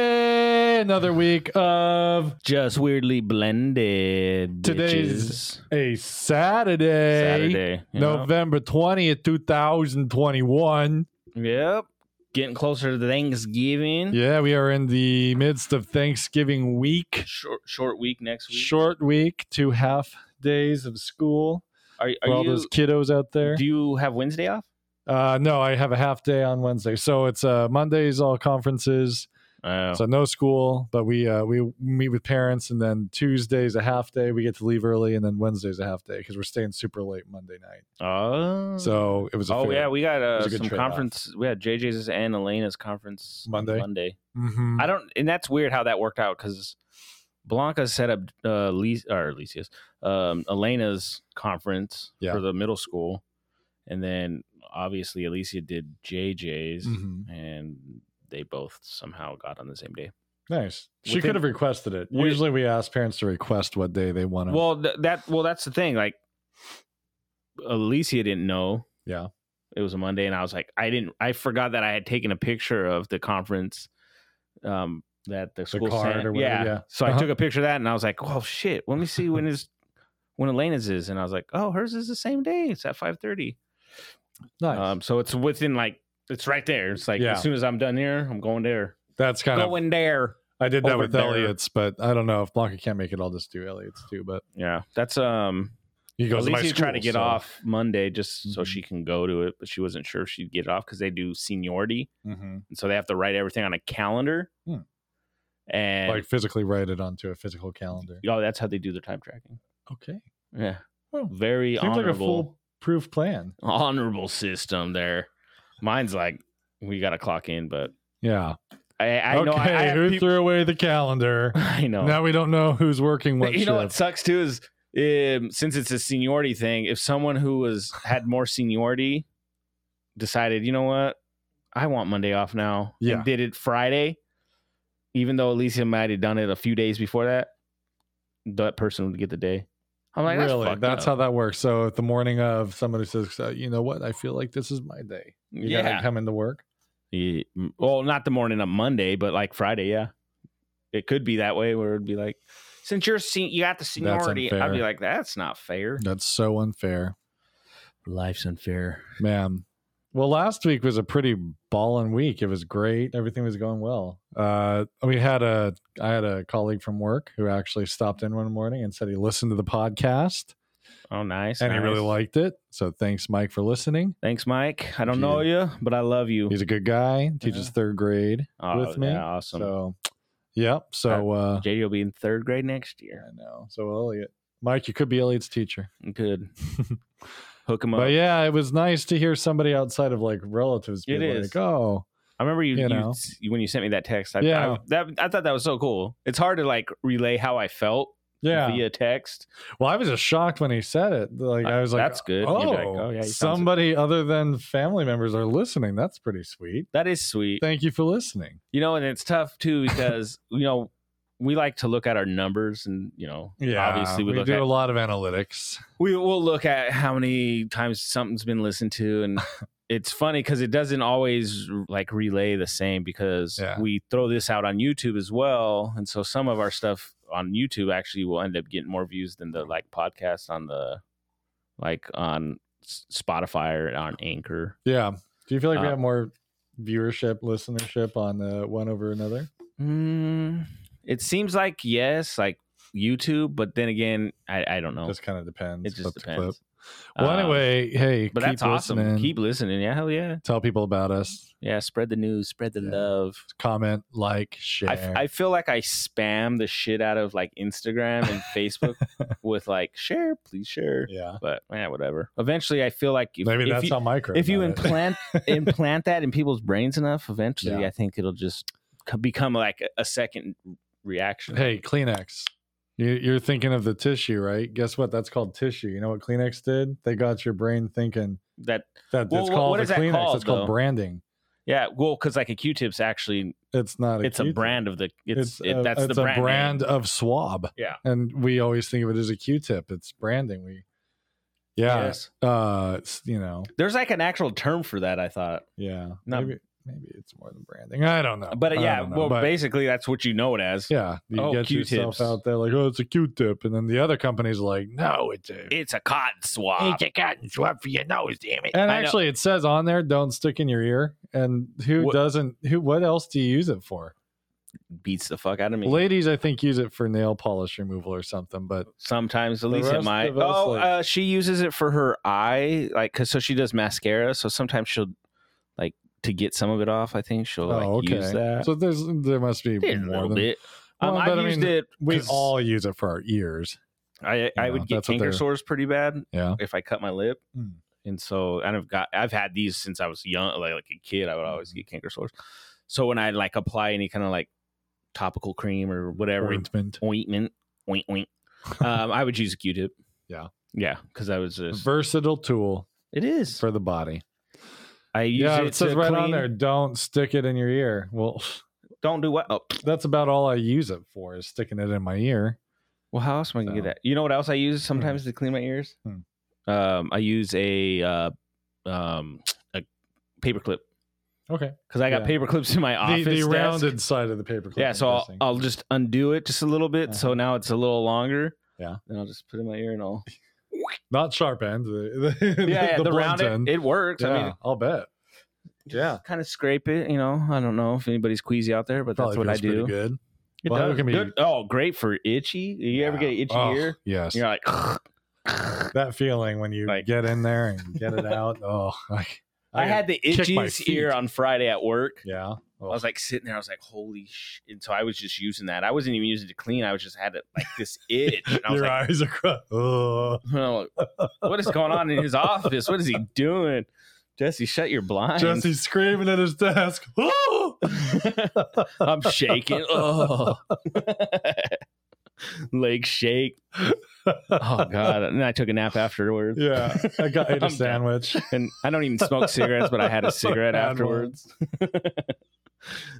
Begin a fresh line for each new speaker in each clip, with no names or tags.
Hey, another week of
Just weirdly blended.
Today's-
Today's
a Saturday,
Saturday. you know?
November 20th, 2021.
Yep. Getting closer to Thanksgiving.
Yeah, we are in the midst of Thanksgiving week,
Short short week next week.
short week, two half days of school
Are,
for
are
all
you?
those kiddos out there.
Do you have Wednesday off?
Uh, no, I have a half day on Wednesday. So it's uh, Mondays, all conferences.
Oh.
So no school, but we uh, we meet with parents, and then Tuesday's a half day. We get to leave early, and then Wednesday's a half day because we're staying super late Monday night.
oh.
So it was. A
Oh
fair-
yeah, we got
was
uh,
a good
some
trade-off.
conference. We had JJ's and Elena's conference on
Monday?
Monday.
Mhm.
I don't, and that's weird how that worked out because Blanca set up uh, Lis- or Alicia's, um, Elena's conference
Yeah.
for the middle school, and then obviously Alicia did JJ's,
Mhm.
and they both somehow got on the same day.
Nice. She
Within-
could have requested it.
Wi-
Usually we ask parents to request what day they want to.
Well, th- that well, that's the thing. Like Alicia didn't know.
Yeah.
it was a Monday, and I was like, I didn't. I forgot that I had taken a picture of the conference. Um. That the school
card
sent.
or whatever,
yeah.
yeah.
So
Uh-huh.
I took a picture of that, and I was like, "Oh shit! Let me see when is when Elena's is." And I was like, "Oh, hers is the same day. It's at five thirty.
nice.
Um. So it's within like it's right there. It's like
Yeah.
as soon as I'm done here, I'm going there.
That's kind of.
going there.
I did that
over
with
there.
Elliot's, but I don't know if Blanca can't make it. I'll just do Elliot's too. But
Yeah. That's um.
he goes. to
At
my
least you
school,
try to get
so-
off Monday just so
Mhm.
she can go to it, but she wasn't sure if she'd get it off because they do seniority,
Mhm.
and so they have to write everything on a calendar.
Hmm.
And
Like physically write it onto a physical calendar.
oh, that's how they do their time tracking.
Okay.
Yeah,
Well,
very
Seems like a
honorable,
foolproof plan.
honorable system there. Mine's like we got to clock in, but
Yeah.
I, I
okay.
know I, I have
who
peop-
threw away the calendar?
I know.
Now we don't know who's working what
you
shift.
know what sucks too is um, since it's a seniority thing, if someone who was had more seniority decided, you know what, I want Monday off now,
Yeah.
and did it Friday, even though Alicia might have done it a few days before that, that person would get the day. I'm like,
really?
that's,
how that works. So at the morning of somebody says, uh, "You know what? I feel like this is my day. You gotta
yeah.
come into work."
Yeah. Well, not the morning of Monday, but like Friday, yeah. It could be that way where it'd be like, since you're sen- you got the seniority, I'd be
unfair.
like, that's not fair.
That's so unfair.
Life's unfair.
man. Well, last week was a pretty ballin' week. It was great. Everything was going well. Uh, we had a I had a colleague from work who actually stopped in one morning and said he listened to the podcast
Oh, nice.
and he really
nice.
liked it. So thanks, Mike, for listening.
Thanks, Mike. I don't
Thank
know you, but I love you.
He's a good guy. Teaches
Yeah.
third grade.
Oh,
with me,
Yeah, awesome.
So, yep. So uh,
JD will be in third grade next year.
I know. So Elliot, Mike, you could be Elliot's teacher.
Good. Hook him up.
But yeah, it was nice to hear somebody outside of like relatives. Be
It
like,
is.
Oh,
I remember you,
you
you,
know.
you- when you sent me that text. I,
Yeah.
I, that, I thought that was so cool. It's hard to like relay how I felt
yeah.
via text.
Well, I was just shocked when he said it. Like I was like,
That's good. You'd
Oh,
be like, oh, yeah, you found
somebody other than family members are listening. That's pretty sweet.
That is sweet.
Thank you for listening.
You know, and it's tough too because you know we like to look at our numbers and you know obviously we,
we,
look
do
at
a lot of analytics.
we will look at how many times something's been listened to and it's funny because it doesn't always like relay the same because
Yeah.
we throw this out on youtube as well and so some of our stuff on youtube actually will end up getting more views than the like podcast on the like on S- spotify or on anchor
Yeah. Do you feel like we
Uh,
have more viewership, listenership on uh, one over another?
mm, it seems like yes like youtube but then again i, I don't know
Just kind of depends.
it just
clip to clip.
depends
Well,
Um,
anyway, hey,
but
keep
that's awesome
listening.
keep listening yeah hell yeah
tell people about us.
Yeah, spread the news, spread the
Yeah.
love.
Comment, like, share.
I, f- I feel like I spam the shit out of like Instagram and Facebook with like share, please share.
yeah.
But yeah, whatever. Eventually, I feel like if,
Maybe
if
that's
you,
how micro.
if you
about it.
implant implant that in people's brains enough, eventually,
Yeah.
I think it'll just c- become like a, a second reaction.
Hey, Kleenex. You- You're thinking of the tissue, right? Guess what? That's called tissue. You know what Kleenex did? They got your brain thinking
That
that
Well,
it's
wh-
called
what
a
is that
Kleenex.
called,
it's called
though?
branding.
yeah, well, because like a Q-tip's actually
It's not. A
it's a
Q-tip.
brand of the it's, it,
a-
that's
it's
the
a
brand, name.
of swab.
Yeah.
and we always think of it as a Q-tip. It's branding. We, yeah,
Yes.
uh, it's, you know,
There's like an actual term for that. I thought
yeah,
Not-
maybe maybe it's more than branding. I don't know.
But uh,
I
yeah,
don't know,
well,
but
basically that's what you know it as.
yeah, you
Oh,
get
Q-tips.
yourself out there like, oh, it's a Q-tip, and then the other company's like, no, it's a
It's a cotton swab.
a cotton swab for your nose, damn it.
And
I know.
actually, it says on there, "Don't stick in your ear." And who
What-
doesn't? Who? What else do you use it for?
Beats the fuck out of me.
Ladies, I think use it for nail polish removal or something. But
Sometimes at
The
least it
rest
might.
of us,
Oh,
like-
uh, she uses it for her eye, like because so she does mascara. So sometimes she'll like to get some of it off. I think she'll like
oh, okay.
use that.
So there's there must be
Did a
more
little
than
bit. Um,
Well,
I
but I
used
mean,
it.
we
'cause
all use it for our ears.
I I
you know,
would get
that's what
canker
they're-
sores pretty bad
Yeah.
if I cut my lip.
Hmm.
And so and I've got I've had these since I was young, like, like a kid. I would always
Mm-hmm.
get canker sores. So when I like apply any kind of like topical cream or whatever
Ointment
ointment, oint oint, um, I would use a Q-tip.
Yeah.
yeah, because I was just
versatile tool
it is.
for the body.
I use
yeah,
it,
it, says
to
right on
clean-
there. Don't stick it in your ear. Well,
Don't do what? Oh,
that's about all I use it for is sticking it in my ear.
well, how else am I gonna get
So.
that? You know what else I use sometimes to clean my ears?
Hmm.
Um, I use a uh, um, a paper clip
Okay.
because I got
Yeah.
paper clips in my
The,
office.
the
desk.
rounded side of the paper. clip,
Yeah,
I'm
so I'll,
guessing.
I'll just undo it just a little bit, so now it's a little longer.
Yeah.
and I'll just put it in my ear and I'll.
not sharp end. The, the,
Yeah, yeah, the,
blunt
round
end.
it, it works.
yeah,
I mean,
will bet. Yeah.
kind of scrape it. You know, I don't know if anybody's queasy out there, but
Probably
that's what I
feels pretty
do.
Good.
It
Well, it
does.
can be-
Good- Oh, great for itchy. You ever
Yeah.
get an itchy
Oh,
ear?
Yes.
You're like.
That feeling when you
Like-
get in there and get it out. Oh, I,
I, had the
kick my
itchies ear
feet.
on Friday at work.
Yeah. Oh.
I was like sitting there. I was like, "Holy sh!" And so I was just using that. I wasn't even using it to clean. I was just had it like this itch. And I was
your
like,
eyes are cr- oh.
I'm like, "What is going on in his office? What is he doing?" Jesse, shut your blinds.
Jesse's screaming at his desk. Oh!
I'm shaking. Oh, leg shake. Oh god! And I took a nap afterwards.
yeah. I got ate
I'm
a
done.
sandwich.
and I don't even smoke cigarettes, but I
Oh,
had a cigarette
Had one.
afterwards.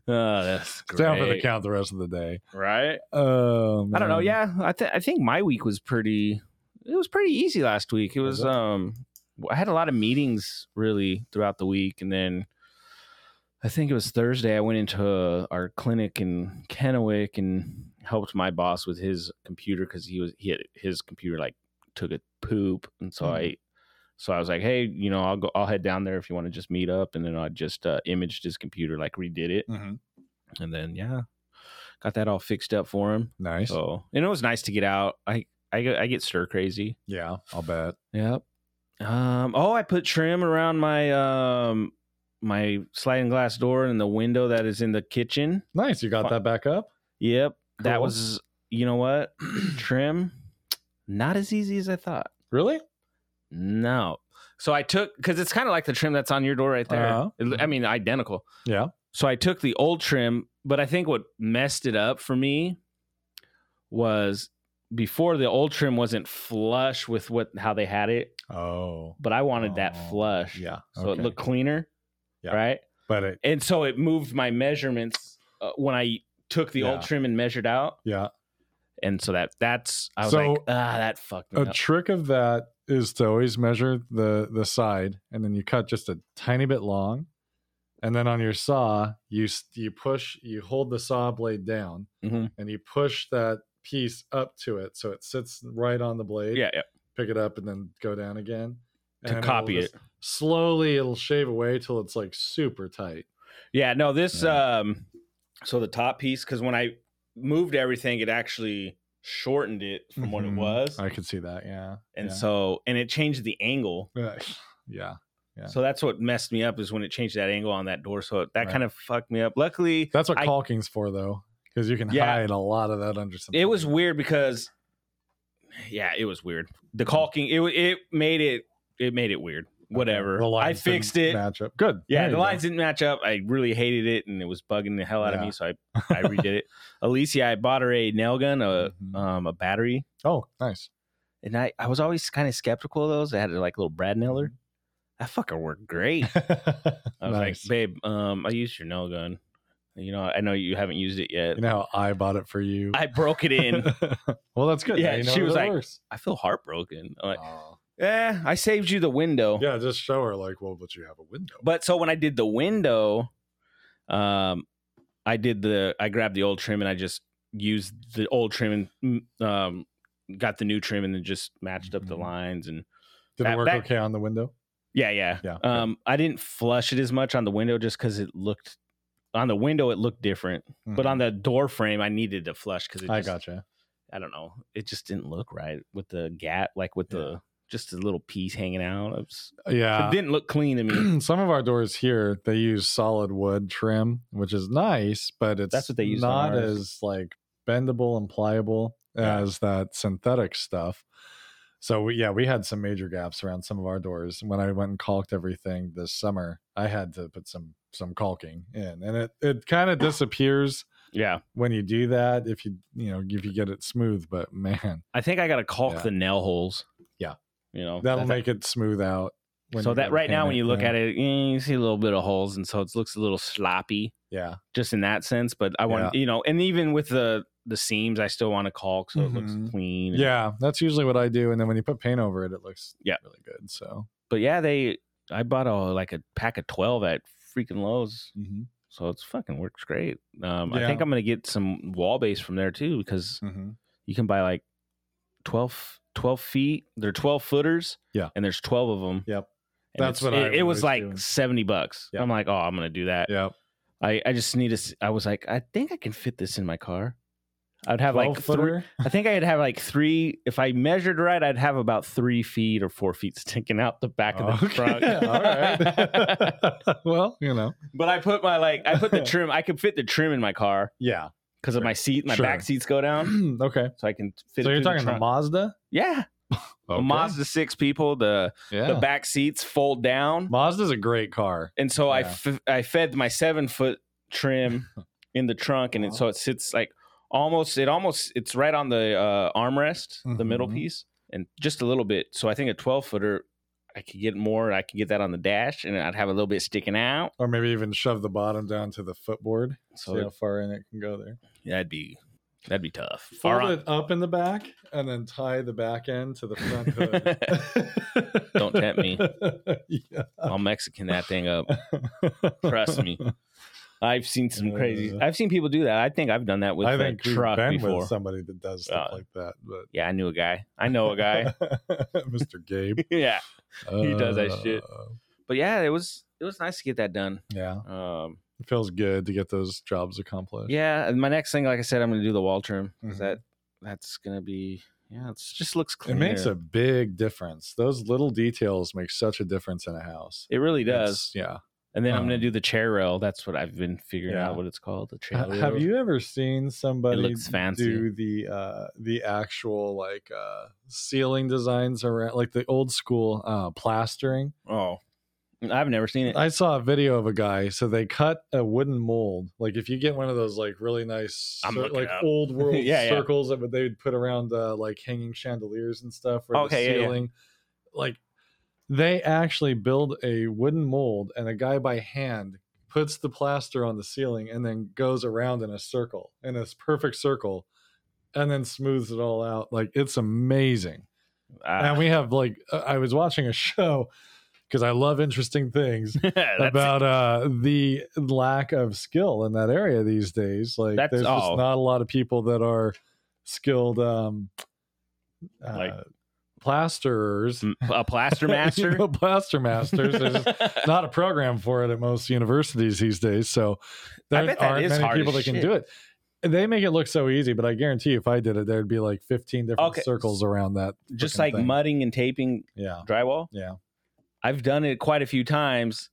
oh, that's great.
Down for the count the rest of the day.
right?
Oh,
I don't know.
man.
Yeah, I think I think my week was pretty. It was pretty easy last week. It
Was
was
it?
um, I had a lot of meetings really throughout the week, and then I think it was Thursday. I went into our clinic in Kennewick and helped my boss with his computer because he was he had his computer like took a poop, and so
Mm.
I. So I was like, "Hey, you know, I'll go. I'll head down there if you want to just meet up." And then I just uh, imaged his computer, like redid it,
Mhm.
and then yeah, got that all fixed up for him.
Nice.
So and it was nice to get out. I I get, I get stir crazy.
Yeah. I'll bet.
Yep. Um. Oh, I put trim around my um my sliding glass door and the window that is in the kitchen.
Nice. You got
Fun.
that back up?
Yep. That
Cool.
was you know what trim. Not as easy as I thought.
Really?
No. So I took because it's kind of like the trim that's on your door right there.
Uh-huh.
It- I mean, identical.
Yeah.
So I took the old trim, but I think what messed it up for me was before the old trim wasn't flush with what how they had it,
Oh.
but I wanted that
Oh,
flush.
Yeah.
So
okay.
it looked cleaner.
Yeah.
Right?
But it,
And so it moved my measurements uh, when I took the
Yeah.
old trim and measured out.
yeah.
And so that that's I was
So,
like, ah, that fucked me
a
up.
trick of that is to always measure the the side and then you cut just a tiny bit long and then on your saw you s- you push you hold the saw blade down
Mhm.
and you push that piece up to it so it sits right on the blade
yeah, yeah.
pick it up and then go down again
To
and
copy
it'll
it.
just- slowly it'll shave away till it's like super tight
Yeah, no, this
Yeah.
um so the top piece cuz when I moved everything it actually shortened it from what it
Mhm.
was.
i could see that yeah
And
yeah.
so and it changed the angle.
Yeah. yeah Yeah.
So that's what messed me up is when it changed that angle on that door. So that
Right.
kind of fucked me up. Luckily,
that's what
I-
caulking's for though because you can
Yeah.
hide a lot of that under something
it was weird because yeah, it was weird. The caulking it it made it it made it weird. Whatever.
The
I
lines didn't
fixed it.
Match up. Good.
Yeah,
There
the
you go.
lines didn't match up. I really hated it and it was bugging the hell out of
Yeah.
me, so I I redid it. Alicia, I bought her a nail gun, a
Mhm.
um a battery
Oh, nice.
And I, I was always kind of skeptical of those. I had like a little Brad Naylor.
Mm-hmm.
That fucker worked great. I was
nice.
like, babe, um, I used your nail gun. You know, I know you haven't used it yet.
you know, how I bought it for you.
I broke it in.
well, that's good. Now
Yeah,
you know
she
that
was
it
like,
works.
I feel heartbroken. I'm like,
Aw.
eh, I saved you the window.
yeah, just show her like, well, but you have a window.
But so when I did the window, Um, I did the I grabbed the old trim and I just used the old trim and mm, um, got the new trim and then just matched up the
Mhm.
lines and
Did it
Back-
work
back-
okay on the window?
yeah, yeah.
Yeah, yeah.
Um, I didn't flush it as much on the window just because it looked on the window it looked different, but
Mhm.
on the door frame I needed to flush because
I gotcha.
I don't know. It just didn't look right with the gap, like with the just the little piece hanging out. It, was-
Yeah.
it didn't look clean to me.
some of our doors here they use solid wood trim, which is nice, but it's
That's what they use on
not
ours.
as like bendable and pliable
Yeah.
as that synthetic stuff. So we, yeah, we had some major gaps around some of our doors. When I went and caulked everything this summer, I had to put some some caulking in, and it it kind of disappears
yeah,
when you do that if you you know if you get it smooth. But man,
I think I got to caulk
Yeah.
the nail holes.
Yeah.
you know
that'll
I thi-
make it smooth out.
Oh, so that right now when you look at
it,
it, eh, you see a little bit of holes, and so it looks a little sloppy.
yeah,
just in that sense. But I want you know, and even with the the seams, I still want to caulk so it
Mhm.
looks clean. and-
Yeah, that's usually what I do. And then when you put paint over it, it looks
Yeah.
really good. So
But yeah, they I bought a like a pack of twelve at freaking Lowe's,
Mm-hmm,
so it's fucking works great. Um, I
Yeah.
think I'm gonna get some wall base from there too because
mm-hmm.
you can buy like 12, 12 feet. They're twelve footers.
Yeah.
and there's twelve of them.
Yep.
And
That's
it's-
what I
it, it was
was
like
doing.
seventy bucks.
Yeah.
I'm like, oh, I'm gonna do that.
yep,
I, I just need to. s- I was like, I think I can fit this in my car. I'd have like three,
footer.
I think I'd have like three. If I measured right, I'd have about three feet or four feet sticking out the back of the
Okay,
trunk.
All right. well, you know,
but I put my like, I put the trim. I could fit the trim in my car
yeah.
because of my seat. My
Sure.
back seats go down,
okay.
so I can fit.
So
it
you're
through
talking
Um, the
the
trunk.
Mazda?
yeah, a
Okay.
Mazda six people. The
Yeah.
the back seats fold down,
Mazda's a great car.
and so I
Yeah.
f- I fed my seven foot trim in the trunk, and it, so it sits like almost. It almost it's right on the uh, armrest, the middle
Mhm.
piece, and just a little bit. So I think a twelve footer, I could get more. I could get that on the dash, and I'd have a little bit sticking out.
Or maybe even shove the bottom down to the footboard.
So
See how far in it can go there.
that'd be that'd be tough. Or
Fold
on-
it up in the back and then tie the back end to the front hood.
Don't tempt me.
yeah.
I'll Mexican that thing up. Trust me. I've seen some crazy.
Uh,
I've seen people do that. I think I've done that with
I
a
think we've
truck
been
before.
with somebody that does stuff
Uh,
like that, but
Yeah, I knew a guy. I know a guy.
Mr. Gabe.
yeah, He does that shit.
Uh,
but yeah, it was it was nice to get that done.
Yeah.
Um,
It feels good to get those jobs accomplished.
yeah, and my next thing, like I said, I'm gonna do the wall trim. 'cause
Mhm.
That that's gonna be yeah, it's just looks
It
clean.
makes a big difference. Those little details make such a difference in a house.
it really does.
It's- yeah.
And then I'm gonna
um,
do the chair rail. That's what I've been figuring
Yeah.
out what it's called. The chair.
Ha-
rail.
Have you ever seen somebody
looks fancy.
do the uh the actual like uh ceiling designs around like the old school uh plastering?
Oh, I've never seen it.
I saw a video of a guy. So they cut a wooden mold. Like if you get one of those like really nice,
I'm
cir-
looking
like
up.
old world
Yeah, yeah.
circles that they would put around uh, like hanging chandeliers and stuff. Or
Okay,
the
yeah, yeah.
ceiling. Like they actually build a wooden mold, and a guy by hand puts the plaster on the ceiling, and then goes around in a circle, in this perfect circle, and then smooths it all out. Like it's amazing and
Ah,
we have like uh, i was watching a show because i love interesting things
that's-
about uh the lack of skill in that area these days like
That's-
there's
oh.
just not a lot of people that are skilled um uh,
Like-
plasterers
a plaster master.
You know, plaster masters there's just not a program for it at most universities these days so
I
there
bet that
aren't
is
many
hard
people that
as
can
shit.
do it And they make it look so easy but i guarantee you if i did it there'd be like 15 different
Okay.
circles around that
just
frickin'
like
thing.
mudding and taping
yeah
drywall.
yeah
I've done it quite a few times.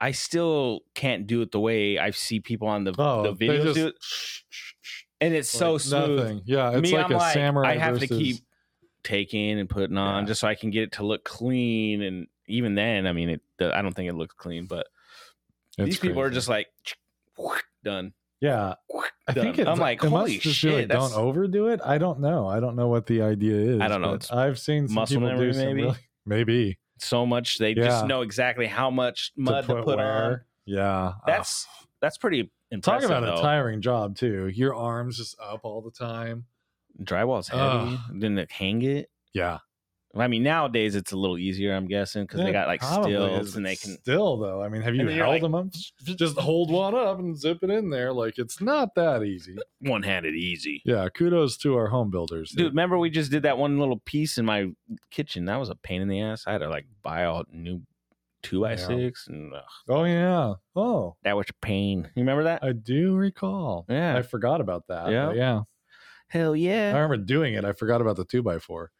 I still can't do it the way I see people on the,
Oh,
the
they
videos
just-
do it. And it's so
Like
smooth.
Yeah, it's
Me,
like
I'm
a
like,
samurai.
I have
versus,
to keep taking and putting on
Yeah.
just so I can get it to look clean. And even then, I mean, it. I don't think it looks clean, but
It's
these people are
crazy.
just like done.
yeah. I
done.
think it's,
I'm like,
it must
holy
just be like,
shit, that's-
don't overdo it. I don't know. I don't know what the idea is.
I don't know.
but
It's
I've seen some
muscle
people
memory,
do some
maybe?
really- maybe
So much they
Yeah.
just know exactly how much mud to put, on.
where. Yeah, Oh,
That's that's pretty
Talk
impressive.
about
though.
a tiring job too. Your arms just up all the time.
drywall's heavy.
Ugh.
Didn't it hang it?
Yeah,
I mean, nowadays it's a little easier, I'm guessing, because they
Yeah,
got like
probably
stills
is,
and
but
they can.
still though. I mean, have you
And then you're
held
like-
them up? Just hold one up and zip it in there. Like it's not that easy.
One handed easy.
Yeah, kudos to our home builders,
Dude, remember we just did that one little piece in my kitchen? That was a pain in the ass. I had to like buy all new two by six, and ugh,
Oh yeah. Oh,
that was a pain. You remember that?
I do recall.
yeah.
I forgot about that.
Yeah.
but yeah.
Hell
I
yeah.
remember doing it. I forgot about the two by four.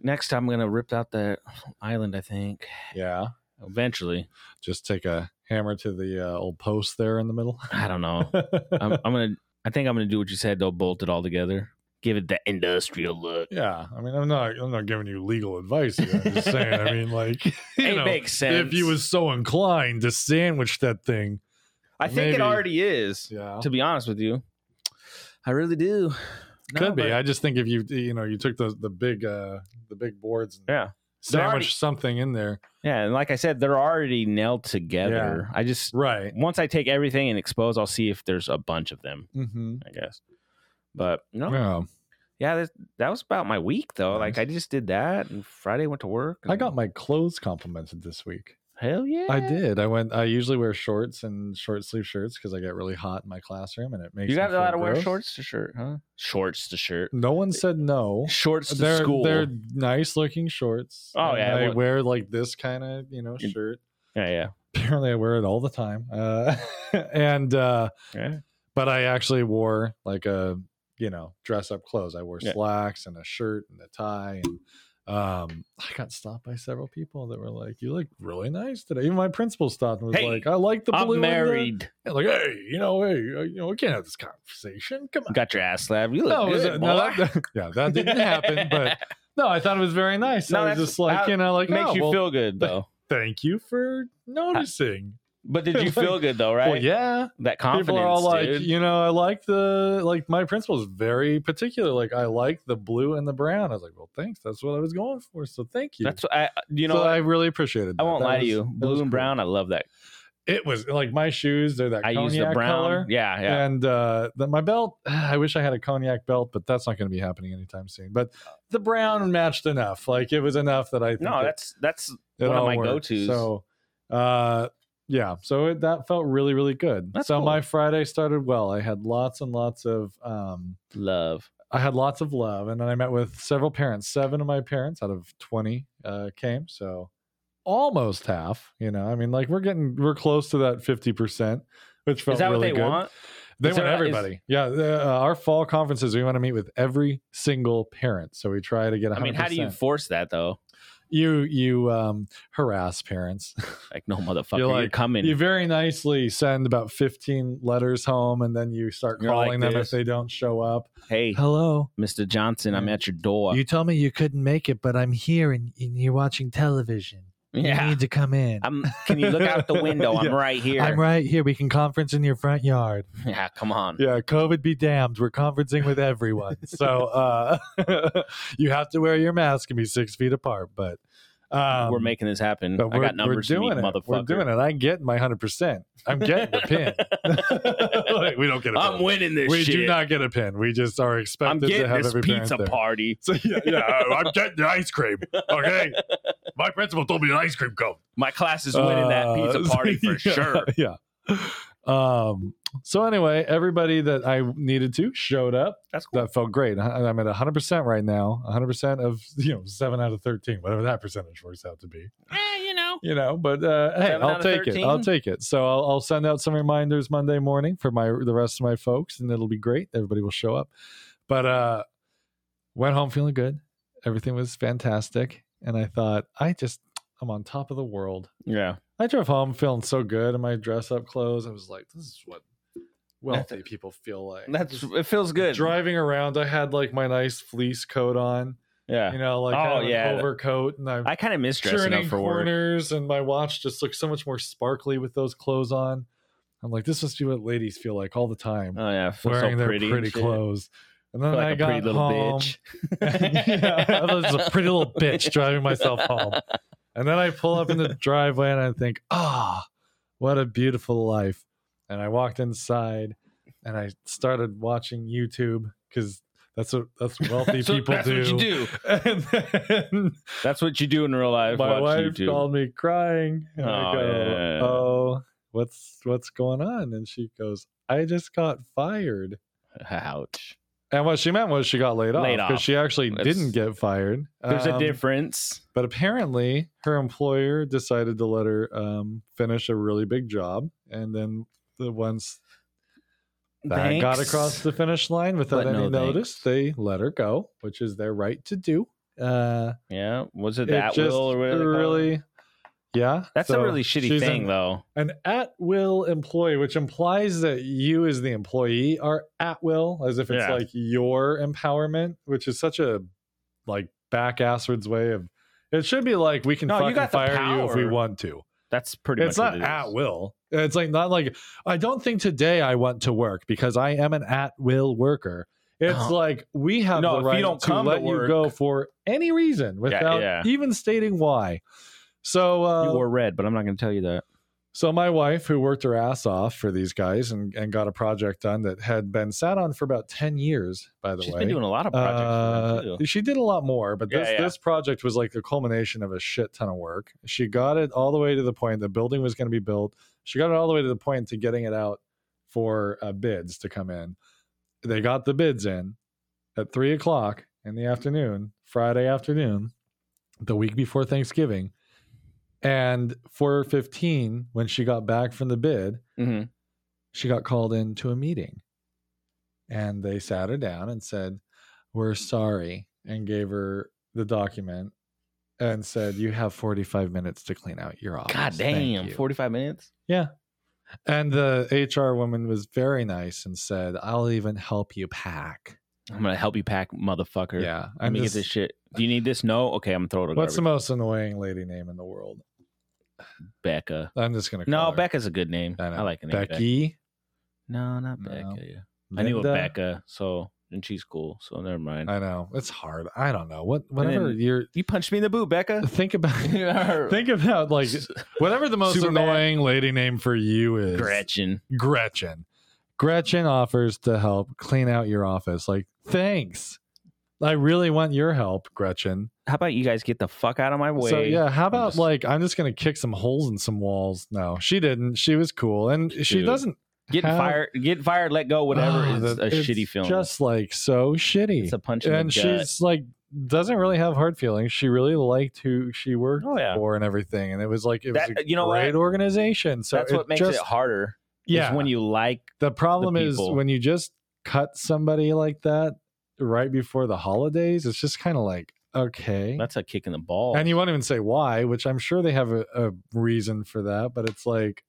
Next time I'm gonna rip out that island. I think
Yeah.
eventually.
Just take a hammer to the uh, old post there in the middle.
I don't know. I'm, I'm gonna. I think I'm gonna do what you said. They'll bolt it all together. Give it the industrial look.
yeah. I mean, I'm not. I'm not giving you legal advice. Here. I'm just saying. I mean, like, you
it
know,
makes sense.
if you was so inclined to sandwich that thing.
I think it
maybe-
already is.
Yeah.
To be honest with you, I really do. No,
Could be.
but-
I just think if you you know you took the the big uh the big boards and
yeah,
sandwich
already-
something in there,
yeah. And like I said, they're already nailed together. I just
right?
once I take everything and expose, I'll see if there's a bunch of them.
Mm-hmm.
I guess. But no,
Yeah.
yeah, that, that was about my week though. Like I
Nice.
just did that, and Friday went to work.
I got
and-
my clothes complimented this week.
hell yeah.
I did. I went. I usually wear shorts and short sleeve shirts because I get really hot in my classroom, and it makes
You got
me
allowed
feel
to wear
gross.
shorts to shirt, huh? Shorts to shirt.
No one said no.
Shorts to
They're
school.
they're nice looking shorts.
Oh,
and
yeah,
I
well-
wear like this kind of you know
You-
shirt.
Yeah, yeah,
Apparently, I wear it all the time. Uh, and uh,
yeah.
but I actually wore like a you know dress up clothes. I wore
Yeah.
slacks and a shirt and a tie and um I got stopped by several people that were like, "You look really nice today." Even my principal stopped and was
Hey,
like, "I like the blue."
I'm
and the-"
married.
Yeah, like, hey, you know, hey, uh, you know, we can't have this conversation. Come on.
Got your ass slapped. You look
No, it was-
good,
no,
boy.
that, that- yeah, that didn't happen. But no, I thought it was very nice.
No,
I was
that's-
just like,
how-
you know, like
makes
oh,
you
well,
feel good though.
Thank you for noticing.
But did you feel good though? Right?
Well, yeah.
That confidence.
people are all like,
dude.
you know, I like the like my principal is very particular. Like I like the blue and the brown. I was like, well, thanks. That's what I was going for. So thank you.
That's what I. You know,
So
what?
I
I,
really appreciated. That.
won't
That
lie to
was-
you.
that
Blue
was
and
cool.
brown. I love that.
It was like my shoes. They're that
I use the
cognac
brown.
color.
Yeah, yeah.
And uh, the, my belt, I wish I had a cognac belt, but that's not going to be happening anytime soon. But the brown matched enough. Like it was enough that I think
no,
it-
that's that's
it
one of
all
my
worked.
go-tos.
So, uh, yeah, so it, that felt really, really good.
That's
so
cool.
my Friday started well. I had lots and lots of, um,
love.
I had lots of love, and then I met with several parents. Seven of my parents out of twenty uh, came, so almost half. You know, I mean, like we're getting we're close to that fifty percent, which felt
Is that
really
what they
good.
want?
They
Is
want
there- is-
everybody. yeah, the, uh, our fall conferences, we want to meet with every single parent, so we try to get. 100%.
I mean, how do you force that though?
you you um, harass parents?
Like, no, motherfucker,
You're
you're,
like-
coming.
You very nicely send about fifteen letters home, and then you start
You're
calling
like
them
this.
if they don't show up.
hey,
Hello,
Mr. Johnson, I'm
Yeah.
at your door.
You told me you couldn't make it, but I'm here and, and you're watching television. You
yeah,
need to come in. I'm,
I'm. Can you look out the window? I'm
Yeah.
right here.
right here. We can conference in your front yard.
Yeah, come on.
Yeah, COVID be damned. We're conferencing with everyone. so uh, you have to wear your mask and be six feet apart, but. Um,
we're making this happen.
but
I
we're-
got numbers
we're doing
to meet,
it.
motherfucker.
We're doing it. I'm getting my 100%. I'm getting the pin. Like, we don't get a pin.
I'm winning this
we
shit.
do not get a pin. We just are
I'm
expected to
getting
have
this
every parent
pizza
there.
party.
So, yeah, yeah, I- I'm getting the ice cream. Okay.
My principal told me an ice cream cone.
My class is winning that
Uh,
pizza party for
yeah,
sure.
Yeah. Um. So anyway, everybody that I needed to showed up.
That's cool.
That felt great. I- I'm at 100 percent right now. 100 percent of you know seven out of 13, whatever that percentage works out to be.
Eh, you know.
You know, but uh, hey,
Seven out
I'll
of
take it. I'll
13?
take it. So I'll, I'll send out some reminders Monday morning for my the rest of my folks, and it'll be great. Everybody will show up. But uh, went home feeling good. Everything was fantastic, and I thought I just I'm on top of the world.
Yeah.
I drove home feeling so good in my dress up clothes. I was like, this is what wealthy people feel like.
That's
Just
it feels good.
driving around. I had like my nice fleece coat on,
Yeah.
you know, like
Oh,
I had an
yeah.
overcoat, and I'm
I kind of miss dressing up
turning
for work.
corners, and my watch just looks so much more sparkly with those clothes on. I'm like, this must be what ladies feel like all the time,
Oh yeah, I feel
wearing
so
their
pretty,
pretty,
and shit.
clothes. And then
Feel like
I
a
got
pretty little
home.
bitch.
yeah, I was a pretty little bitch driving myself home. And then I pull up in the driveway and I think, ah, what a beautiful life. And I walked inside and I started watching YouTube because That's what that's what wealthy
So
people
that's
do.
what you do.
And then
That's what you do in real life.
my
watch
wife
YouTube.
called me crying. And I
Oh,
go,
yeah.
"Oh, what's what's going on?" And she goes, "I just got fired."
Ouch.
And what she meant was she got laid off
Laid
because
off.
she actually
That's-
didn't get fired.
There's a
Um,
difference.
But apparently, her employer decided to let her um, finish a really big job, and then the once that got
Thanks.
across the finish line without
But
any
no
notice, they let her go, which is their right to do. Uh,
Yeah. Was it
it
that
just
will or whatever? they call it?
really, yeah,
That's
so
a really shitty
she's
thing,
an-
though.
an at will employee, which implies that you as the employee are at will, as if it's
Yeah.
like your empowerment, which is such a like back asswards way of it should be like we can
No, you
fucking
got the
fire you if we
power.
want to.
That's pretty
it's
much
not
what it
at
is.
will. It's like not like I don't think today I want to work because I am an at will worker. It's
No.
like we have
Uh-huh. No,
the
if you
right
don't
to
come to
let you
work-
go for any reason without
yeah.
even stating why. So uh,
You wore red, but I'm not going to tell you that.
so my wife, who worked her ass off for these guys and, and got a project done that had been sat on for about ten years, by the
She's
way.
been doing a lot of projects for them,
Uh,
too.
she did a lot more, but
Yeah,
this
yeah.
this project was like the culmination of a shit ton of work. She got it all the way to the point the building was going to be built. She got it all the way to the point to getting it out for uh, bids to come in. They got the bids in at three o'clock in the afternoon, Friday afternoon, the week before Thanksgiving, and four fifteen when she got back from the bid,
Mhm.
she got called into a meeting and they sat her down and said we're sorry and gave her the document and said you have 45 minutes to clean out your office
God
Thank
damn.
you."
45 minutes?
yeah and the hr woman was very nice and said i'll even help you pack
I'm going to help you pack, motherfucker.
yeah
Let
I'm
me
just-
get this shit. Do you need this? No? Okay, I'm going to throw it
what's
What's
the most annoying lady name in the world
Becca.
i'm just gonna call
No,
her.
Becca's a good name. I,
know.
like the name Becca.
becky
No, not
No.
Becca. Yeah. I knew a
Linda?
Becca, so and she's cool, so never mind.
i know it's hard i don't know what whenever
then-
you're
you punched me in the boot, Becca.
think about
Think
think about like Whatever the most
Superman.
annoying lady name for you is
Gretchen.
Gretchen. Gretchen offers to help clean out your office. Like, thanks. I really want your help, Gretchen.
How about you guys get the fuck out of my way?
So yeah, how about
just-
like I'm just gonna kick some holes in some walls? No, she didn't. She was cool, and she
Dude,
doesn't
Getting
have-
fired, get fired, let go, whatever
Ah,
is
that-
a
it's
shitty feeling.
Just like so shitty.
it's a punch in
and
the gut.
she's like doesn't really have hard feelings. She really liked who she worked
Oh, yeah.
for and everything, and it was like it was
That-
a
you know what?
great organization. So
That's what makes
just,
it harder. Yeah,
Yeah,
when you like
The problem is
people.
when you just cut somebody like that right before the holidays, it's just kind of like, okay.
that's a kick in the ball.
And you won't even say why, which I'm sure they have a, a reason for that, but it's like,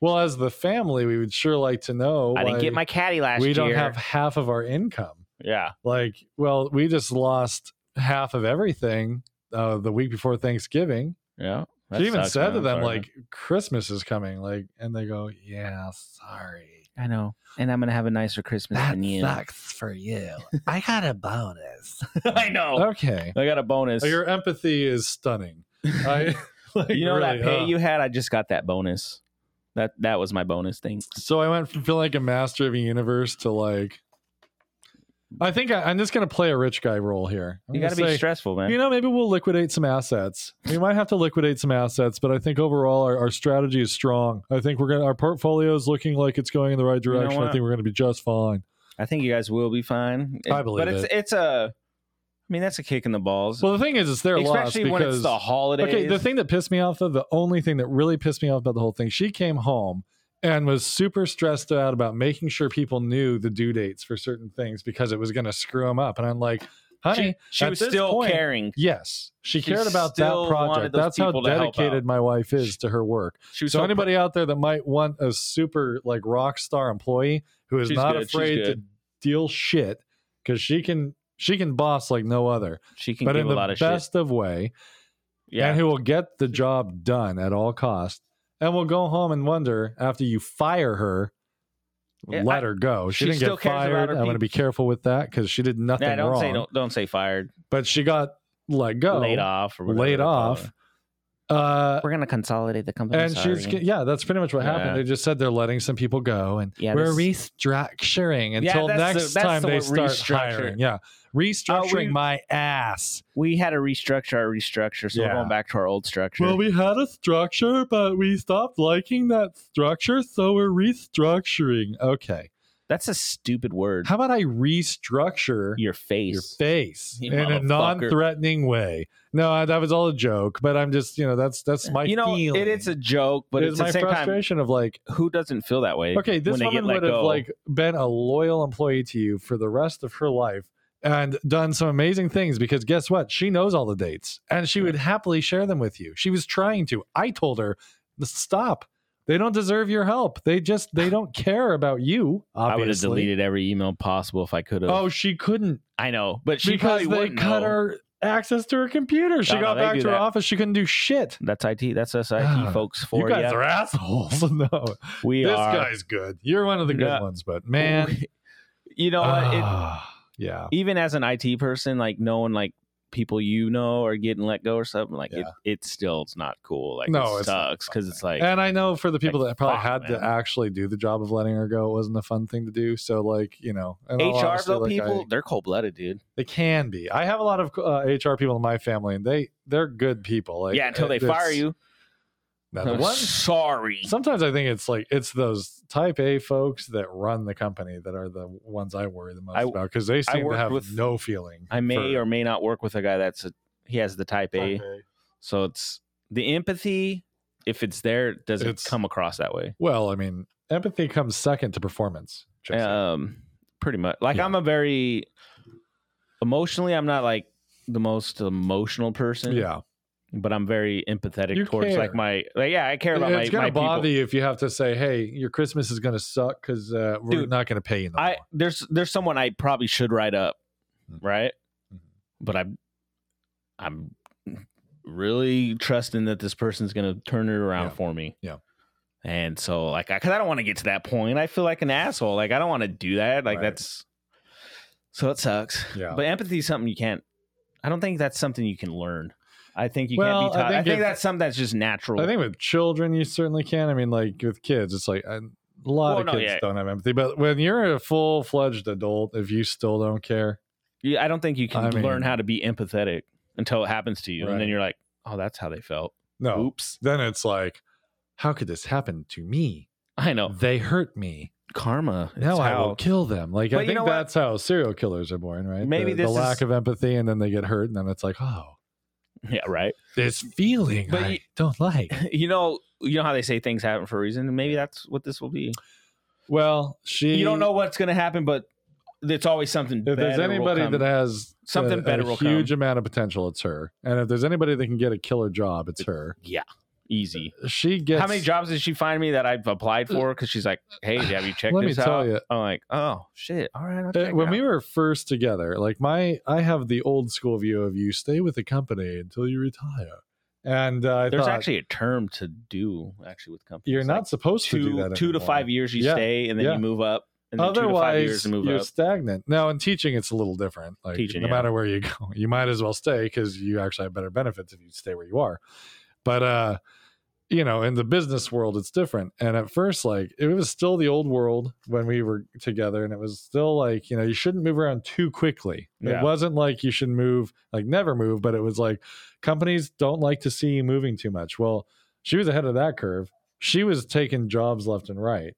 well, as the family, we would sure like to know.
I didn't
why
get my caddy last
We
year.
don't have half of our income.
yeah,
Like, well, we just lost half of everything uh, the week before Thanksgiving.
yeah. that
she even
sucks,
said
man.
to
I'm
them,
sorry, man.
like, Christmas is coming. Like, and they go, yeah, sorry.
I know, and I'm gonna have a nicer Christmas than you.
for you. I got a bonus.
I know.
Okay.
I got a bonus.
Oh, Your empathy is stunning. I, like,
you know
really,
that pay
uh,
you had? I just got that bonus. That that was my bonus thing.
So I went from feeling like a master of the universe to like. I think I, I'm just going to play a rich guy role here. I'm
You
gonna
got to be
say,
stressful, man.
You know, maybe we'll liquidate some assets. We might have to liquidate some assets, but I think overall our, our strategy is strong. I think we're gonna our portfolio is looking like it's going in the right
know
direction. I
what?
think we're gonna be just fine.
I think you guys will be fine.
I believe
but it's
it.
it's a. I mean, that's a kick in the balls,
Well, the thing is, it's their loss
especially
because
when it's the holidays.
Okay, the thing that pissed me off, though, the only thing that really pissed me off about the whole thing, she came home and was super stressed out about making sure people knew the due dates for certain things because it was going to screw them up. And I'm like, honey,
she, she
at
was
this
still
point-
caring.
yes, she,
She
cared about that
still
project.
wanted those
That's how
people to help
dedicated
out.
my wife is to her work.
She was
So
so
anybody out there that might want a super like rock star employee who is
She's
not
good, she's
afraid to
good.
deal shit because she can she can boss like no other,
she can
but
give
in
a lot
the
of shit.
best of way
Yeah,
and who will get the job done at all costs and will go home and wonder after you fire her
Yeah,
let
I-
her go she,
she
didn't
still
get
cares about
fired
her
i want to
peop-
be careful with that because she did nothing
Nah, don't
wrong
say don't, don't say fired,
but she got let go
laid off, or whatever
Oh, laid
they call
off
it.
Uh,
We're gonna consolidate the company.
and she's
sorry.
yeah, that's pretty much what happened.
Yeah.
They just said they're letting some people go, and
Yeah,
we're
this-
restructuring
Yeah,
until
that's the-
next
that's
time
the
they
word,
start
restructure. Oh,
hiring. Yeah, restructuring
we-
my ass.
we had to restructure our restructure, so
Yeah.
we're going back to our old structure.
Well, we had a structure, but we stopped liking that structure, so we're restructuring. Okay,
That's a stupid word.
how about I restructure
your face.
your face
You
in a
motherfucker.
non-threatening way. No, I, that was all a joke, but I'm just you know that's that's my
you know,
feeling.
it, it's a joke, but
It's
it's,
my
the same time.
frustration of like
Who doesn't feel that way?
okay, this
when they get
woman
let
would have
go?
like been a loyal employee to you for the rest of her life and done some amazing things because guess what? She knows all the dates and she would happily share them with you. She was trying to. I told her, stop. They don't deserve your help. They just they don't care about you.
I would have
Obviously.
deleted every email possible if I could have.
Oh, she couldn't
I know, but she
because
probably
they
wouldn't
cut
know.
her access to her computer. She
No, no,
got
they
back
do
to her
that.
office. She couldn't do shit.
That's IT. That's us IT
Ah,
folks
You
for you.
guys are assholes. no,
we
this
are.
guy's good. You're one of the good
Yeah.
ones, but man,
you know what? It,
ah, yeah.
even as an IT person, like knowing like people you know are getting let go or something, like it,
Yeah.
it still is not cool. Like
No,
it
it's not
sucks because it's like
and I know for the people
like,
that probably
fuck,
had to
man.
actually do the job of letting her go, it wasn't a fun thing to do. So, like, you know, in all
HR
honesty,
though.
like,
people,
I-
they're cold blooded, dude.
they can be. I have a lot of uh, HR people in my family, and they they're good people. Like,
yeah, until they
it-
fire
it's-
you.
now, the
I'm
one-
sorry.
Sometimes I think it's like it's those type A folks that run the company that are the ones I worry the most
I-
about because they seem to
worked
have
with-
no feeling.
I may
for-
or may not work with a guy that's a, he has the type A, so it's the empathy. If it's there, it doesn't
It's-
come across that way.
Well, I mean, empathy comes second to performance. Jesse.
Um, pretty much. Like
Yeah.
I'm a very emotionally, I'm not like the most emotional person.
yeah,
but I'm very empathetic
You
towards
care.
like my like yeah, I care about my,
it's gonna
my
bother
people.
you if you have to say, "Hey, your Christmas is gonna suck because uh, we're
Dude,
not gonna pay you." No
I
more."
there's there's someone I probably should write up,
Mhm.
right?
Mhm.
But I'm I'm really trusting that this person's gonna turn it around
Yeah.
for me.
Yeah.
And so like I cause I don't want to get to that point. I feel like an asshole. Like I don't want to do that. Like
Right.
that's so it sucks.
Yeah.
But empathy is something you can't I don't think that's something you can learn. I think you
Well,
can't be
I
taught. I think,
think if-
that's something that's just natural.
I think with children, you certainly can. I mean, like with kids, it's like uh, a lot
Well,
of
no,
kids
yeah.
don't have empathy. But when you're a full fledged adult, if you still don't care,
Yeah, I don't think you can
I mean-
learn how to be empathetic until it happens to you, and
Right.
then you're like, "Oh, that's how they felt."
no,
Oops.
then it's like, how could this happen to me?
I know
They hurt me.
karma. is
now I
Oh. how-
will kill them. Like
But
I
you
think
know what?
that's how serial killers are born, right?
Maybe
the, the
this
lack
is-
of empathy, and then they get hurt, and then it's like, oh,
Yeah, right.
this feeling
But
I
you-
don't like.
You know, you know how they say things happen for a reason. and Maybe that's what this will be.
Well, she.
You don't know what's going to happen, but it's always something.
If there's
better will
anybody
come.
that has
Something
a,
better
a
will
huge amount of potential, it's her. And if there's anybody that can get a killer job, it's her.
easy.
She gets
How many jobs did she find me that I've applied for? Because she's like, "Hey, have you checked
Let me
this
tell
out?"
you.
I'm like, "Oh shit! All right, I'll
Uh,
check it
when we
out."
were first together, like my, I have the old school view of you stay with the company until you retire, and uh, I
There's
thought
actually a term to do actually with companies.
you're
It's
not
like
supposed
two
to do that.
two to
anymore.
five years you
Yeah,
stay and then
yeah.
you move up and then two to five
Otherwise,
years to move
you're
up.
stagnant. Now in teaching, it's a little different. Like
Teaching,
no
yeah.
matter where you go, you might as well stay because you actually have better benefits if you stay where you are. But uh, you know, in the business world, it's different. And at first, like it was still the old world when we were together, and it was still like you know you shouldn't move around too quickly. It
Yeah.
wasn't like you should move like never move, but it was like companies don't like to see you moving too much. Well, she was ahead of that curve. She was taking jobs left and right.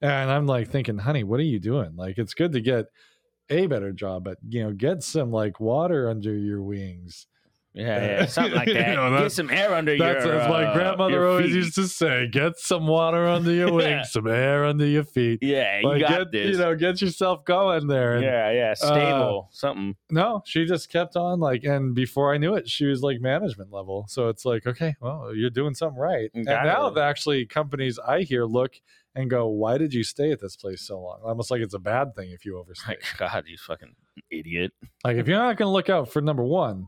And I'm like thinking, honey, what are you doing? Like, it's good to get a better job, but you know, get some like water under your wings.
Yeah, yeah, something like
You
that.
know,
Get
that's-
some air under
That's
your.
as my
uh,
grandmother
your
always
feet.
used to say, get some water under your wings,
Yeah.
some air under your feet.
Yeah, you
Like,
got
get,
this.
You know, get yourself going there. And uh,
yeah, yeah, stable, something.
no, she just kept on like, and before I knew it, she was like management level. So it's like, okay, well, you're doing something right.
You
And
got
now
it.
the actually companies I hear look and go, why did you stay at this place so long? Almost like it's a bad thing if you overstay.
Like, God, you fucking idiot.
like if you're not going to look out for number one,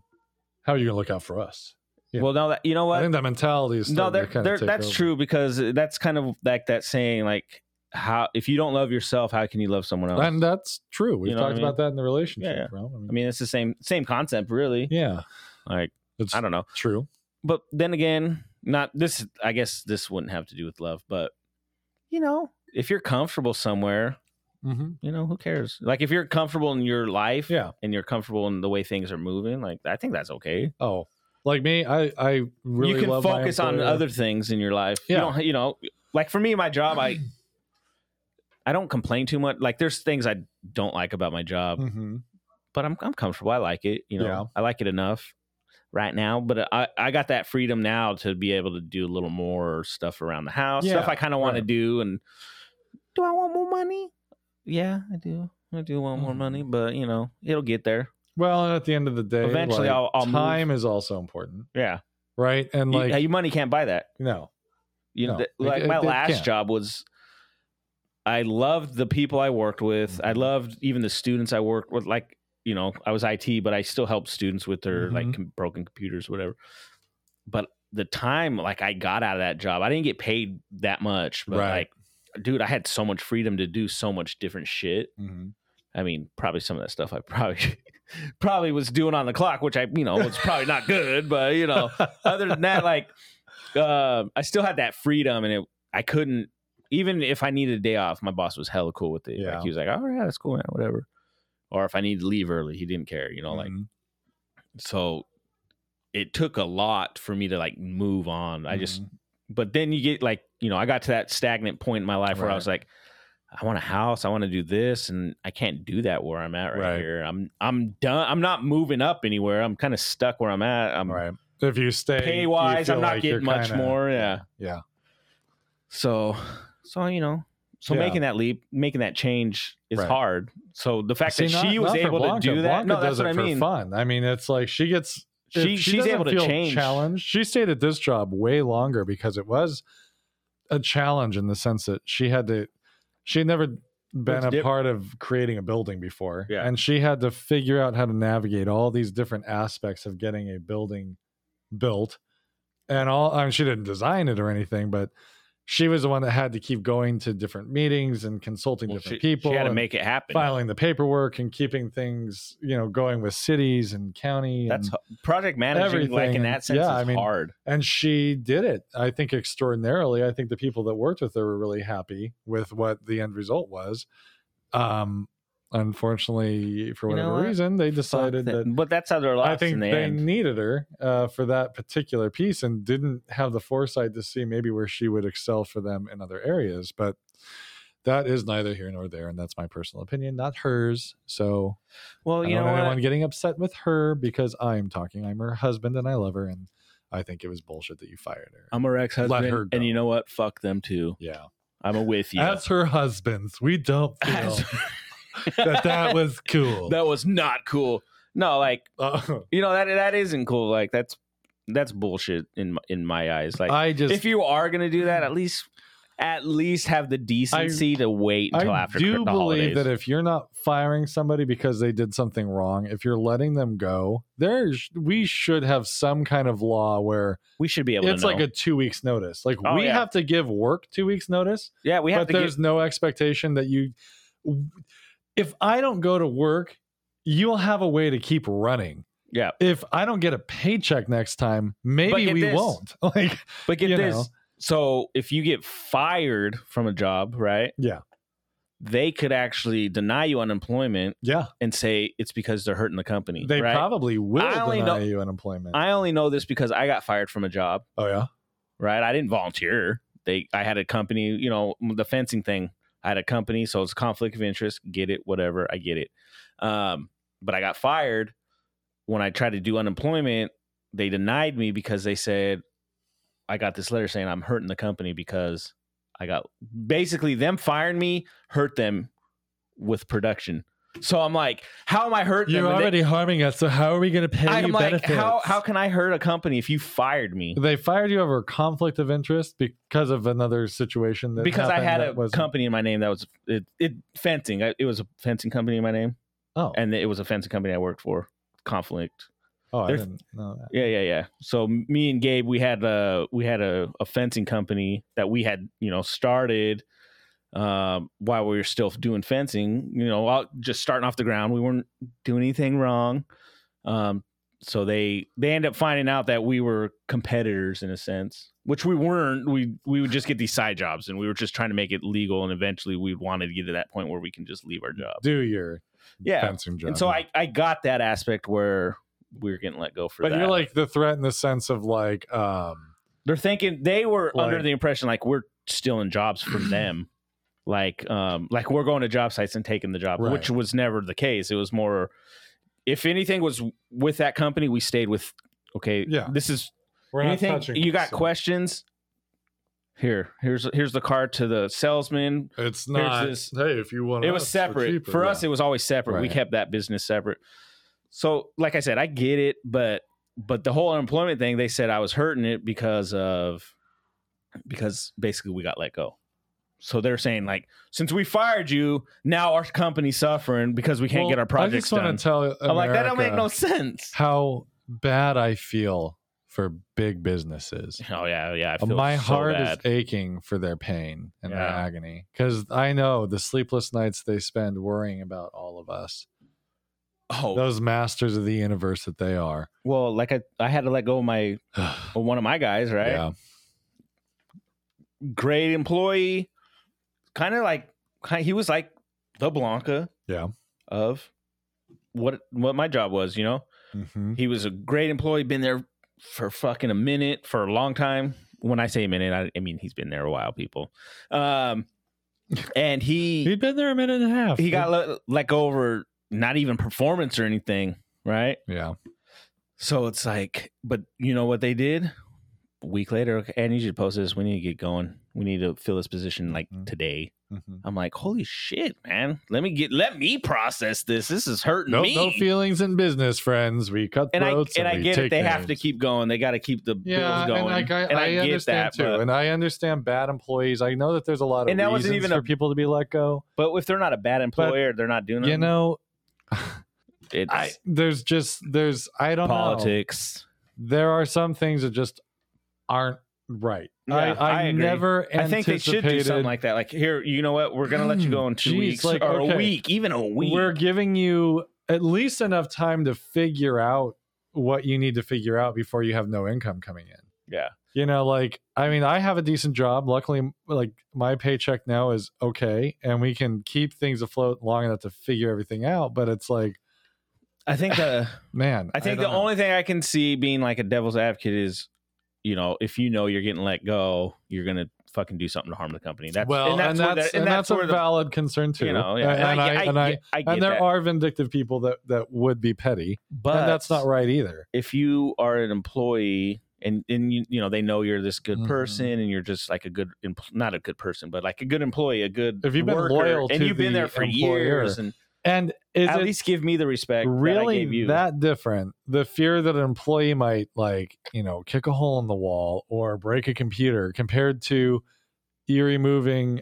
how are you going to look out for us? Yeah.
Well, no, that you
I
know what?
think that mentality is
No,
starting
they're,
to kinda
they're,
take
that's
over.
true because that's kind of like that saying, like how if you don't love yourself, how can you love someone else?
and that's true. We've
You know what
talked
I mean?
about that in the relationship
Yeah, yeah.
realm. I mean,
I mean, it's the same same concept, really.
yeah,
Like
it's
I don't know.
true.
but then again, not this. I guess this wouldn't have to do with love, but you know, if you're comfortable somewhere,
Mm-hmm.
you know, who cares? Like if you're comfortable in your life,
Yeah.
and you're comfortable in the way things are moving, like I think that's okay.
Oh, like me, I I really
you can
love my
focus on
employer.
other things in your life.
Yeah.
You don't, you know, like for me, my job, I I don't complain too much. Like there's things I don't like about my job,
Mhm.
but I'm I'm comfortable. I like it. You know,
Yeah.
I like it enough right now. But I I got that freedom now to be able to do a little more stuff around the house, stuff
Yeah,
I kind of want to
right.
do. And do I want more money? Yeah, I do. I do want more
Mhm.
money, but you know, it'll get there.
Well, and at the end of the day,
Eventually
like,
I'll- I'll move.
time is also important,
Yeah,
right? And
You-
like,
your money can't buy that.
no,
You know,
No,
th-
it-
like
it-
my
it
last
can't.
job was, I loved the people I worked with. I
Mhm.
loved even the students I worked with. Like, you know, I was IT, but I still helped students with their like
Mhm.
com- broken computers, whatever. But the time, like, I got out of that job, I didn't get paid that much, but
Right.
like, dude, I had so much freedom to do so much different shit.
Mhm.
I mean, probably some of that stuff I probably probably was doing on the clock, which I, you know, was probably not good, but you know, other than that, like uh, I still had that freedom, and it I couldn't even if I needed a day off, my boss was hella cool with it.
Yeah.
Like he was like, "Oh yeah, that's cool, man, whatever." Or if I needed to leave early, he didn't care, you know. Like
Mhm.
so, it took a lot for me to like move on. I just,
Mm-hmm.
but then you get like, you know, I got to that stagnant point in my life where I
Right.
was like, I want a house, I want to do this, and I can't do that where I'm at right,
Right.
here. I'm I'm done. I'm not moving up anywhere. I'm kind of stuck where I'm at. I'm
right. If you stay
Pay
you
wise,
feel
I'm not
like you're
getting much
kinda-
more, yeah.
Yeah.
So, so you know, so
Yeah.
making that leap, making that change is
Right.
hard. So the fact
See,
that
not-
she was
not for
able
Blanca.
to do that,
Blanca
no, that's
does
what
it
I
for
mean.
Fun. I mean, it's like she gets if she
She, she's
doesn't
able to
feel
change.
challenged. She stayed at this job way longer because it was a challenge in the sense that she had to she had never been
It's
a
diff-
part of creating a building before.
Yeah.
And she had to figure out how to navigate all these different aspects of getting a building built. And all I mean she didn't design it or anything, but she was the one that had to keep going to different meetings and consulting
Well,
different
she,
people.
she had to
and-
make it happen.
filing the paperwork and keeping things, you know, going with cities and county.
That's
and,
h- project managing, like
everything.
in that sense,
Yeah, I
is
mean,
hard.
and she did it. I think extraordinarily. I think the people that worked with her were really happy with what the end result was. Um, unfortunately, for
You know
whatever
what?
reason, they
Fuck
decided
that.
that
But that's how they're lost
I think
in the
they
end.
needed her uh, for that particular piece and didn't have the foresight to see maybe where she would excel for them in other areas. But that is neither here nor there, and that's my personal opinion, not hers. So
well,
I
you
don't
know
want
what?
anyone getting upset with her because I'm talking. I'm her husband and I love her, and I think it was bullshit that you fired her.
I'm her ex
Let her
husband,
go.
and you know what? Fuck them too.
yeah.
I'm a with you.
As her husbands, we don't feel
As-
that that was cool.
that was not cool. No, like
Uh,
you know that that isn't cool. Like that's that's bullshit in my, in my eyes. Like
I just
if you are gonna do that, at least at least have the decency to wait until
I
after
do
cr- the
believe
holidays.
that if you're not firing somebody because they did something wrong, if you're letting them go, there's we should have some kind of law where
we should be able
it's
to know.
like a two weeks notice. Like
Oh,
we
yeah.
have to give work two weeks notice,
yeah, we have
but
to
there's
get
no expectation that you. If I don't go to work, you'll have a way to keep running.
yeah.
If I don't get a paycheck next time, maybe
get
we
this.
won't. Like
But get
you
this.
know.
So if you get fired from a job, right?
Yeah.
They could actually deny you unemployment
yeah,
and say it's because they're hurting the company.
they
right?
probably will
I only
deny
know-
you unemployment.
I only know this because I got fired from a job,
oh yeah,
right? I didn't volunteer. They I had a company, you know, the fencing thing. I had a company, so it's conflict of interest. Get it, whatever. I get it. Um, but I got fired when I tried to do unemployment. They denied me because they said I got this letter saying I'm hurting the company because I got basically them firing me hurt them with production. So I'm like, how am I hurting
you're
them? And they-
already harming us. So how are we going to pay
I'm
you
like,
benefits?
how how can I hurt a company if you fired me?
They fired you over a conflict of interest because of another situation that
because I
happened
had
that
a
was
company in my name that was it, it fencing. I, it was a fencing company in my name,
Oh,
and it was a fencing company I worked for. Conflict.
oh, I
they're-
didn't know that.
Yeah, yeah, yeah. So me and Gabe, we had a we had a, a fencing company that we had you know started um, while we were still doing fencing. You know, while just starting off the ground, we weren't doing anything wrong. Um, so they they end up finding out that we were competitors in a sense, which we weren't. We we would just get these side jobs, and we were just trying to make it legal. And eventually, we wanted to get to that point where we can just leave our job.
do your
Yeah,
fencing job.
and so I I got that aspect where we were getting let go for
but
that.
you're like the threat in the sense of like, um,
they're thinking they were under
Like-
the impression like we're stealing jobs from them like um like we're going to job sites and taking the job which
Right.
was never the case it was more if anything was with that company we stayed with okay
Yeah.
this is
we're
anything
not touching.
you got
so
questions here here's here's the card to the salesman
It's not.
this-
Hey, if you want,
it was
us, we're
separate
cheaper.
for
Yeah.
us it was always separate we
Right.
kept that business separate so like i said i get it but but the whole unemployment thing they said i was hurting it because of because basically we got let go so they're saying like since we fired you now our company's suffering because we can't
Well,
get our projects
I just
done
want to tell
i'm like that don't make no
America
sense
how bad I feel for big businesses.
oh yeah yeah I feel
my
so
heart
bad.
is aching for their pain and their
Yeah.
agony because I know the sleepless nights they spend worrying about all of us,
oh
those masters of the universe that they are.
well like i i had to let go of my well, one of my guys right
Yeah,
great employee. Kind of like kind he was like the Blanca,
Yeah.
of what what my job was. You know,
hmm
he was a great employee, been there for fucking a minute, for a long time. When I say a minute, I, I mean he's been there a while, people. Um, and he
he'd been there a minute and a half.
he got let, let go over not even performance or anything, right?
yeah.
So it's like, but you know what they did? A week later, okay, I need you to post this. We need to get going. We need to fill this position like
Mhm.
today.
Mhm.
I'm like, holy shit, man. Let me get let me process this. This is hurting
No,
me.
no feelings in business, friends. We cut
and I and,
throats.
I
we
get it.
take
They have to
names.
keep going. They got to keep the
Yeah,
bills going.
and like I, I,
get
understand too,
But,
and I understand bad employees. I know that there's a lot of
And that wasn't
reasons
even
for
a-
people to be let go.
but if they're not a bad employer, they're not doing
You
it.
know,
it's
I there's just there's I don't know.
politics.
there are some things that just aren't right. I,
Yeah,
I,
I agree.
never
I think they should do something like that. Like here, you know what? We're gonna let you go in two
Hmm. Jeez,
weeks
like,
or
okay.
a week, even a week.
we're giving you at least enough time to figure out what you need to figure out before you have no income coming in.
yeah,
You know, like I mean, I have a decent job. Luckily, like my paycheck now is okay, and we can keep things afloat long enough to figure everything out. But it's like,
I think the
man,
I think
don't
the
know.
only thing I can see being like a devil's advocate is, you know, if you know you're getting let go, you're gonna fucking do something to harm the company. That's
well, and that's
where
and that's,
the-
a
where the-
valid concern too.
you know,
and,
yeah.
and I, and I,
get- I get
and there
that.
are vindictive people that that would be petty,
but
and that's not right either.
If you are an employee and and you you know they know you're this good
Mhm.
person and you're just like a good empl- not a good person but like a good employee, a good
If you've been
worker,
loyal
and
to
you've been
the
there for
employer,
years and
And is
at
it
least give me the respect that I
really
gave you.
that different? The fear that an employee might like, you know, kick a hole in the wall or break a computer compared to you removing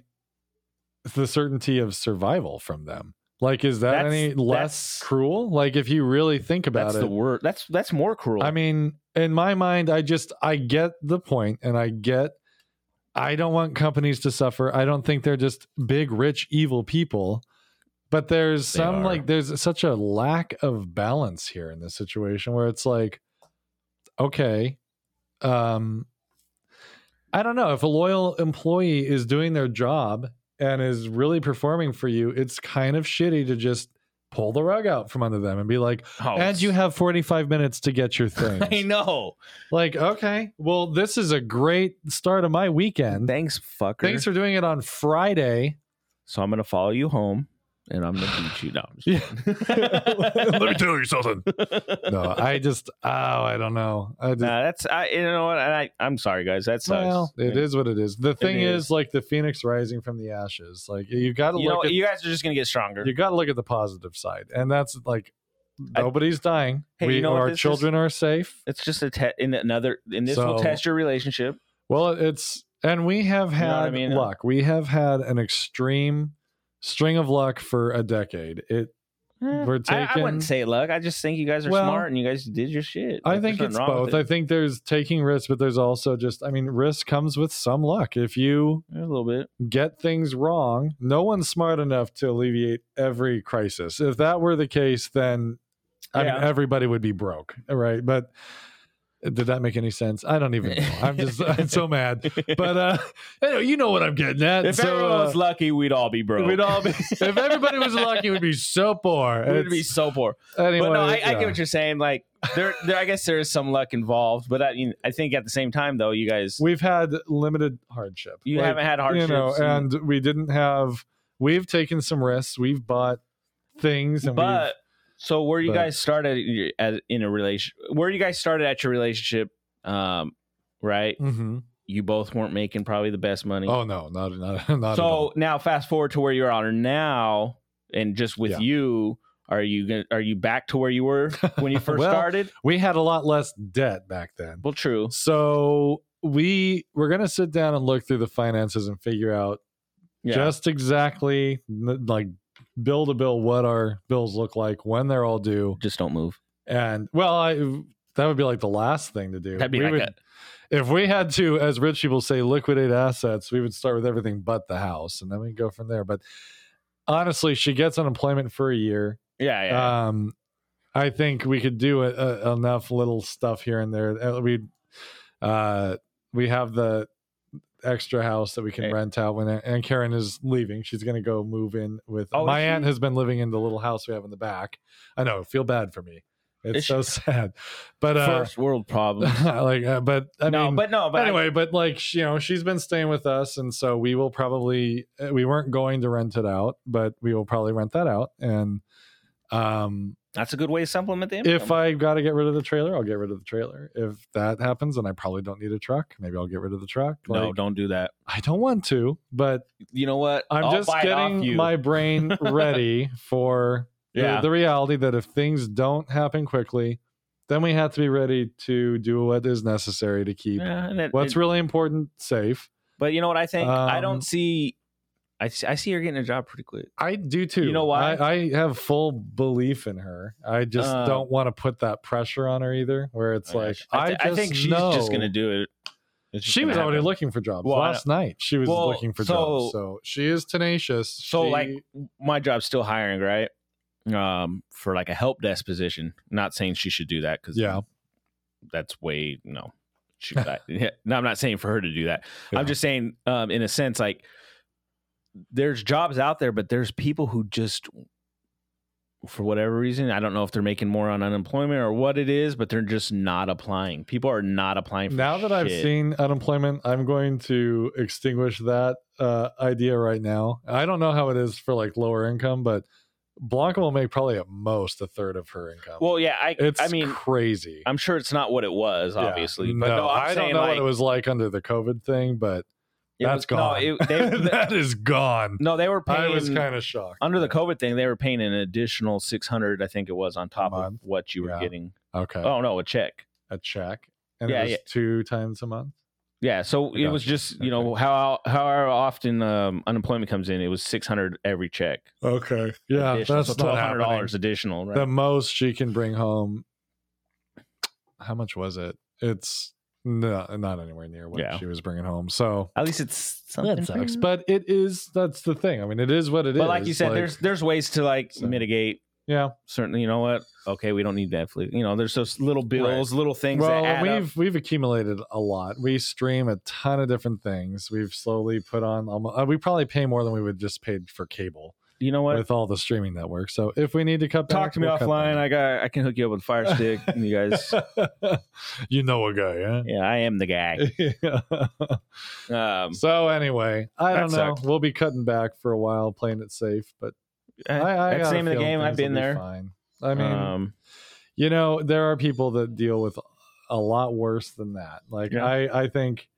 the certainty of survival from them. Like, is that
That's-
any less
that's-
cruel? Like, if you really think about
that's
it,
the word. That's that's more cruel.
I mean, in my mind, I just I get the point, and I get I don't want companies to suffer. I don't think they're just big, rich, evil people. But there's
They
some
are.
like there's such a lack of balance here in this situation where it's like, okay, um, I don't know if a loyal employee is doing their job and is really performing for you, it's kind of shitty to just pull the rug out from under them and be like,
Oh,
and you have 45 minutes to get your
I
things.
know.
like, okay, well, this is a great start of my weekend.
Thanks, fucker.
Thanks for doing it on Friday.
so I'm gonna follow you home, and I'm gonna beat you. No, I'm just-
Yeah.
Let me tell you something.
no, I just, oh, I don't know. I just,
Nah, that's I. You know what? I, I'm sorry, guys. That sucks.
well, it is what it is. The thing is.
is.
like the phoenix rising from the ashes. Like you got to
You know,
look at
you guys are just gonna get stronger.
you got to look at the positive side, and that's like
I-
nobody's dying.
Hey,
we
you know what
our
this is?
children are safe.
It's just a test in another. And this will
So-
test your relationship.
Well, it's and we have
know what I
had
mean?
luck. We have had an extreme string of luck for a decade. It
Eh,
we're
I, I
taking-
wouldn't say luck. I just think you guys are
Well,
smart and you guys did your shit.
I
Like,
think
there's
it's
nothing wrong with
both. I think there's taking risks, but there's also just I mean, risk comes with some luck. If you
it. a little bit.
get things wrong, no one's smart enough to alleviate every crisis. If that were the case, then I
Yeah.
mean, everybody would be broke, right? But did that make any sense? I don't even know. I'm just I'm so mad. But uh, anyway, you know what I'm getting at.
if
so,
everyone
uh,
was lucky, we'd all be broke.
We'd all be, if everybody was lucky, we'd be so poor.
We'd be
It's-
so poor.
anyway,
but no, I, I
yeah.
get what you're saying. Like there, there, I guess there is some luck involved, but I mean, I think at the same time though, you guys,
We've had limited hardship.
you
Like,
haven't had hardships.
you know,
and-
and we didn't have. We've taken some risks. We've bought things, and we've,
but so where you
but-
guys started in your- as in a relation, where you guys started at your relationship, um, right?
Mhm.
You both weren't making probably the best money.
Oh no, not not not. at all.
so now fast forward to where you are now, and just with
Yeah.
you, are you gonna, are you back to where you were when you first
Well-
started?
we had a lot less debt back then.
Well, true.
So we we're gonna sit down and look through the finances and figure out just exactly n- like bill to bill what our bills look like when they're all due.
just don't move.
And well, I that would be like the last thing to do.
That'd be
We
like
would-
a-
if we had to, as rich people say, liquidate assets, we would start with everything but the house, and then we go from there. But honestly, she gets unemployment for a year.
yeah, yeah.
Um, I think we could do a, a, enough little stuff here and there. We uh, we have the extra house that we can
Okay.
rent out when and Karen is leaving. She's going to go move in with
Oh, is
my
she?
aunt has been living in the little house we have in the back. I know, feel bad for me. It's
Is
so sad, but uh,
First world problem.
like, uh, but I
no,
mean,
but no, but I-
anyway, but like she- you know, she's been staying with us, and so we will probably uh, we weren't going to rent it out, but we will probably rent that out. And um,
that's a good way to supplement the income.
if I got to get rid of the trailer, I'll get rid of the trailer. If that happens, then I probably don't need a truck. Maybe I'll get rid of the truck.
no,
Like,
don't do that.
I don't want to, but
You know what?
I'm
I'll
just
buy it off
getting
you.
my brain ready for the-
Yeah.
the reality that if things don't happen quickly, then we have to be ready to do what is necessary to keep.
Yeah, and it-
What's
it-
really important, safe.
But you know what? I think I
Um,
don't see. I see, I see her getting a job pretty quick.
I do too.
You know why?
I, I have full belief in her. I just
Um,
don't want to put that pressure on her either. Where it's like I,
Oh, I, thi- I
just
think she's
know-
just gonna do it. It's just
She
gonna
was already
happen.
looking for jobs
Well, I
last night. She was
Well,
looking for
so-
jobs, so she is tenacious.
So
She-
like my job's still hiring, right? Um, for like a help desk position. Not saying she should do that because
yeah,
that's way no. She, I, no, I'm not saying for her to do that.
Yeah.
I'm just saying, um, in a sense, like there's jobs out there, but there's people who just, for whatever reason, I don't know if they're making more on unemployment or what it is, but they're just not applying. People are not applying. For
now that I've
shit.
seen unemployment, I'm going to extinguish that uh, idea right now. I don't know how it is for like lower income, but Blanca will make probably at most a third of her income.
well, yeah, I,
it's
I mean,
crazy.
I'm sure it's not what it was,
Yeah.
obviously, but no, I'm
I
saying
don't know
like
what it was like under the COVID thing, but
it
that's
was-
gone.
No, it- they,
that is gone.
no, they were
I
paying
was kind of shocked.
under the COVID thing. They were paying an additional 600, I think it was, on top of
Month.
what you were
Yeah.
getting.
okay,
Oh no, a check.
a check, and
Yeah,
it was
yeah.
two times a month.
Yeah, so
I
it was
gotcha.
just you know how however often um, unemployment comes in, it was six hundred every check.
Okay, yeah,
additional.
that's
so
not happening.
dollars additional. Right?
The most she can bring home. How much was it? It's no, not anywhere near what
Yeah.
she was bringing home. So
At least it's something.
that sucks,
for you.
but it is. That's the thing. I mean, it is what it is.
But like you said, there's there's ways to like
So.
mitigate.
yeah.
Certainly, you know what? Okay, we don't need Netflix. You know, there's those little bills, little things
well
that add
and
up.
we've we've accumulated a lot we stream a ton of different things we've slowly put on almost, we probably pay more than we would just paid for cable
You know what?
with all the streaming networks so if we need to cut
Talk to me offline. I got I can hook you up with Fire Stick. and you guys,
guys you know a guy huh?
yeah, I am the guy. Um,
so anyway i
That
don't know
sucked.
we'll be cutting back for a while playing it safe but i, I
Eh,
got
that's the
a
name of the
feeling
game. I've
things will
been
be
there.
fine. i mean
um,
you know there are people that deal with a lot worse than that like
Yeah.
i i think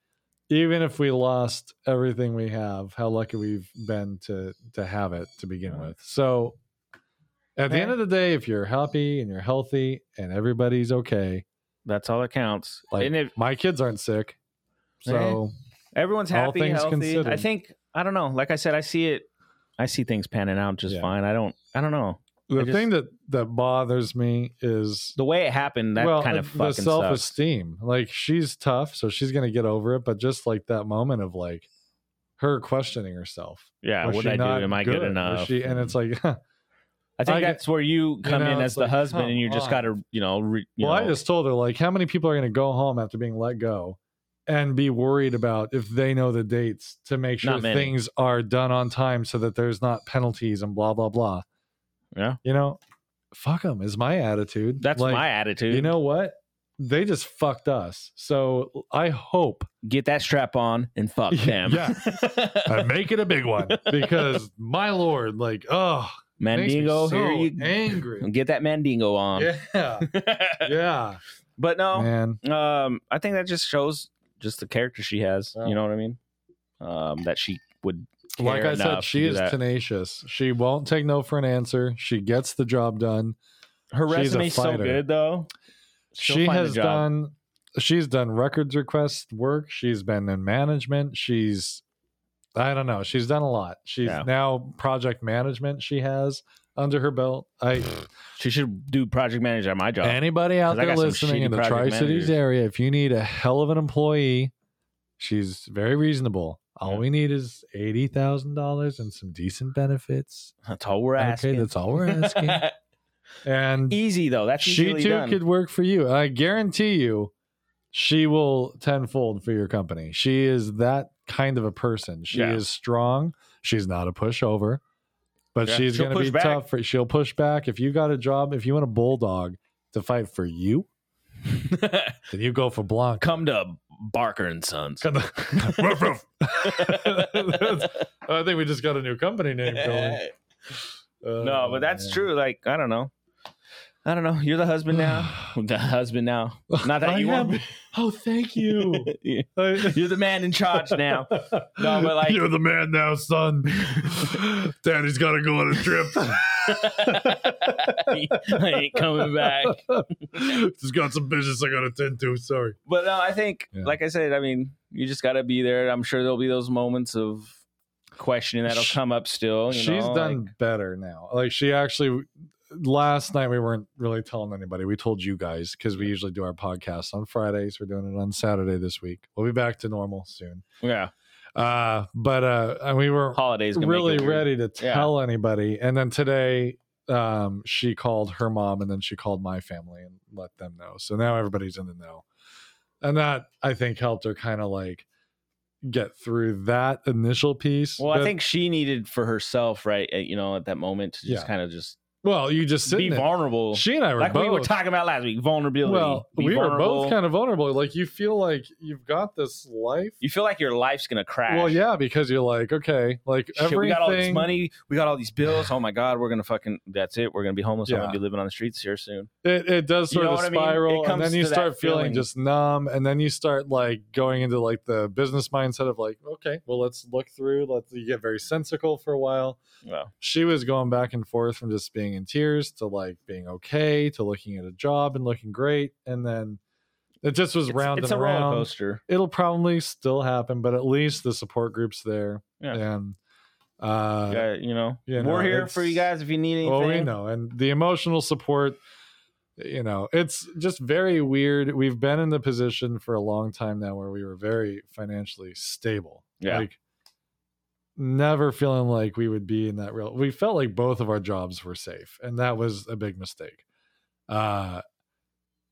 even if we lost everything we have how lucky we've been to to have it to begin
Yeah.
with so at the end
Yeah.
of the day if you're happy and you're healthy and everybody's okay
that's all that counts.
like
and if
my kids aren't sick so
Everyone's
All
happy,
things
healthy.
considered.
I think I don't know. Like I said, I see it. I see things panning out just
Yeah.
fine. I don't. I don't know
the
I just-
thing that that bothers me is
the way it happened. That
well, uh,
kind of
the
fucking sucks.
self-esteem. Like she's tough, so she's gonna get over it. But just like that moment of like her questioning herself,
Yeah.
Was
What
she
did I
not
do? Am I good,
Was
enough?
she- and it's like, huh,
I think
I get-
that's where you come
know,
in
it's
as the
like,
husband,
come
and you just
on.
got to, you know, re, you
well, I
know,
just told her like, how many people are going to go home after being let go, and be worried about if they know the dates to make sure
Not many.
things are done on time so that there's not penalties and blah blah blah.
Yeah.
you know, fuck them is my attitude.
that's
Like,
my attitude.
You know what? They just fucked us. So I hope
get that strap on and fuck
Yeah.
them.
and make it a big one.
because my lord, like, oh, makes me
Mandingo,
so
here you
angry.
get that Mandingo on.
yeah, yeah,
but no,
man.
um, I think that just shows just the character she has.
Yeah.
You know what I mean? Um, that she would. care
Like I
enough
said,
to
she
do
is
that.
tenacious. She won't take no for an answer. She gets the job done.
Her
she's a
resume's so
fighter.
good though. She'll
she
find a
has
job.
done she's done records request work she's been in management she's i don't know she's done a lot she's
Yeah.
now project management she has under her belt i
She should do project manager at my job.
anybody out
'Cause I
there
got some
listening in
shitty
the
project
tri-cities
managers.
area if you need a hell of an employee she's very reasonable all
Yeah.
we need is $80000 and some decent benefits
that's all we're asking.
okay that's all we're asking and
Easy though. That's
she
easily
too
done.
could work for you. I guarantee you, she will tenfold for your company. She is that kind of a person. She
Yeah.
is strong. She's not a pushover, but
Yeah.
she's
She'll
going to
push
be
back.
tough. For, she'll push back. If you got a job, if you want a bulldog to fight for you, then you go for Blanc.
Come to Barker and Sons.
Come
Ruff, ruff.
I think we just got a new company name Oh, going.
no, but that's true. Like I don't know. I don't know. You're the husband now. the husband now. Not that
I
you
am-
want.
Oh, thank you.
You're the man in charge now. No, but like
You're the man now, son. Daddy's got to go on a trip.
I ain't coming back.
Just got some business I got to tend to. Sorry.
But no, I think,
Yeah.
like I said, I mean, you just got to be there. I'm sure there'll be those moments of questioning that'll
Sh-
come up still. Oh, You
she's
know,
done
like-
better now. Like she actually last night we weren't really telling anybody. We told you guys because we usually do our podcast on Fridays. We're doing it on Saturday this week. We'll be back to normal soon.
yeah,
Uh, but uh, and we were
holidays gonna make
really
it weird.
ready to
Yeah.
tell anybody. And then today, um, she called her mom and then she called my family and let them know. So now everybody's in the know. And that I think helped her kind of like get through that initial piece.
Well, I
But-
think she needed for herself, right? At, you know, at that moment to just
Yeah.
kind of just
well, you just sit
be
in it.
vulnerable.
She and I were
like
both.
we were talking about last week, vulnerability.
well,
Be
we were
vulnerable.
both kind of vulnerable. Like you feel like you've got this life.
You feel like your life's gonna crash.
Well, yeah, because you're like, okay, like
Shit,
everything.
we got all this money. We got all these bills. Oh my god, we're gonna fucking. That's it. We're gonna be homeless. I'm
Yeah.
gonna be living on the streets here soon.
It, it does
You
sort
know
of
what I mean? It
spiral, and
comes
then you
to that
start feeling,
feeling.
just numb, and then you start like going into like the business mindset of like, okay, well, let's look through. Let's you get very sensical for a while.
Well,
She was going back and forth from just being in tears to like being okay to looking at a job and looking great, and then it just was
it's,
round
it's
and
a roller
round.
coaster.
it'll probably still happen, but at least the support group's there.
Yeah.
And uh
Yeah, you know,
you know,
we're here for
it's-
you guys if you need anything.
well we know. And the emotional support, you know, it's just very weird. We've been in the position for a long time now where we were very financially stable.
Yeah.
Like never feeling like we would be in that real we felt like both of our jobs were safe, and that was a big mistake. Uh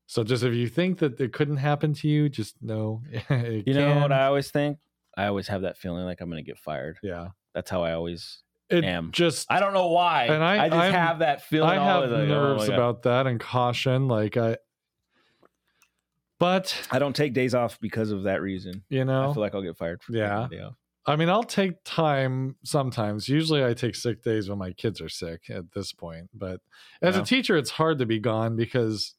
so just if you think that it couldn't happen to you, just know it
You know what
can.
I always think? I always have that feeling like I'm gonna get fired.
Yeah.
That's how I always.
It
Am.
just
I don't know why.
And I-
I just
I'm-
have that feeling.
I
all
have
the- oh my
nerves
God.
about that and caution. Like I but
I don't take days off because of that reason.
you
I
know
feel like I'll get fired. For
Yeah.
taking a day off.
I mean I'll take time sometimes. Usually I take sick days when my kids are sick at this point. But as
Yeah.
a teacher it's hard to be gone because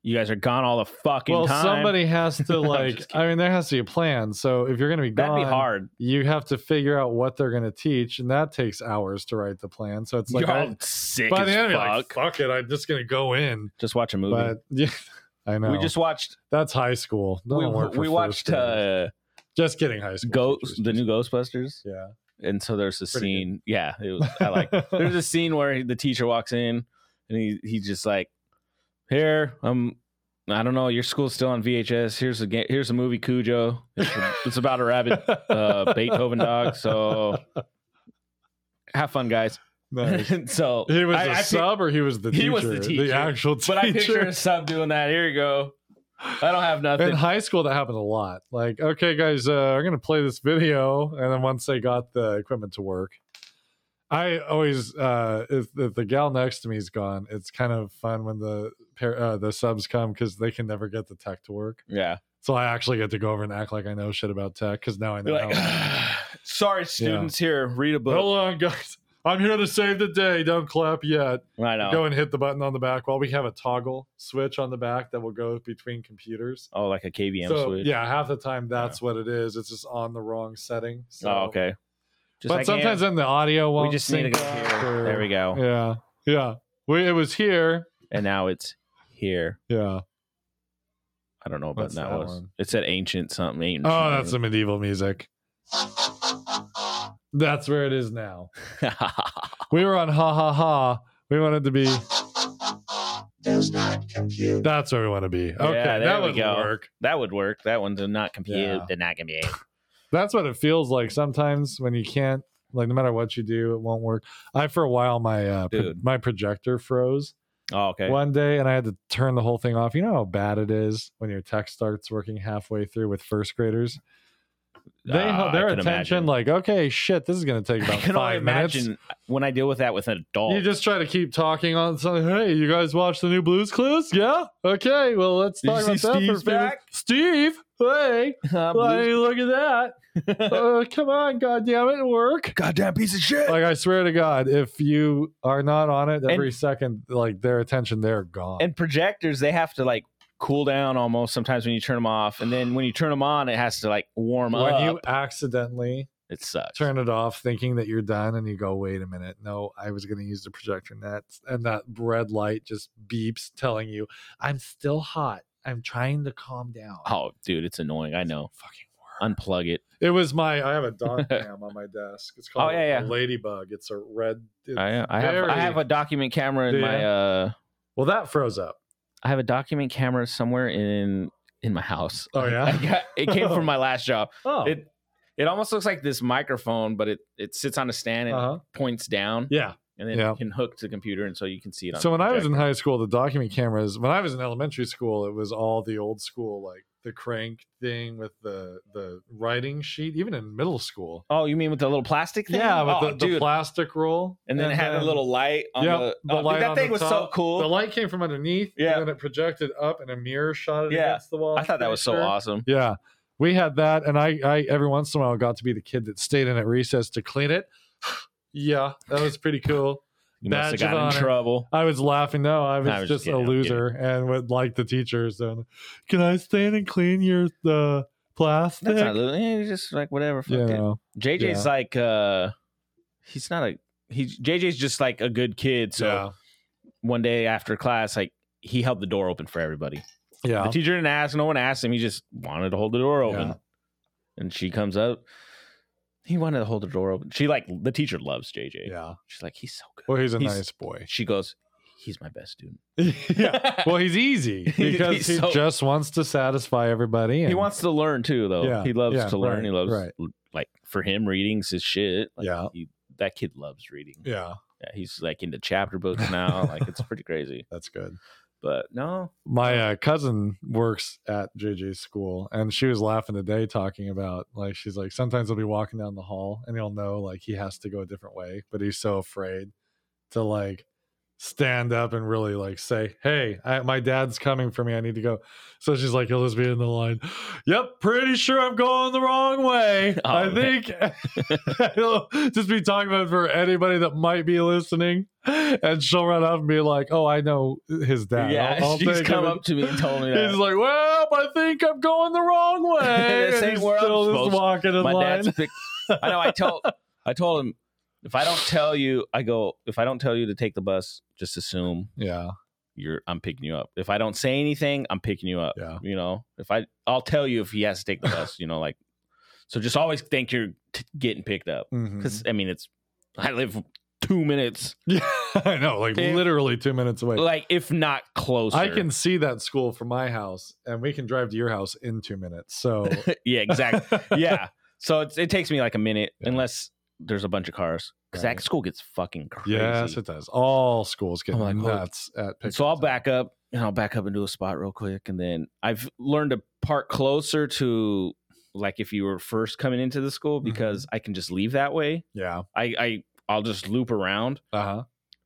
You guys are gone all the fucking
well
time.
somebody has to
I'm
like
just
I mean there has to be a plan. So if you're gonna be
That'd
gone
be hard.
you have to figure out what they're gonna teach and that takes hours to write the plan. So it's like
You're
I-
all sick
by
as
the end you're like,
fuck.
fuck it, I'm just gonna go in.
Just watch a movie.
But yeah, I know.
We just watched.
That's high school. Don't
we
work for
we
first
watched
graders.
uh,
just kidding. High school.
Ghost,
teachers.
the new Ghostbusters,
Yeah.
and so there's a
Pretty good.
scene. Yeah, it was, I like. there's a scene where he- the teacher walks in and he he's just like, "Here, I'm. I don't know. Your school's still on VHS. Here's a ga- here's a movie Cujo. It's, a- uh, it's about a rabid uh, Beethoven dog. So have fun, guys.
Nice.
so
He was
I-
a
I pic-
sub or he was the teacher?
He was the teacher.
actual teacher.
but I picture a sub doing that. Here you go. I don't have nothing.
in high school that happened a lot like okay guys uh i'm gonna play this video and then once they got the equipment to work i always uh if, if the gal next to me is gone it's kind of fun when the pair uh, the subs come because they can never get the tech to work
yeah.
so i actually get to go over and act like i know shit about tech because now i know
They're like,
how
sorry, students. Here, read a book.
hold on guys i'm here to save the day don't clap yet
I know.
go and hit the button on the back well we have a toggle switch on the back that will go between computers
oh, like a KVM
so,
switch.
Yeah, half the time that's what it is. It's just on the wrong setting. So.
Oh, okay. Just
but
like,
sometimes then the audio
yeah,
won't.
we just need
sync
to go
up
here.
or-
There we go.
Yeah, yeah. We, it was here.
And now it's here.
Yeah.
I don't know what
What's
that,
that
was.
one?
It said ancient something. Ancient
Oh, that's the medieval music. That's where it is now. We were on ha ha ha. We wanted to be. That's where we want to be. Okay,
there
that
we
would
go.
work.
that would work. That one did not compute.
Yeah.
Did not compute.
That's what it feels like sometimes when you can't. Like no matter what you do, it won't work. I for a while my uh, pro-
Dude.
my projector froze.
Oh, okay.
one day and I had to turn the whole thing off. You know how bad it is when your tech starts working halfway through with first graders. They
Ah, I
their
can
attention
imagine.
like, okay, shit, this is gonna take
I
about
can only
five minutes.
imagine when I deal with that with an adult.
You just try to keep talking on something. Hey, you guys watch the new Blues Clues? Yeah. Okay. Well, let's
Did you
talk about
see
that for
Steve's
a few minutes.
back?
Steve. Hey.
Uh,
hey, look at that. uh, come on, goddamn it, work.
goddamn piece of shit.
Like I swear to God, if you are not on it
And-
every second, like their attention, they're gone.
and projectors, they have to like cool down almost sometimes when you turn them off, and then when you turn them on, it has to like warm
when
up.
you accidentally
it sucks.
turn it off thinking that you're done and you go wait a minute no i was going to use the projector net and that red light just beeps telling you i'm still hot i'm trying to calm down
Oh, dude, it's annoying. I know.
fucking work.
Unplug it.
it was my i have a dot cam on my desk it's called
Oh, yeah,
a
yeah.
ladybug it's a red it's
I, I have
very-
I have a document camera in
Do
my
you?
uh
well that froze up
I have a document camera somewhere in in my house.
Oh, yeah?
I got, it came from my last job.
oh
It it almost looks like this microphone, but it it sits on a stand and
uh-huh.
points down,
yeah
and then
Yeah.
you can hook to the computer, and so you can see it. on
so
the
when i was in
projector.
high school the document cameras when i was in elementary school it was all the old school like the crank thing with the the writing sheet even in middle school
oh, you mean with the little plastic thing?
Yeah, with
Oh,
the, the
dude.
plastic roll.
and then it had a little light on
Yep,
the,
the
oh, dude,
light
that
on
thing
the
was so
top,
cool.
The light came from underneath,
Yeah.
and then it projected up, and a mirror shot it
Yeah.
against the wall.
I thought that was so
Sure.
awesome.
Yeah, we had that, and I, I every once in a while got to be the kid that stayed in at recess to clean it. yeah, that was pretty cool.
You must have
Badge of
got in
honor.
trouble.
I was laughing. No, I was,
I was
just
just kidding,
a
I'm kidding.
loser and would like the teachers. And can I stay in and clean your the plastic?
That's not, eh, just like whatever. Fuck
you
it.
know,
JJ's like uh he's not a he's JJ's just like a good kid. So
yeah,
one day after class, like he held the door open for everybody. The
yeah.
teacher didn't ask, no one asked him. He just wanted to hold the door open.
Yeah.
And she comes up. He wanted to hold the door open. She like the teacher loves JJ.
yeah.
She's like, he's so good.
Well, he's a
He's-
nice boy.
She goes, He's my best student.
yeah. well, he's easy because
He's
he
so-
just wants to satisfy everybody.
he
and-
wants to learn too, though.
Yeah,
he loves
yeah,
to learn.
right,
he loves
right.
like for him, reading's his shit. Like,
Yeah.
he, that kid loves reading.
Yeah,
Yeah, he's like into chapter books now. like it's pretty crazy.
that's good.
But no,
My uh, cousin works at JJ's school, and she was laughing today talking about like she's like sometimes he'll be walking down the hall and he'll know like he has to go a different way, but he's so afraid to like stand up and really like say, "Hey, I, my dad's coming for me. I need to go." So she's like, "He'll just be in the line." Yep, pretty sure I'm going the wrong way.
Oh,
I
man.
think he'll just be talking about it for anybody that might be listening, and she'll run up and be like, "Oh, I know his dad."
Yeah, she's
take
come
him."
up to me and told me that.
He's like, "Well, I think I'm going the wrong way."
This
and
ain't
he's
where I'm
still
supposed-
just walking in
my
line.
dad's pick. I know. I told. I told him if I don't tell you, I go. If I don't tell you to take the bus, just assume
yeah,
you're. I'm picking you up. If I don't say anything, I'm picking you up.
yeah,
You know. If I, I'll tell you if he has to take the bus. You know, like. So just always think you're t- getting picked up
Mhm.
because I mean it's. I live two minutes,
yeah. I know, like
If-
literally two minutes away.
like if not closer.
I can see that school from my house, and we can drive to your house in two minutes. So
yeah, exactly. yeah. So it's, it takes me like a minute
Yeah.
unless there's a bunch of cars because
Right.
that school gets fucking crazy.
Yes, it does. All schools get
I'm like, holy-
nuts at pickup.
Oh so I'll
time.
back up and I'll back up into a spot real quick. And then I've learned to park closer to like if you were first coming into the school
Mm-hmm.
because I can just leave that way.
Yeah.
I, I I'll just loop around
Uh huh.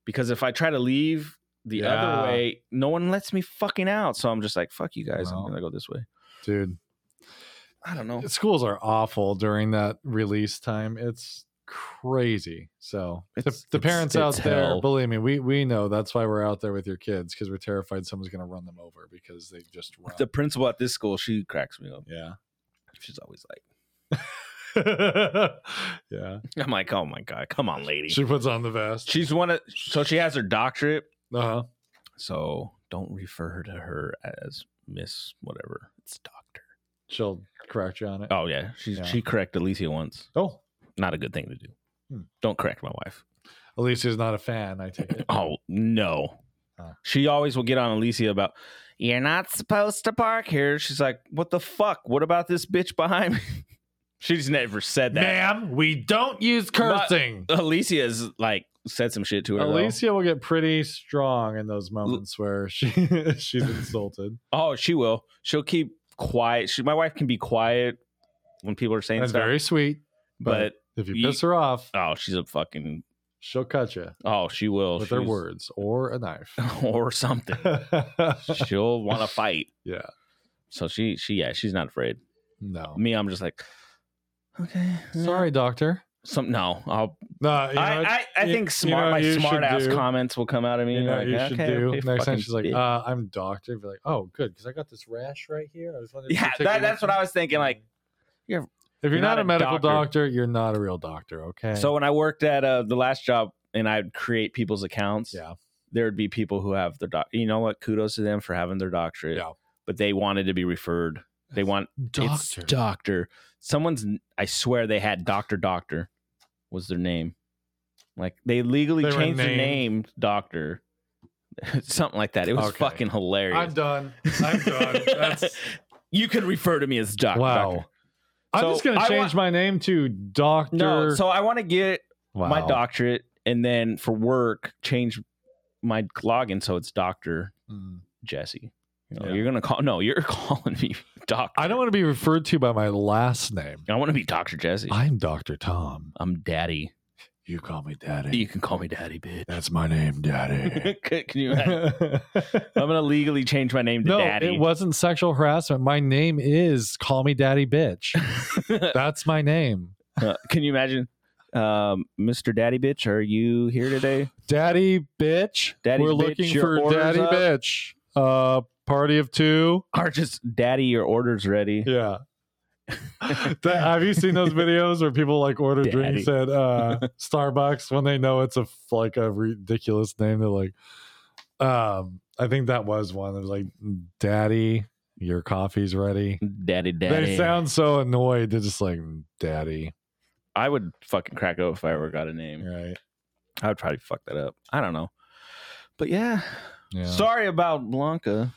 because if I try to leave the
Yeah.
other way, no one lets me fucking out. So I'm just like, fuck you guys.
Well.
I'm gonna go this way.
Dude,
I don't know.
schools are awful during that release time. It's crazy. So
It's-
the, the
it's-
parents
it's
out there,
hell.
believe me, we we know that's why we're out there with your kids because we're terrified someone's going to run them over because they just run.
The principal at this school, she cracks me up.
yeah.
She's always like,
yeah.
I'm like, oh my god, come on, lady.
She puts on the vest.
She's one of so she has her doctorate.
Uh huh.
So don't refer to her as Miss whatever. It's doctor.
She'll correct you on it.
Oh yeah, she
Yeah.
she corrected Alicia once.
Oh,
Not a good thing to do.
Hmm.
Don't correct my wife.
Alicia's not a fan. I take it.
Oh no.
Huh.
She always will get on Alicia about you're not supposed to park here. She's like, what the fuck? What about this bitch behind me? She's never said that.
Ma'am, we don't use cursing.
Alicia's like said some shit to her. though.
Alicia will get pretty strong in those moments where she she's insulted.
Oh, she will. She'll keep quiet. She, my wife can be quiet when people are saying
That's
stuff.
very sweet.
but
If you
You-
piss her off,
oh, she's a fucking
she'll cut you
oh, she will
with her
She's-
words or a knife.
or something. She'll want to fight.
yeah.
So she she yeah, she's not afraid.
No.
Me, I'm just like okay. yeah.
Sorry, doctor.
Some no. I'll
No, you know,
I,
what-
I, I
you-
think
you know
smart
what you
my smart
should
ass
do?
comments will come out of me.
you know what
like,
you
okay,
should do.
okay,
Next time
fucking
she's like,
bitch.
uh, I'm doctor. Be like, oh, good, because I got this rash right here. I was wondering if you
Yeah,
could take
that-
away
that's
from
what I
me."
was thinking, like, you're-
if you're,
you're
not,
not
a
a
medical doctor.
doctor.
you're not a real doctor. Okay.
So when I worked at uh, the last job and I'd create people's accounts,
Yeah.
there would be people who have their doc. You know what? Kudos to them for having their doctorate.
Yeah.
But they wanted to be referred. They want it's doctor. Someone's. I swear they had doctor doctor was their name. Like they legally
They were
changed the
named-
name doctor. Something like that. It was
Okay.
fucking hilarious.
I'm done. I'm done. That's
you can refer to me as doc.
wow.
doctor.
I'm
So
just gonna
I
change
want-
my name to Doctor.
No, so I want to get
wow.
my doctorate and then for work change my login so it's doctor
Mm.
Jesse. You know,
Yeah.
You're gonna call no, you're calling me doctor.
I don't want to be referred to by my last name.
I want to be Doctor Jesse.
I'm Doctor Tom.
I'm Daddy.
You call me Daddy.
You can call me Daddy, bitch.
That's my name, Daddy.
can can you? Imagine?
no,
I'm gonna legally change my name to Daddy.
it wasn't sexual harassment. My name is Call Me Daddy Bitch. That's my name.
Uh, can you imagine, um, Mr. Daddy, bitch? Are you here today?
Daddy Bitch.
Daddy
We're
Bitch,
looking
your
for
order's
Daddy
up.
Bitch. Uh, party of two.
Or just Daddy? Your order's ready.
Yeah. That- have you seen those videos where people like order drinks at uh, Starbucks when they know it's a f- like a ridiculous name? They're like, um, I think that was one. It was like, "Daddy, your coffee's ready."
Daddy, Daddy.
They sound so annoyed. They're just like, "Daddy,"
I would fucking crack up if I ever got a name.
right?
I would probably fuck that up. I don't know. But yeah,
Yeah.
sorry about Blanca.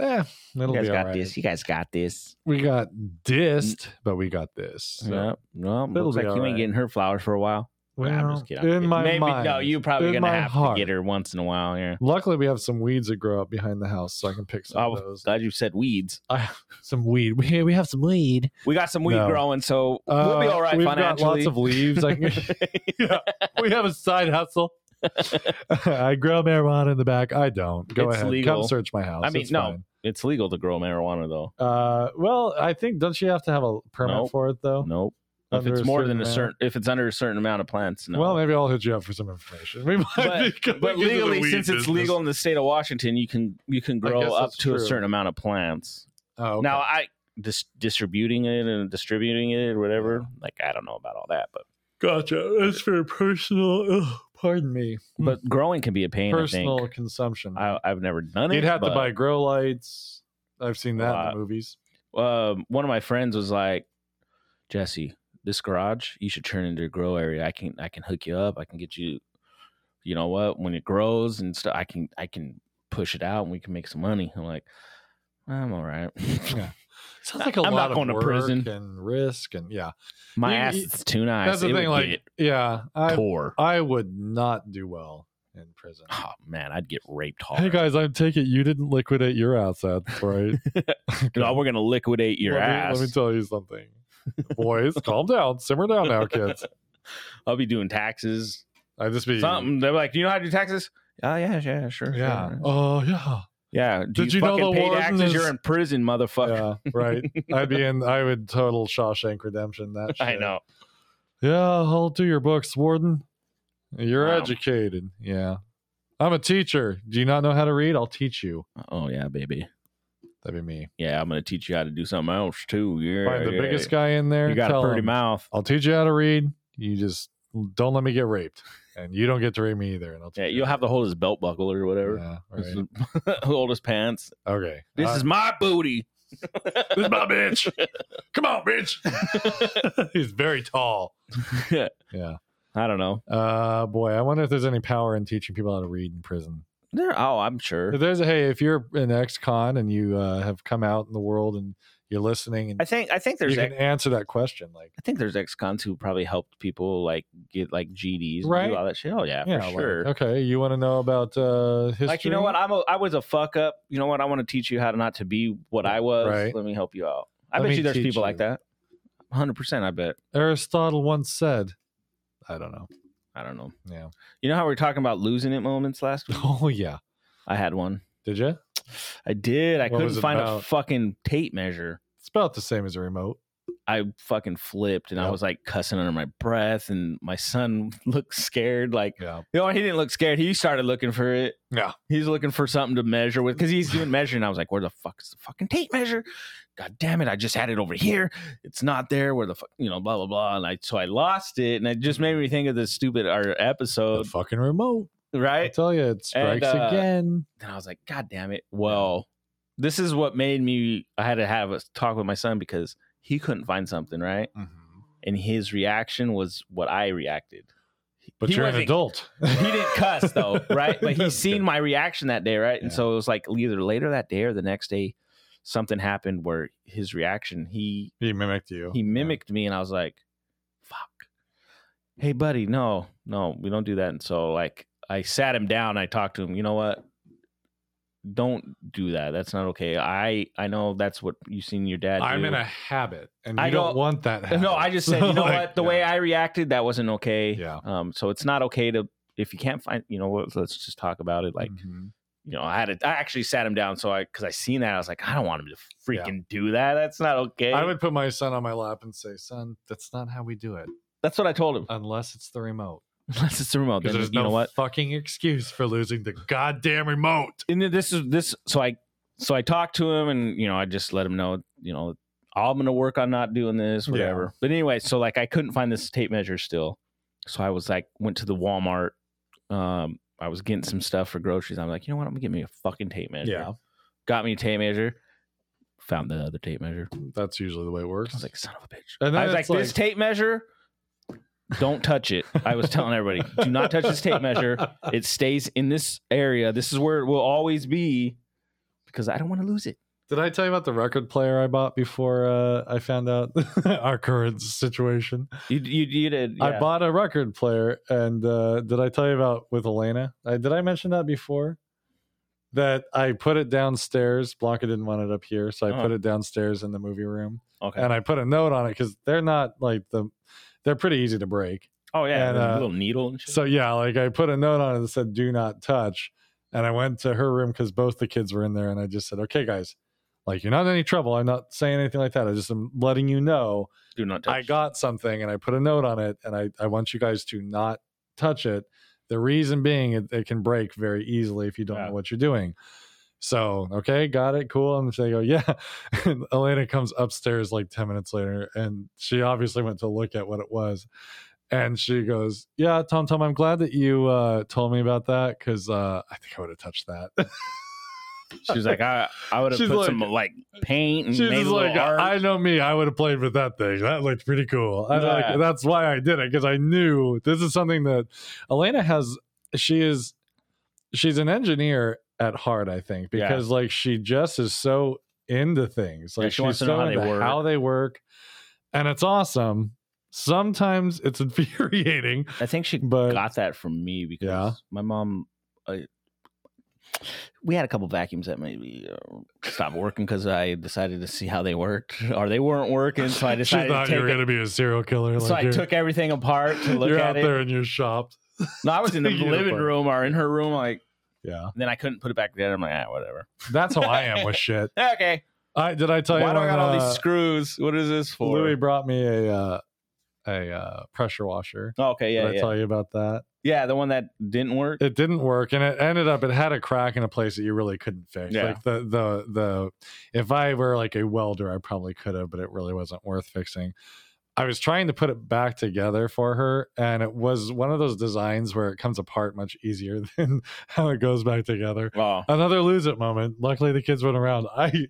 Eh, it'll
You guys
be all
got
right.
this. You guys got this.
We got dissed, but we got this. So,
yeah, well,
it'll
looks
be
like you
alright.
ain't getting her flowers for a while. Nah, I'm just kidding. I'm
in
kidding.
my
Maybe,
mind,
no, you probably
in
gonna
my
have
heart.
to get her once in a while. Yeah,
Luckily, we have some weeds that grow up behind the house, so I can pick some
Oh,
of those.
glad you said weeds.
I, some weed. We, we have some weed.
We got some weed
No.
growing, so we'll be
Uh,
all right
We've got
financially.
lots of leaves. I can, yeah, we have a side hustle. I grow marijuana in the back. I don't. Go
It's
ahead. Come
legal.
search my house.
I mean,
It's
no.
fine.
it's legal to grow marijuana though.
Uh, well, I think don't you have to have a permit
Nope.
for it though?
Nope. If
Under
it's
a
more
certain
than a
amount?
certain, if it's under a certain amount of plants, no.
Well, maybe I'll hit you up for some information. We might be coming
but
into the
legally,
weed
since it's
business.
legal in the state of Washington, you can you can
I
grow
guess
up
that's
to a
true.
certain amount of plants.
Oh, okay.
Now I dis- distributing it and distributing it or whatever. Like I don't know about all that, but
gotcha. It's for personal. ugh, pardon me.
but growing can be a pain. I
Hmm. personal
think
consumption.
I, I've never done it.
You'd have to
but,
buy grow lights. I've seen that in
Uh,
the movies.
Um, one of my friends was like, Jesse, this garage you should turn into a grow area. I can I can hook you up. I can get you. You know what? When it grows and stuff, I can I can push it out and we can make some money. I'm like, I'm all right.
Sounds like a
I'm
lot
not
of
going to
work
prison.
and risk and yeah.
My
You-
ass
you-
is too nice.
That's the
It would
thing. Like,
get
yeah, I
poor.
I would not do well in prison.
Oh man, I'd get raped hard.
Hey guys, I take it you didn't liquidate your assets, right?
No, we're gonna liquidate your
let me-
ass.
let me tell you something, boys. calm down, simmer down now, kids.
I'll be doing taxes.
I'd just be
Something. They're like, you know how to do taxes? Oh yeah, yeah, sure.
Yeah.
sure.
Oh yeah.
Yeah. Do
Did
you,
you know
fucking
the
pay
warden
taxes?
is-
You're in prison, motherfucker.
Yeah. Right. I'd be in. I would total Shawshank Redemption. That. Shit.
I know.
Yeah, I'll do your books, Warden. You're
Wow.
educated. Yeah. I'm a teacher. Do you not know how to read? I'll teach you.
Oh yeah, baby.
That'd be me.
Yeah, I'm gonna teach you how to do something else too. Yeah,
Find the
yeah,
biggest
yeah.
guy in there.
You got
tell
a pretty
him,
mouth.
I'll teach you how to read. You just don't let me get raped, and you don't get to rape me either. And I'll teach
Yeah,
you
you'll
how
have to hold his belt buckle or
to-
whatever.
Yeah,
This
right.
is- hold his pants.
Okay.
This
Uh,
is my booty.
this is my bitch. Come on, bitch. He's very tall. Yeah.
I don't know.
Uh, boy, I wonder if there's any power in teaching people how to read in prison.
There. Oh, I'm sure.
If there's a hey, if you're an ex-con and you uh, have come out in the world and you're listening and
I think. I think
you
there's.
can answer that question, like
I think there's ex-cons who probably helped people like get like GDs, and
Right.
Do all that shit. Oh yeah,
yeah,
for
like,
sure.
okay, you want to know about uh, history?
Like you know what? I'm a. I was a fuck up. You know what? I want to teach you how to not to be what I was.
Right.
Let me help you out. I
Let me
bet you there's
teach
people like
you.
that. 100. percent I bet.
Aristotle once said, I don't know.
I don't know.
Yeah.
You know how we were talking about losing it moments last week?
Oh yeah.
I had one.
Did you?
I did. I
What was
couldn't
it
find a
about?
fucking tape measure.
It's about the same as a remote.
I fucking flipped and I
Yep.
was like cussing under my breath and my son looked scared like
Yeah.
you know he didn't look scared he started looking for it
Yeah.
he's looking for something to measure with because he's doing measuring I was like where the fuck is the fucking tape measure god damn it I just had it over here it's not there where the fuck you know blah blah blah and I so I lost it and it just made me think of this stupid our
The
episode
fucking remote. I
right
tell you, it strikes
uh,
again.
and I was like, God damn it. Well, this is what made me I had to have a talk with my son because he couldn't find something, right? And his reaction was what I reacted.
But
he
you're an
wasn't-
adult.
He didn't cuss though, right? But he
That's
seen
good.
my reaction that day, right? And
Yeah.
so it was like either later that day or the next day, something happened where his reaction, he
He mimicked you.
he mimicked me and I was like, fuck. Hey buddy, no, no, we don't do that. And so like I sat him down, I talked to him, you know what? Don't do that. That's not okay. I I know that's what you seen your dad.
I'm
do.
in a habit, and you
I
don't
don't-
want that. Habit.
No, I just said, you know
Like,
what? The
yeah.
way I reacted, that wasn't okay.
Yeah.
Um, so it's not okay to if you can't find you know what let's just talk about it. Like,
Mhm.
you know, I had to I actually sat him down so I because I seen that, I was like, I don't want him to
Yeah.
freaking do that. That's not okay.
I would put my son on my lap and say, "Son, that's not how we do it,
that's what I told him.
unless it's the remote.
Unless it's the remote.
Because
Then,
there's
you know
no
what?
fucking excuse for losing the goddamn remote."
and then this is this so i so i talked to him and you know i just let him know you know i'm gonna work on not doing this
Yeah.
whatever but anyway so like i couldn't find this tape measure still so i was like went to the walmart um i was getting some stuff for groceries i'm like you know what i'm gonna get me a fucking tape measure
Yeah.
got me a tape measure found the other tape measure i
That's usually the way it works.
was like son of a bitch
And then
i was like
it's
this
like-
tape measure don't touch it. I was telling everybody, do not touch this tape measure it stays in this area. This is where it will always be because I don't want to lose it.
Did I tell you about the record player I bought before uh, I found out our current situation?
You you, you did.
I bought a record player, and uh, did I tell you about with Elena? I, did I mention that before? That I put it downstairs. Blanca didn't want it up here, so I
Oh.
put it downstairs in the movie room,
okay.
and I put a note on it because they're not like the, they're pretty easy to break.
oh yeah,
and,
there's a
uh,
little needle and shit.
So yeah, like I put a note on it that said "Do not touch," and I went to her room because both the kids were in there, and I just said, "Okay, guys." Like you're not in any trouble. I'm not saying anything like that. I just am letting you know
do not touch.
I got something and I put a note on it and I, I want you guys to not touch it. The reason being it, it can break very easily if you don't
Yeah.
know what you're doing. So, okay, got it, cool. And they go, yeah. And Elena comes upstairs like 10 minutes later and she obviously went to look at what it was. And she goes, yeah, Tom, Tom, I'm glad that you uh, told me about that because uh, I think I would have touched that.
She was like, I I would have
She's
put
like-
some like paint and
She's
made a
just
little
like,
art.
I know me. I would have played with that thing. That looked pretty cool. And like,
Yeah.
that's why I did it because I knew this is something that Elena has. She is, she's an engineer at heart, I think,
Yeah.
because like she just is so into things.
Yeah,
Like
she wants
she's
to
so
know how they
into
work.
how they work, and it's awesome. Sometimes it's infuriating,
I think she
but
got that from me because
Yeah.
my mom. I, we had a couple vacuums that maybe uh, stopped working because I decided to see how they worked or they weren't working. So I
she
decided to
thought you
take
were
it-
going to be a serial killer.
so
like
I
you're-
took everything apart to look
you're
at
out
it.
there in your shop.
No, I was in the
You're
living
funny.
room or in her room. Like
Yeah,
then I couldn't put it back together. I'm like, ah, whatever.
that's how I am with shit.
Okay.
I did I tell
Why
you
do I
when,
got all
uh,
these screws? What is this for?
Louis brought me a uh, a uh, pressure washer.
Oh, okay, yeah,
did I
yeah,
tell you about that?
yeah. The one that didn't work.
It didn't work, and it ended up it had a crack in a place that you really couldn't fix.
Yeah.
Like the the the if I were like a welder, I probably could have, but it really wasn't worth fixing. I was trying to put it back together for her, and it was one of those designs where it comes apart much easier than how it goes back together.
Wow.
another lose it moment. Luckily, the kids went around. I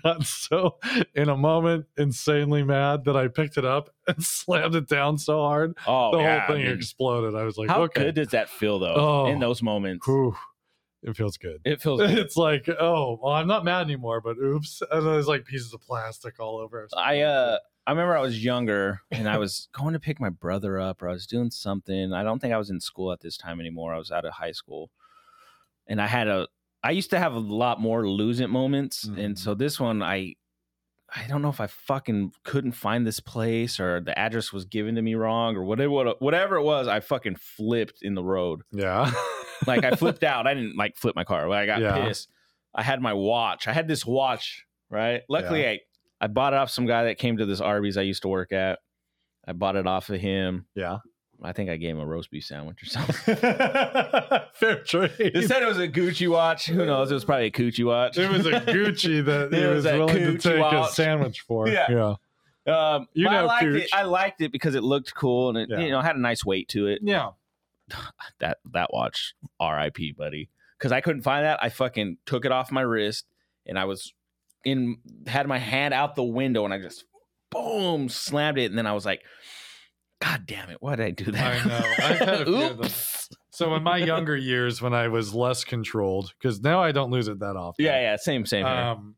got so in a moment insanely mad that I picked it up and slammed it down so hard
Oh,
the
yeah,
whole thing
dude.
exploded. I was like,
How
okay,
good does that feel though?
Oh.
in those moments,
whew, it feels good.
it feels. Good.
It's like, oh, well, I'm not mad anymore, but oops. And there's like pieces of plastic all over.
I uh, I remember I was younger and I was going to pick my brother up or I was doing something. I don't think I was in school at this time anymore. I was out of high school, and I had a. I used to have a lot more lose it moments, and
Mhm.
so this one I. I don't know if I fucking couldn't find this place or the address was given to me wrong or whatever whatever it was I fucking flipped in the road
yeah,
like I flipped out. I didn't like flip my car, but I got
Yeah.
pissed. I had my watch. I had this watch, right? Luckily, I I bought it off some guy that came to this Arby's I used to work at. I bought it off of him.
yeah.
I think I gave him a roast beef sandwich or something.
Fair trade.
They said it was a Gucci watch. Who knows? It was probably a Gucci watch.
it was a Gucci that he
It was
was,
a
willing to
Gucci
take a
watch.
sandwich for.
Yeah.
yeah,
Um,
You
but I
know
liked
Gucci.
it. I liked it because it looked cool and it
Yeah.
you know had a nice weight to it.
yeah.
That that watch, R.I.P. buddy. Because I couldn't find that, I fucking took it off my wrist and I was in had my hand out the window and I just boom slammed it and then I was like, God damn it, why did I do that?
I know. I've had a few of them.
Oops.
So in my younger years, when I was less controlled, because now I don't lose it that often.
Yeah, yeah, same, same. here.
Um,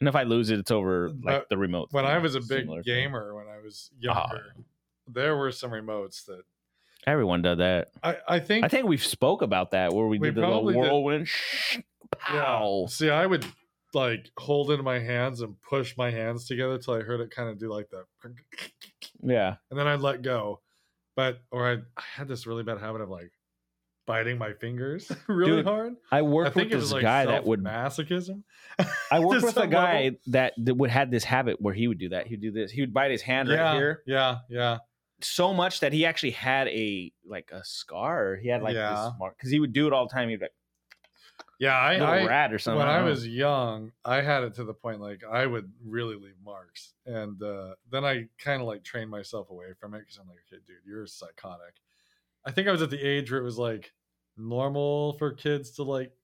and if I lose it, it's over. Like
but
the remote.
when I was a big
Similar thing.
gamer, when I was
Ah.
younger, there were some remotes that
everyone did that.
I, I think.
I think we've spoke about that where we,
We
did the little
probably did.
whirlwind. Pow.
Yeah. See, I would like hold into my hands and push my hands together till I heard it kind of do like that,
yeah.
and then I'd let go. But or I, I had this really bad habit of like biting my fingers really
Dude,
hard.
I
I
worked
think
with
it was
this
like
guy that would.
masochism.
I worked
to
with a
some
guy
level.
that, that would had this habit where he would do that. He'd do this. He would bite his hand
yeah,
right here
yeah, yeah.
so much that he actually had a like a scar. He had like
Yeah.
this mark because he would do it all the time. He'd be like
Yeah, I,
little
I,
rat or something. Oh.
when
don't
I
know.
was young, I had it to the point like I would really leave marks, and uh, then I kind of like trained myself away from it because I'm like, okay, dude, you're psychotic. I think I was at the age where it was like normal for kids to like.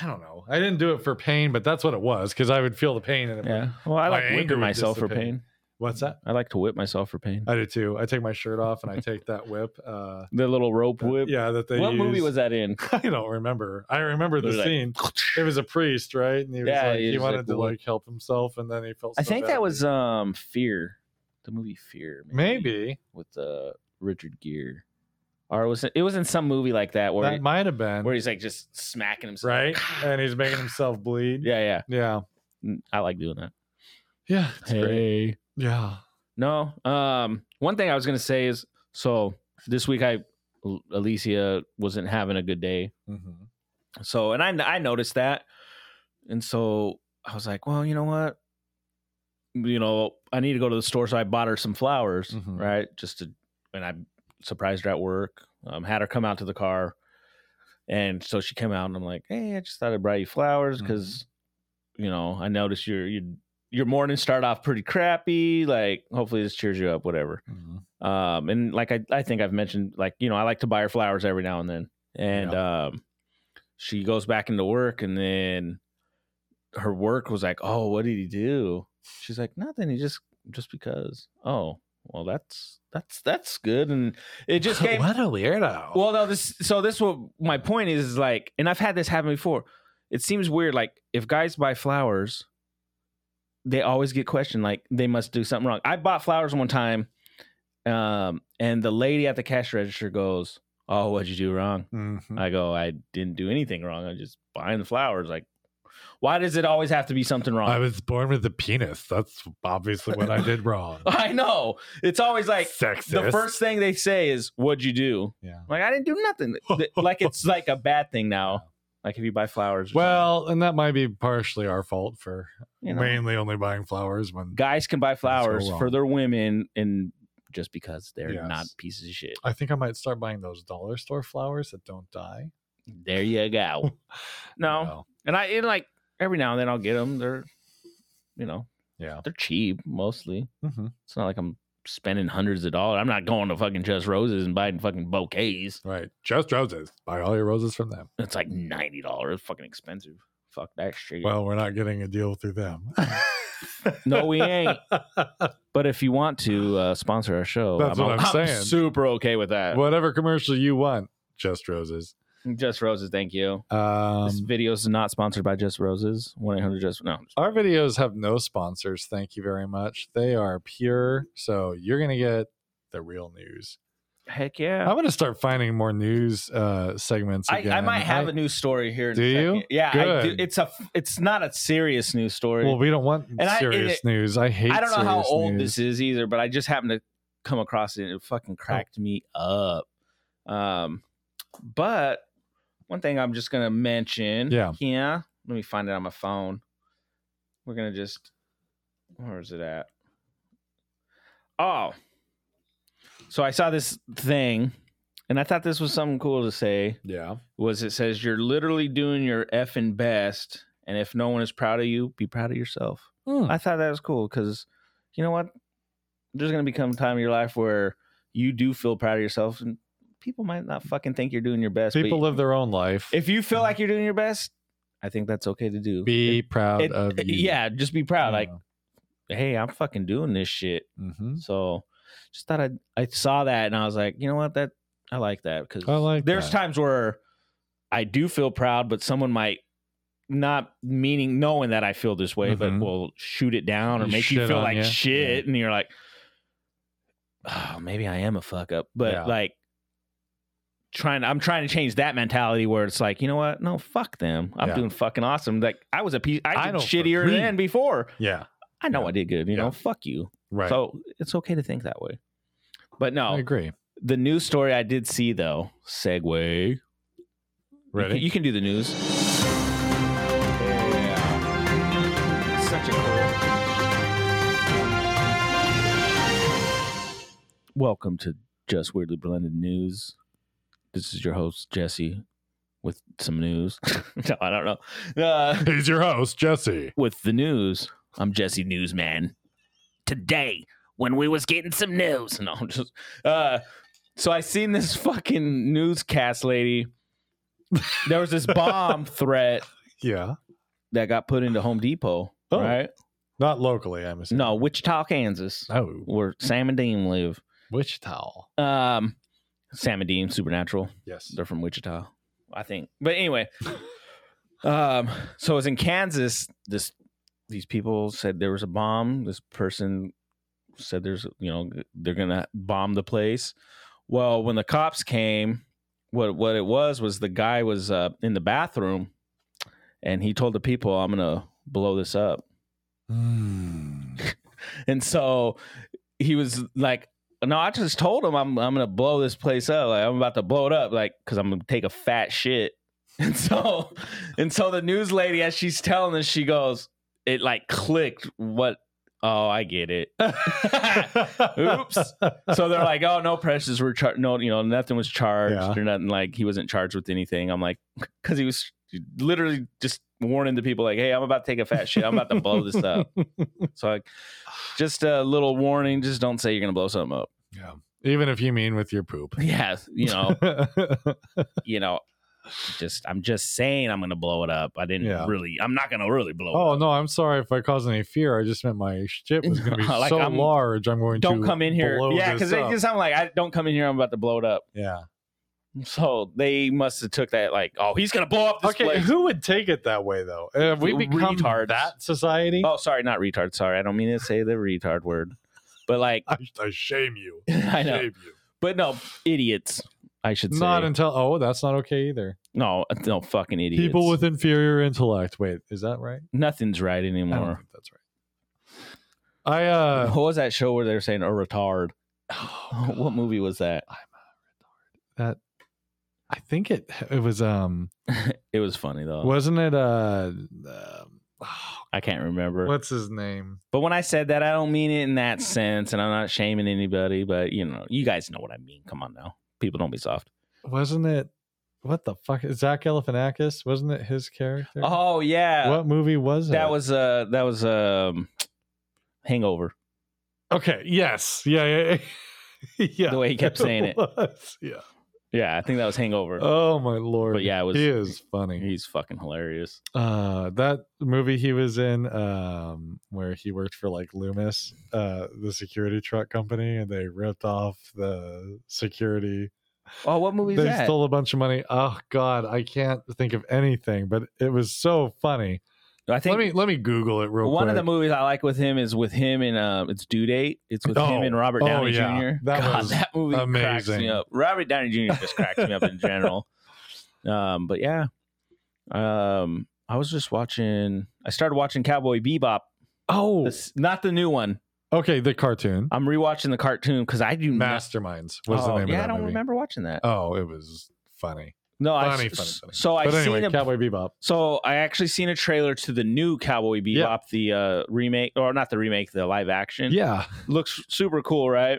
I don't know. I didn't do it for pain, but that's what it was because I would feel the pain in it.
yeah. Well, I
my
like
anger
whipping
would
myself for
dissipate.
pain.
What's that?
I like to whip myself for pain.
I do too. I take my shirt off and I take that whip. Uh,
the little rope whip.
yeah, that they.
What movie
use.
was that in?
I don't remember. I remember the
It was like-
scene. it was a priest, right? And he was
Yeah,
like,
he
he,
was
wanted
like,
to
"What?"
like help himself, and then he felt.
I
so
think
bad.
that was uh, um Fear, the movie Fear.
maybe
with uh, Richard Gere, or it was it was in some movie like that where
that might have been
where he's like just smacking himself.
right, and he's making himself bleed.
"Ah." Yeah, yeah.
yeah,
Mm, I like doing that.
yeah. It's great. Yeah,
No. Um. One thing I was gonna say is so this week I Al- Alicia wasn't having a good day.
Mhm.
So and I I noticed that, and so I was like, well, you know what. You know, I need to go to the store, so I bought her some flowers,
Mhm.
right? Just to, and I surprised her at work. Um, had her come out to the car, and so she came out, and I'm like, "Hey, I just thought I brought you flowers because, you know, I noticed your your your morning started off pretty crappy. Like, hopefully, this cheers you up, whatever.
Mhm.
Um, and like I I think I've mentioned, like you know, I like to buy her flowers every now and then, and um, she goes back into work, and then her work was like, "Oh, what did he do?" She's like, "Nothing. He just just because." Oh. Well, that's that's that's good, and it just came.
what a weirdo.
Well, no, this so this what my point is, is like, and I've had this happen before. it seems weird. Like if guys buy flowers, they always get questioned. Like they must do something wrong. I bought flowers one time, um, and the lady at the cash register goes, "Oh, what'd you do wrong?"
Mhm.
I go, "I didn't do anything wrong. I'm just buying the flowers." Like, why does it always have to be something wrong?
I was born with a penis. That's obviously what I did wrong.
I know it's always like
Sexist.
the first thing they say is, "What'd you do?"
Yeah.
Like I didn't do nothing. Th- like it's like a bad thing now. Like if you buy flowers, or
Well, and that might be partially our fault for
something, you know.
mainly only buying flowers when
guys can buy flowers
wrong.
for their women and just because they're
Yes.
not pieces of shit.
I think I might start buying those dollar store flowers that don't die.
There you go. no.
Well,
And I and like every now and then I'll get them. They're you know,
yeah.
they're cheap mostly.
hmm
It's not like I'm spending hundreds of dollars. I'm not going to fucking Just Roses and buying fucking bouquets.
Right. Just roses. Buy all your roses from them.
It's like ninety dollars. Fucking expensive. Fuck that shit.
Well, we're not getting a deal through them.
no, we ain't. But if you want to uh, sponsor our show,
That's what I'm saying.
super okay with that.
Whatever commercial you want, just roses.
Just Roses, thank you. this
Um,
video is not sponsored by Just Roses. One eight hundred Just No.
our videos have no sponsors. Thank you very much. They are pure. So you're going to get the real news.
Heck yeah.
I'm going to start finding more news uh, segments.
I,
Again.
I might have
I-
a news story here. In
Do
a second.
you?
Yeah, I do.
Good.
it's a it's not a serious news story.
Well, we don't want
I- and
serious
it-
news. I hate.
I don't know how
serious
old
news.
this is either, but I just happened to come across it and it fucking cracked me up. Um, but one thing I'm just gonna mention.
Yeah.
Yeah. Let me find it on my phone. We're gonna just where is it at? Oh. So I saw this thing and I thought this was something cool to say
Yeah.
was it says you're literally doing your effing best, and if no one is proud of you, be proud of yourself.
Hmm.
I thought that was cool because you know what? There's gonna become a time in your life where you do feel proud of yourself, and people might not fucking think you're doing your best. but
People live their own life.
if you feel like you're doing your best, I think that's okay to do.
be proud
It-
of you.
yeah, just be proud. Like, hey, I'm fucking doing this shit.
Mhm.
So just thought I I saw that and I was like, you know what, that I like that because
I like
there's
that.
times where I do feel proud, but someone might not meaning knowing that I feel this way,
Mhm.
but will shoot it down or
You
make you
shit
feel
on
like
ya.
shit, and you're like, oh, maybe I am a fuck up, but
Yeah.
like. Trying, I'm trying to change that mentality where it's like, you know what? No, fuck them. I'm
Yeah.
doing fucking awesome. Like I was a piece,
I
I did
know for
shittier
me.
than before.
Yeah.
I know
Yeah.
I did good. You
Yeah.
know, fuck you.
Right.
So it's okay to think that way. But
I
no,
agree.
the news story I did see though, segue. You can-
Ready?
You can do the news. Yeah. Such a cool. Welcome to Just Weirdly Blended News. This is your host, Jesse, with some news. no, I don't know. Uh,
He's your host, Jesse.
with the news. I'm Jesse Newsman. Today, when we was getting some news, no, I'm just uh, so I seen this fucking newscast lady. There was this bomb threat
Yeah.
that got put into Home Depot,
Oh.
right?
Not locally, I'm assuming.
No, Wichita, Kansas,
Oh,
where Sam and Dean live.
Wichita.
Um, Sam and Dean, Supernatural.
Yes.
They're from Wichita, I think. But anyway, um, so it was in Kansas. This these people said there was a bomb. This person said there's you know they're gonna bomb the place. Well, when the cops came, what what it was was the guy was uh, in the bathroom, and he told the people, "I'm gonna blow this up."
Mm.
And so he was like, "No, I just told him I'm I'm gonna blow this place up. Like I'm about to blow it up. Like because I'm gonna take a fat shit." And so, and so the news lady, as she's telling this, she goes, "It like clicked. What? Oh, I get it." Oops. So they're like, "Oh, no presses were charged. No, you know, nothing was charged
Yeah.
or nothing. Like he wasn't charged with anything." I'm like, because he was literally just warning the people, like, "Hey, I'm about to take a fat shit. I'm about to blow this up." So, like, just a little warning: just don't say you're gonna blow something up.
Yeah. Even if you mean with your poop.
Yeah, you know, you know, just I'm just saying I'm gonna blow it up. I didn't
Yeah.
really. I'm not gonna really blow. it
oh
up.
no, I'm sorry if I caused any fear. I just meant my shit was going to be
Like,
so
I'm-
large. I'm going to
Don't come in here.
blow
Yeah,
this
because it
up.
just I'm like I don't come in here. I'm about to blow it up.
yeah.
So they must have took that like, oh, he's gonna blow up this
Okay,
place.
who would take it that way though? Have we become
Retards.
that society?
Oh, sorry, not retard. Sorry, I don't mean to say the retard word, but like,
I, I shame you.
I know.
Shame you.
but no, idiots. I should say
not until oh, that's not okay either.
no, no fucking idiots.
People with inferior intellect. Wait, is that right?
nothing's right
I don't
anymore.
think that's right. I uh Oh,
what was that show where they were saying a retard? what movie was that?
I think it it was um
It was funny though.
wasn't it uh, um,
I can't remember.
what's his name?
But when I said that, I don't mean it in that sense, and I'm not shaming anybody. But you know, you guys know what I mean. Come on now, people don't be soft.
Wasn't it what the fuck is Zach Galifianakis? Wasn't it his character?
Oh yeah,
what movie was
that
it?
was uh that was um Hangover.
okay. Yes. Yeah. Yeah. yeah.
The way he kept saying it.
was, Yeah.
Yeah, I think that was Hangover.
Oh my lord.
But yeah, it was-
he is funny.
He's fucking hilarious.
Uh, that movie he was in, um, where he worked for like Loomis, uh, the security truck company, and they ripped off the security.
Oh, what movie is
they
that?
stole a bunch of money. Oh God, I can't think of anything, but it was so funny.
I think
let me let me Google it real
one
quick.
of the movies I like with him is with him and um, it's Due Date. It's with him
Oh,
and Robert
oh,
Downey
yeah.
Jr.
That
God,
was
that movie cracks
amazing.
me up. Robert Downey Jr. just cracks me up in general. Um, but yeah, um, I was just watching. I started watching Cowboy Bebop.
oh,
This, not the new one.
okay, the cartoon
I'm rewatching the cartoon because I do not.
Masterminds was
Oh,
the name
yeah,
of that
I don't
movie.
remember watching that.
Oh, it was funny.
no, I,
funny,
s-
funny, funny.
So I
but
seen
anyway,
a
Cowboy Bebop.
So I actually seen a trailer to the new Cowboy Bebop,
Yeah.
the uh, remake, or not the remake, the live action.
Yeah,
looks super cool, right?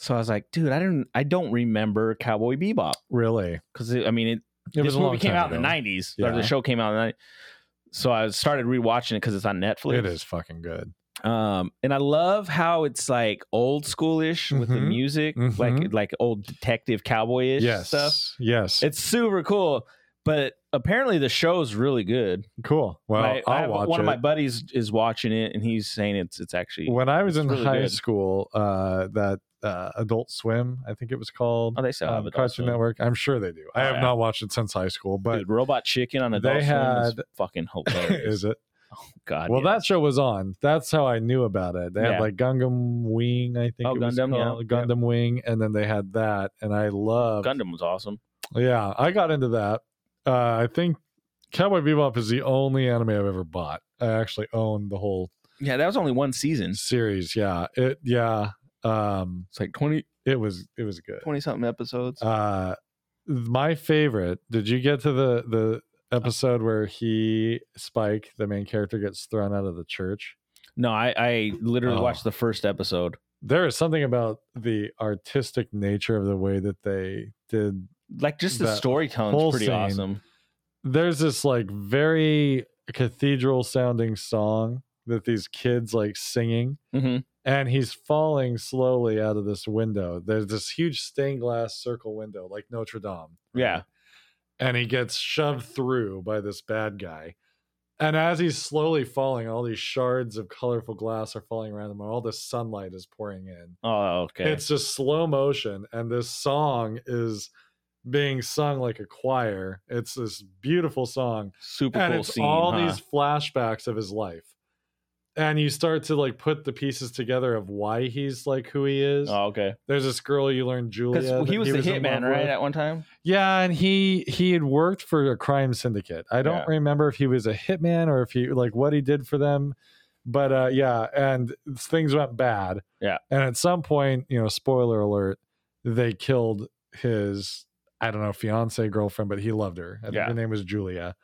So I was like, dude, I don't, I don't remember Cowboy Bebop
really.
because I mean, it,
It was
this
a long
movie came
time
out in
ago.
the '90s, or
Yeah.
the show came out in the '90s. So I started rewatching it because it's on Netflix.
It is fucking good.
um, and I love how it's like old schoolish with the
Mhm.
music, like
Mhm.
like old detective cowboyish
Yes.
stuff.
Yes.
It's super cool, but apparently the show's really good.
cool. Well,
My- I
I'll
have-
watch
one
it.
of my buddies is watching it, and he's saying it's it's actually.
when I was
it's
in
really
high
good.
school, uh, that uh, Adult Swim, I think it was called,
Oh, they sell
um,
Adult
Cartoon
Swim.
Network. I'm sure they do. I
Oh,
have
yeah.
not watched it since high school, but
Dude, Robot Chicken on Adult
they
Swim is
had-
fucking hilarious.
is it?
God,
Well,
yeah.
that show was on. That's how I knew about it. They
Yeah.
had like Gundam Wing, I think
Oh,
it was
Gundam, yeah.
called,
Yeah.
Gundam Wing, and then they had that, and I loved.
Gundam was awesome.
Yeah, I got into that. Uh, I think Cowboy Bebop is the only anime I've ever bought. I actually own the whole
Yeah, that was only one season. It's
series. Yeah, it. Yeah, um,
like 20,
it was. It was good.
20 something episodes.
Uh, my favorite. Did you get to the the episode where he Spike, the main character, gets thrown out of the church?
No, I, I literally
Oh.
watched the first episode.
There is something about the artistic nature of the way that they did
Like just the
That
storytelling's
whole
pretty
scene.
awesome.
there's this like very cathedral sounding song that these kids like singing
Mhm.
and he's falling slowly out of this window there's this huge stained glass circle window like notre dame
Yeah.
and he gets shoved through by this bad guy and as he's slowly falling all these shards of colorful glass are falling around him and all this sunlight is pouring in
Oh, okay.
it's just slow motion, and this song is being sung like a choir. It's this beautiful song,
Super
and
cool
it's
scene.
all
huh?
these flashbacks of his life. And you start to like put the pieces together of why he's like who he is.
Oh, okay.
There's this girl you learn, Julia.
Because
that
he was the
in love
hitman, right?
with.
At one time.
Yeah, and he he had worked for a crime syndicate. I don't
Yeah.
remember if he was a hitman or if he like what he did for them, but uh yeah, and things went bad.
Yeah.
And at some point, you know, spoiler alert, they killed his I don't know, fiance girlfriend, but he loved her. I think
Yeah.
her name was Julia.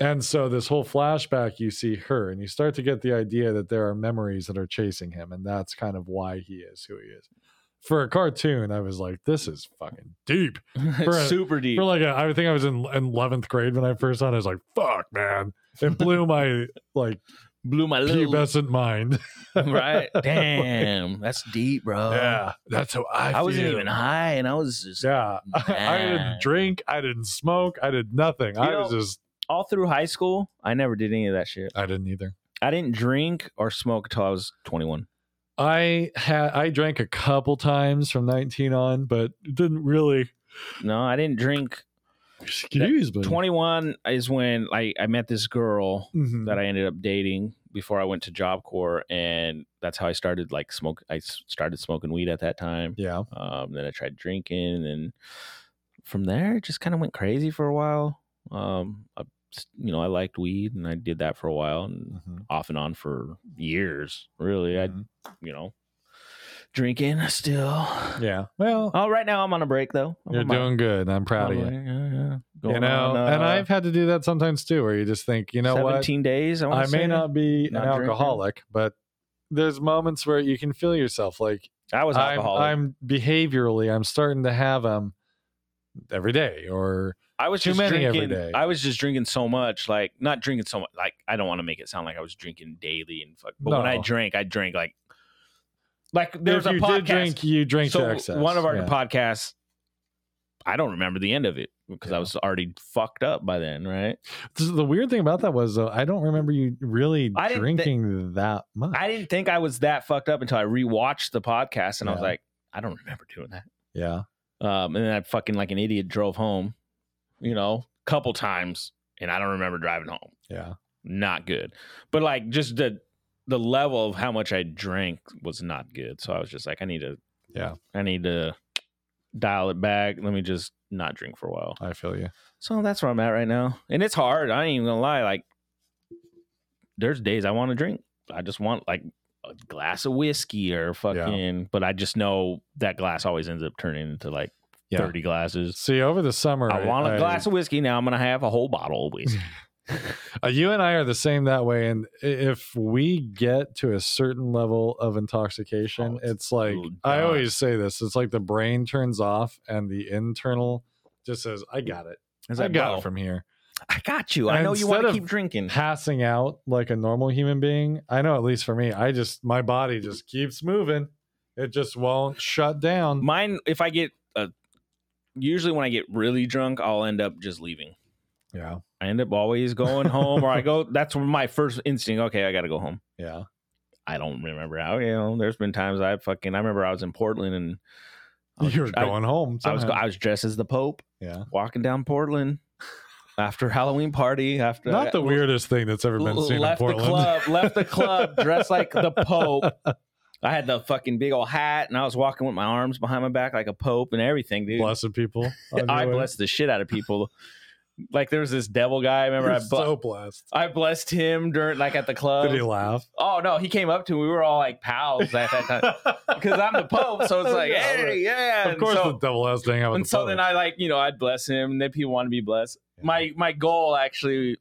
And so this whole flashback you see her and you start to get the idea that there are memories that are chasing him and that's kind of why he is who he is. For a cartoon, I was like, this is fucking deep a-
Super deep.
for like a, I think I was in eleventh grade when I first saw it. I was like, "Fuck, man!" It blew my like
Blew my little
pubescent mind.
right. Damn, that's deep, bro.
yeah, that's how I.
Uh-huh. I wasn't
feel.
even high, and I was just
Yeah, I
Man.
didn't drink. I didn't smoke. I did nothing. I
know-
was just.
all through high school. I never did any of that shit.
I didn't either.
I didn't drink or smoke until I was 21.
I had I drank a couple times from nineteen on, but it didn't really
No, I didn't drink.
Excuse me.
21 is when I, I met this girl
Mhm.
that I ended up dating before I went to Job Corps, and that's how I started like smoke. I s- started smoking weed at that time.
Yeah.
Um, then I tried drinking, and from there, it just kind of went crazy for a while. Um, I, you know, I liked weed, and I did that for a while, and
Mhm.
off and on for years. Really,
Mhm.
I you know, drinking still.
Yeah. Well,
Oh, right now I'm on a break though. I'm
you're
on my-
doing good. I'm proud of
I'm on-
you.
yeah, yeah.
you
Going
know,
on,
and
uh,
I've had to do that sometimes too, where you just think, you know what,
17 days. I, wanna
I may
say.
not be an
Not drinking.
alcoholic, but there's moments where you can feel yourself like
I was
I'm,
alcoholic.
I'm behaviorally, I'm starting to have them every day or
I was
Too
just
many every
drinking,
day.
I was just drinking so much, like not drinking so much. Like I don't want to make it sound like I was drinking daily and fuck. But when I
No.
drank, I drank like, like there's
if
a
you
podcast.
did drink, you drink
so
to excess.
one of our
Yeah.
podcasts, I don't remember the end of it because I was already fucked up by then, right?
This is- the weird thing about that was though, I don't remember you really
I didn't thi-
drinking that much.
I didn't think I was that fucked up until I rewatched the podcast and I was
Yeah.
like, I don't remember doing that.
yeah,
Um, and then I fucking like an idiot drove home, you know, couple times, and I don't remember driving home.
yeah.
not good. But like just the the level of how much I drank was not good. So I was just like, I need to
Yeah.
I need to dial it back. Let me just not drink for a while.
I feel you.
So that's where I'm at right now. And it's hard. I ain't even gonna lie. Like there's days I want to drink. I just want like a glass of whiskey or fucking but I just know that glass always ends up turning into like
Yeah.
30 glasses.
See, over the summer,
I want a
I-
glass of whiskey now. I'm gonna have a whole bottle of whiskey.
Uh, you and I are the same that way. And i- if we get to a certain level of intoxication,
Oh,
it's,
it's
like
ooh,
I
God.
always say this it's like the brain turns off and the internal just says, I got it.
It's
I
like, Mm.
got
bro,
it from here.
I got you. I know you
Instead
want to
of
keep drinking.
Passing out like a normal human being, I know at least for me, I just, my body just keeps moving. It just won't shut down.
Mine, if I get uh, usually when I get really drunk, I'll end up just leaving.
Yeah.
I end up always going home, or I go. That's when my first instinct. Okay, I got to go home.
Yeah.
I don't remember how. You know, there's been times I fucking. I remember I was in Portland and I was,
You're
Oh, I-
going home.
I, was
somehow.
I was dressed as the Pope
yeah.
walking down Portland after Halloween party. After
Not the weirdest thing that's ever been seen in
left the
Portland.
club, left the club dressed like the Pope. I had the fucking big old hat, and I was walking with my arms behind my back like a pope and everything, dude.
Blessed people. on
I
your way.
blessed the shit out of people. like there was this devil guy. I remember
You're
I bu-
so blessed.
I blessed him during like at the club.
Did he laugh?
oh no, he came up to me. We were all like pals at that time because I'm the pope, so it's like
Yeah,
hey, yeah.
Of
And
course,
so-
the devil has to hang out with
and
the
so
Pope.
then I like you know I'd bless him, and then people want to be blessed. My my goal actually,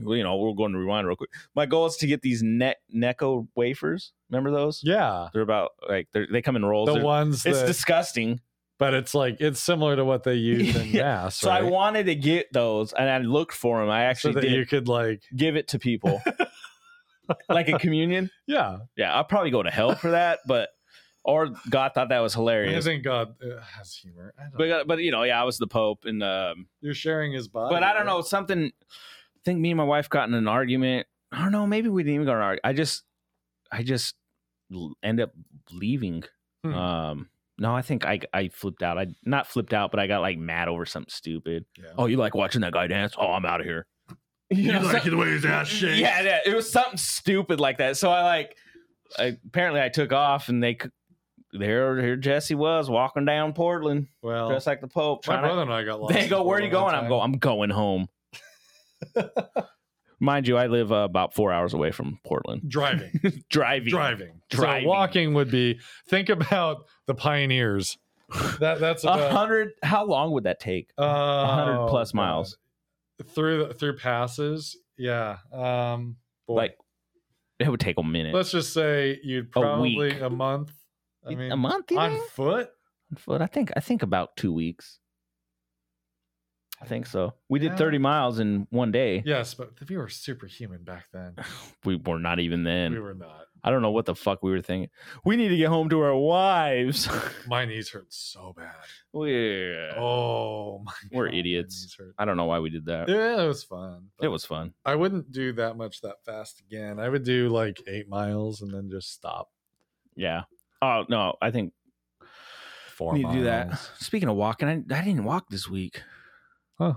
well, you know, we're going to rewind real quick. My goal is to get these net Necco wafers. Remember those?
yeah,
They're about like they're, they come in rolls.
the
They're-
ones
it's
that,
disgusting.
but it's like it's similar to what they use in
Yeah.
mass.
So I
right?
wanted to get those, and I looked for them. I
so
actually
that
did
you could like,
give it to people, like a communion.
yeah.
Yeah, I'll probably go to hell for that, but or God thought that was hilarious.
Isn't God uh, has humor? I don't
But
know.
uh, but you know, yeah, I was the Pope, and um,
you're sharing his body.
but I don't
right?
know something. I think me and my wife got in an argument. I don't know. Maybe we didn't even go an argument. I just, I just l- end up leaving.
Hmm.
Um, no, I think I I flipped out. I not flipped out, but I got like mad over something stupid.
Yeah.
Oh, you like watching that guy dance? Oh, I'm out of here.
You
know,
like
so-
the way his ass shakes?
Yeah, yeah, it was something stupid like that. So I like I, apparently I took off and they c- there here Jesse was walking down Portland
Well,
dressed like the Pope.
my
Trying to,
brother and I got lost.
they
in
go, "Where are you going?"
Portland
I'm
one
going. I'm going home. Mind you, I live uh, about four hours away from Portland.
time. Driving,
Driving,
driving,
Driving.
So walking would be. Think about the pioneers. That that's
a
about oh,
hundred. How long would that take?
a
100 plus miles.
through through passes. Yeah. Um. boy.
Like it would take a minute.
Let's just say you'd
A
probably
week.
a, month. I mean,
a month, you
on
know?
foot.
On foot. I think. I think about two weeks. I think so. We did
Yeah.
30 miles in one day.
Yes, but we were superhuman back then.
We were not even then.
we were not.
I don't know what the fuck we were thinking. We need to get home to our wives.
My knees hurt so bad.
we're,
Oh, my
we're
God, my
idiots.
knees hurt.
I don't know why we did that.
Yeah, it was fun. but
It was fun.
I wouldn't do that much that fast again. I would do like eight miles and then just stop.
Yeah. Oh no, I think
four
Need to
miles.
do that. Speaking of walking, I, I didn't walk this week.
Huh.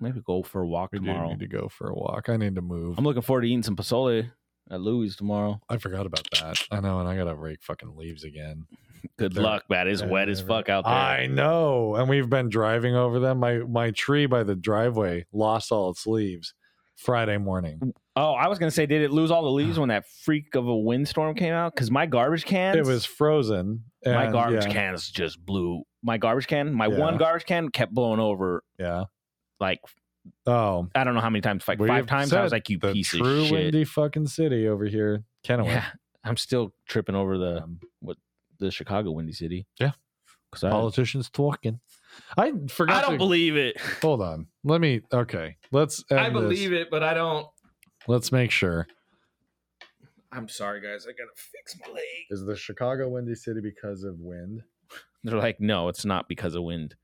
Maybe go for a walk
We do
tomorrow.
need to go for a walk. I need to move.
I'm looking forward to eating some pozole at Louis tomorrow.
I forgot about that. I know, and I gotta rake fucking leaves again.
Good
They're-
luck, man. It's
they're-
wet as
they're-
fuck out there.
I know, and we've been driving over them. My my tree by the driveway lost all its leaves Friday morning.
oh, I was gonna say, did it lose all the leaves when that freak of a windstorm came out? Because my garbage cans,
It was frozen.
my
and-
garbage
yeah,
cans just blew. My garbage can, my
Yeah.
one garbage can, kept blowing over.
Yeah.
Like
Oh,
I don't know how many times, like
We
five
have
times. I was
said
like, you
the
piece of
true
shit.
windy fucking city over here, Kennewick.
Yeah, I'm still tripping over the
Um,
the Chicago Windy City.
Yeah.
'Cause I,
Politicians talking. I forgot.
I don't
to-
believe it.
Hold on. Let me. Okay. Let's.
I believe it, but I don't.
Let's make sure.
I'm sorry, guys. I gotta fix my leg.
Is the Chicago windy city because of wind?
They're like, no, it's not because of wind.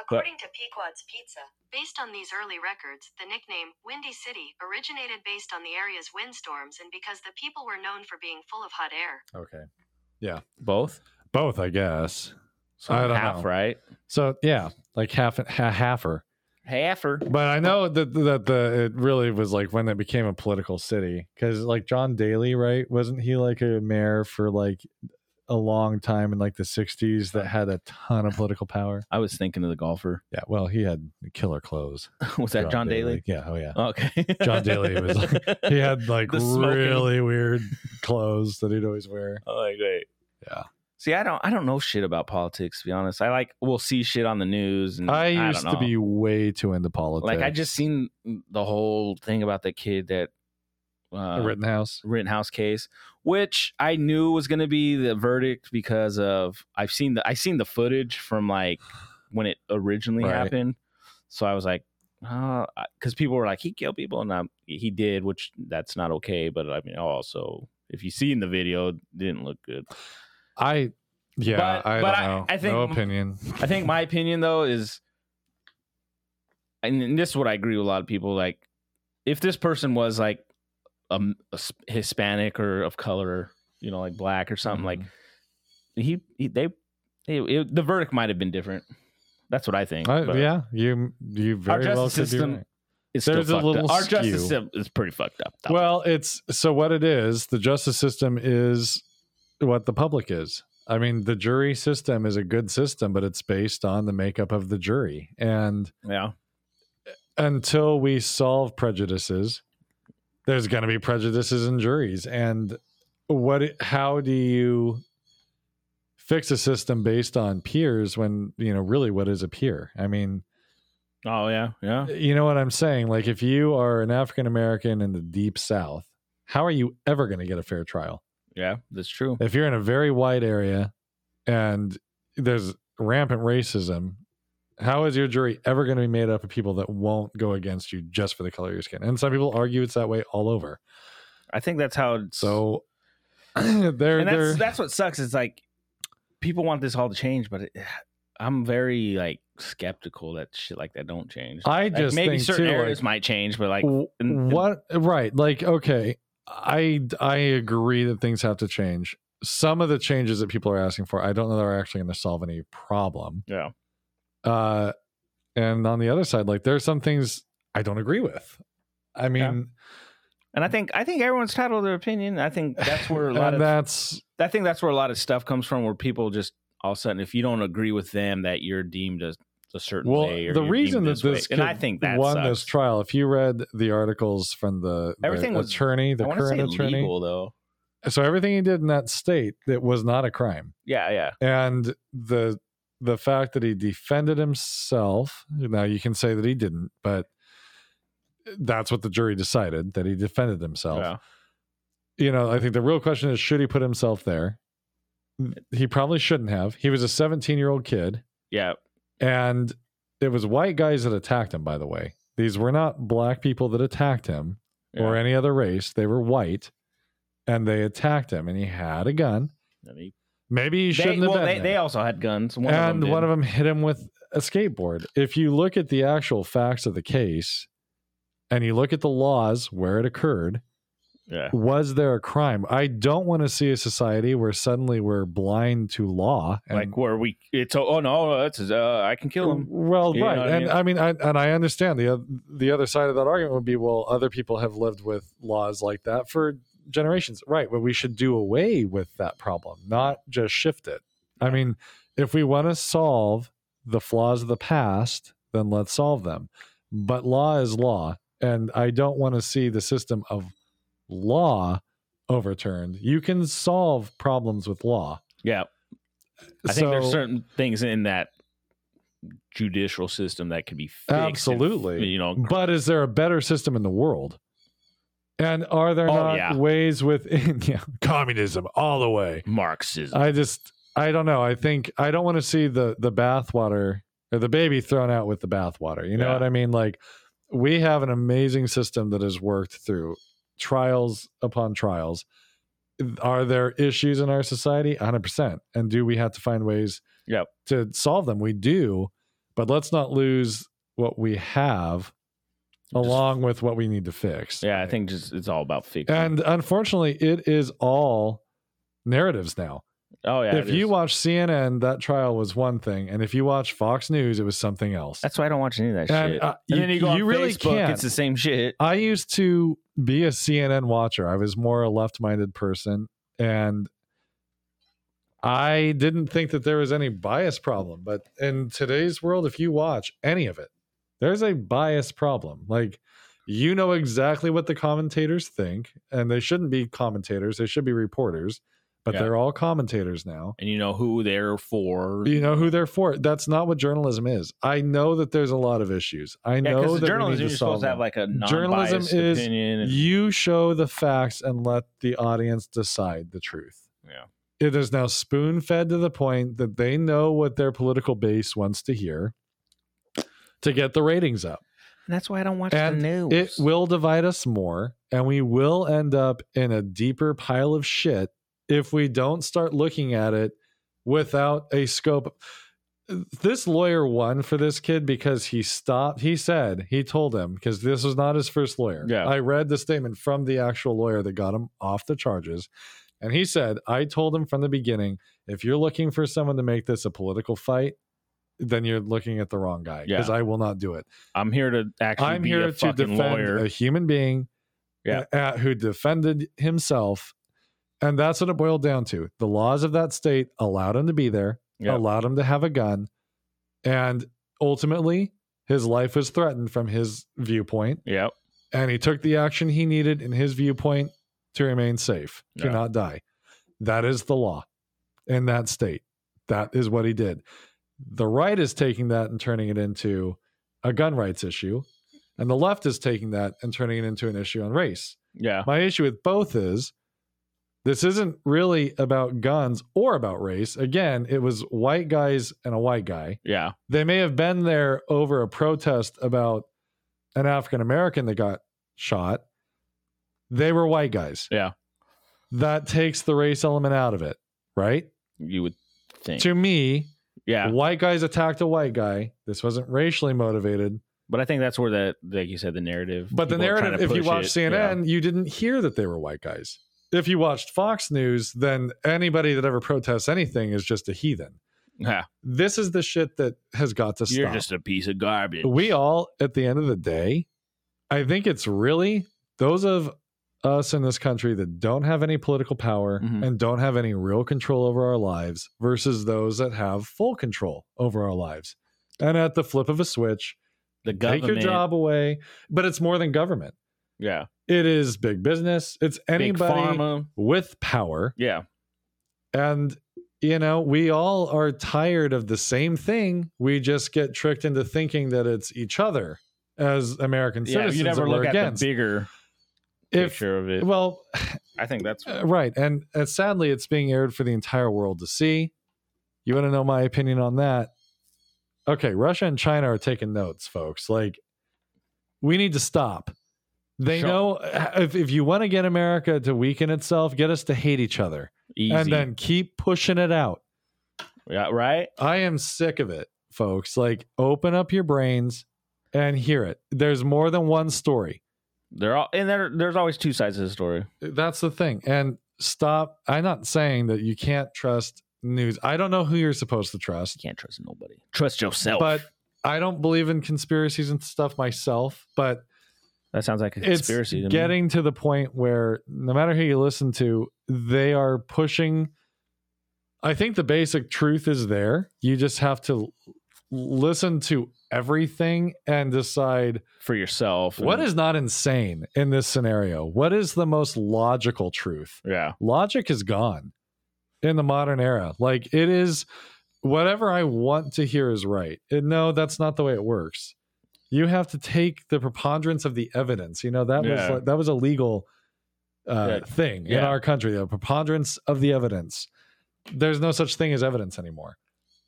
According to Pequod's Pizza, based on these early records, the nickname Windy City originated based on the area's windstorms and because the people were known for being full of hot air.
Okay.
Both,
Both, I guess.
so
I don't
half
know.
right,
So yeah, like half a ha- halfer.
halfer.
But I know that that the it really was like when it became a political city because like John Daly, right? Wasn't he like a mayor for like a long time in like the '60s that had a ton of political power?
I was thinking of the golfer.
Yeah. Well, he had killer clothes.
was that John, Daly?
Yeah. Oh yeah.
Okay,
John Daly was like- He had like
The smoking-
really weird clothes that he'd always wear.
I like that.
Yeah.
See, I don't, I don't know shit about politics. To be honest, I like we'll see shit on the news, and
I
mm, don't
used to
know.
be way too into politics.
like, I just seen the whole thing about the kid that
The
uh,
Rittenhouse.
Rittenhouse case, which I knew was going to be the verdict because of I've seen the I seen the footage from like when it originally
Right.
happened, so I was like, because people were like he killed people and i he did, which that's not okay. But I mean, also if you see in the video, it didn't look good.
I yeah.
But-
I
but
don't
I-
know.
I think-
no opinion.
I think my opinion though is, and and this is what I agree with a lot of people. Like, if this person was like um, a, s- Hispanic or of color, you know, like black or something, like he, he they, they it, the verdict might have been different. That's what I think.
I-
but
Uh, yeah, you you very
justice
well could
system
be right.
it's still
there's a
fucked
little
up. Our justice
skew.
system is pretty fucked up. though.
Well, it's so what it is. The justice system is what the public is. I mean, the jury system is a good system, but it's based on the makeup of the jury. And
yeah,
until we solve prejudices, there's going to be prejudices in juries. And what? How do you fix a system based on peers when you know really what is a peer? I mean,
oh yeah, yeah.
you know what I'm saying? Like, if you are an African American in the deep South, how are you ever going to get a fair trial?
Yeah, that's true.
If you're in a very wide area and there's rampant racism, how is your jury ever going to be made up of people that won't go against you just for the color of your skin? And some people argue it's that way all over.
I think that's how. It's,
So they're,
and
they're
that's that's what sucks. It's like people want this all to change, but it, I'm very like skeptical that shit like that don't change.
I
Like,
just
maybe
think,
certain
too,
areas
like-
might change, but like
W-
in- in-
what right like okay i i agree that things have to change some of the changes that people are asking for i don't know they're actually going to solve any problem
Yeah.
uh and on the other side like there are some things i don't agree with i mean
and I think I think everyone's titled to their opinion. I think that's where a
and
lot of
that's
I think that's where a lot of stuff comes from, where people just all of a sudden, if you don't agree with them, that you're deemed a, a certain
well
way. or
the
you're
reason
deemed
that
way.
this
and I
kid
think that
won
sucks.
this trial if you read the articles from the, the
Everything was-
attorney the
I wanna
current
say
attorney
legal though.
so everything he did in that state that was not a crime
Yeah, yeah.
and the the fact that he defended himself now you can say that he didn't but that's what the jury decided that he defended himself
yeah.
you know i think the real question is should he put himself there he probably shouldn't have he was a 17 year old kid
Yeah.
and it was white guys that attacked him by the way these were not black people that attacked him
yeah.
or any other race they were white and they attacked him and he had a gun
And he-
maybe he
they,
shouldn't
well,
have been
they,
there
they also had guns. One of
and
them
one of
did.
them hit him with a skateboard. If you look at the actual facts of the case and you look at the laws where it occurred,
Yeah.
was there a crime? I don't want to see a society where suddenly we're blind to law. and-
like where we it's oh no that's uh, I can kill him.
Well,
You know
right,
what I
and
mean?
I mean, I, and I understand the oth- the other side of that argument would be, well, other people have lived with laws like that for generations, right? But we should do away with that problem, not just shift it. I mean, if we want to solve the flaws of the past, then let's solve them. But law is law, and I don't want to see the system of law overturned. You can solve problems with law.
Yeah, I think there's
So-
certain things in that judicial system that could be fixed. and,
Absolutely.
you know,
But is there a better system in the world? And are there
Oh,
not
yeah.
ways within yeah, communism all the way?
Marxism.
I just I don't know. I think I don't want to see the the bathwater or the baby thrown out with the bathwater. You know
Yeah.
what I mean? Like we have an amazing system that has worked through trials upon trials. Are there issues in our society? 100%. And do we have to find ways
Yep.
to solve them? We do, but let's not lose what we have along with what we need to fix.
yeah, I think just it's all about fixing.
And unfortunately, it is all narratives now
oh yeah,
if
it
you
is.
watch CNN, that trial was one thing, and if you watch Fox News, it was something else.
that's why I don't watch any of that
And,
shit.
uh,
and
you-
then you go on
you really
Facebook,
can't.
it's the same shit.
I used to be a CNN watcher. I was more a left-minded person, and I didn't think that there was any bias problem. But in today's world, if you watch any of it, there's a bias problem. Like you know exactly what the commentators think, and they shouldn't be commentators; they should be reporters. But
Yeah.
they're all commentators now.
And you know who they're for.
you know who they're for. That's not what journalism is. I know that there's a lot of issues. I
Yeah,
know
because
that journalism
journalism
we need
you're
to
supposed
solve
to have
them.
like a non-biased
Journalism is-
opinion. and-
you show the facts and let the audience decide the truth.
Yeah.
It is now spoon fed to the point that they know what their political base wants to hear to get the ratings up.
And that's why I don't watch
And
the news.
It will divide us more, and we will end up in a deeper pile of shit if we don't start looking at it without a scope. This lawyer won for this kid because he stopped. He said, he told him, because this was not his first lawyer.
Yeah.
I read the statement from the actual lawyer that got him off the charges. And he said, I told him from the beginning if you're looking for someone to make this a political fight, then you're looking at the wrong guy because I will not do it.
I'm here to actually
I'm
be
here to
a fucking
defend
lawyer.
a human being
Yeah.
uh, who defended himself. And that's what it boiled down to. The laws of that state allowed him to be there,
Yeah.
allowed him to have a gun. And ultimately, his life was threatened from his viewpoint.
Yep.
And he took the action he needed in his viewpoint to remain safe, to
Yeah.
not die. That is the law in that state. That is what he did. The right is taking that and turning it into a gun rights issue. And the left is taking that and turning it into an issue on race.
Yeah.
My issue with both is this isn't really about guns or about race. Again, it was white guys and a white guy.
Yeah.
They may have been there over a protest about an African American that got shot. They were white guys.
Yeah.
That takes the race element out of it, right?
You would think.
To me,
Yeah.
white guys attacked a white guy. This wasn't racially motivated.
But I think that's where that, like you said, the narrative.
But the
people are trying
narrative,
to
if you
push
watch
it, yeah.
CNN, you didn't hear that they were white guys. If you watched Fox News, then anybody that ever protests anything is just a heathen.
Yeah.
This is the shit that has got to
you're
stop.
just a piece of garbage.
we all, at the end of the day, I think it's really those of us in this country that don't have any political power
Mhm.
and don't have any real control over our lives versus those that have full control over our lives. And at the flip of a switch,
the
take
government.
your job away. But it's more than government.
Yeah.
It is big business. It's
Big
anybody
pharma.
with power.
Yeah.
And, you know, we all are tired of the same thing. We just get tricked into thinking that it's each other as American
Yeah.
citizens.
You
that
never
we're
look at
against.
the bigger
if,
picture of it.
Well,
I think that's
uh, right. And, and sadly, it's being aired for the entire world to see. You want to know my opinion on that? Okay. Russia and China are taking notes, folks. Like, we need to stop. They
Sure.
know uh, if, if you want to get America to weaken itself, get us to hate each other
easy.
and then keep pushing it out.
yeah, right?
I am sick of it, folks. Like, open up your brains and hear it. There's more than one story.
They're all and there, there's always two sides to the story.
That's the thing. And stop. I'm not saying that you can't trust news. I don't know who you're supposed to trust.
You can't trust nobody. Trust yourself.
But I don't believe in conspiracies and stuff myself, but
that sounds like a
it's
conspiracy. to me.
getting to the point where no matter who you listen to, they are pushing. I think the basic truth is there. You just have to l- listen to everything and decide
for yourself. and-
what is not insane in this scenario. What is the most logical truth?
yeah.
logic is gone in the modern era. Like it is whatever I want to hear is right. And no, that's not the way it works. You have to take the preponderance of the evidence. You know that
Yeah.
was like, that was a legal uh,
Yeah.
thing in
Yeah.
our country. The preponderance of the evidence. There's no such thing as evidence anymore.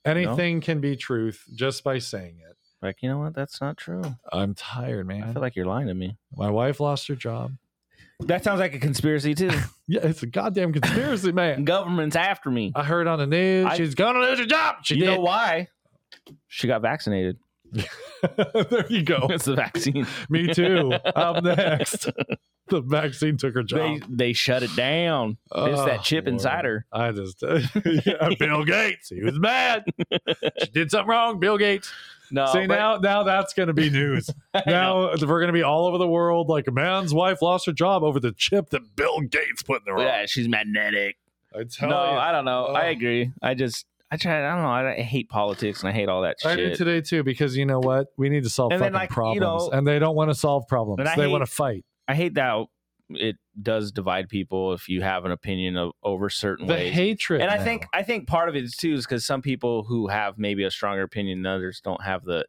Anything can be truth just by saying it.
Like, you know what? That's not true.
I'm tired, man.
I feel like you're lying to me.
My wife lost her job.
That sounds like a conspiracy too.
Yeah, it's a goddamn conspiracy, man.
Government's after me.
I heard on the news
I-
she's Uh, gonna lose her job. She
you
did.
know why? She got vaccinated.
there you go.
It's the vaccine.
Me too. I'm next. The vaccine took her
They
job.
they shut it down. it's that
Oh,
chip
Lord.
inside her.
I just yeah, Bill Gates. He was mad. she did something wrong. Bill Gates.
No,
See
Oh, but-
now, now that's going to be news.
I know.
now we're going to be all over the world. Like a man's wife lost her job over the chip that Bill Gates put in her.
yeah, she's magnetic.
I tell
no,
you,
I don't know. I
Oh.
agree. I just I try. I don't know. I, I hate politics and I hate all that
I do
shit.
today too because you know what? We need to solve
And then,
fucking
like, you
problems,
know-
and they don't want to solve problems.
And I
They
hate-
want to fight.
I hate that it does divide people if you have an opinion of over certain
The
ways.
hatred.
and I
now.
think I think part of it is too is because some people who have maybe a stronger opinion than others don't have the.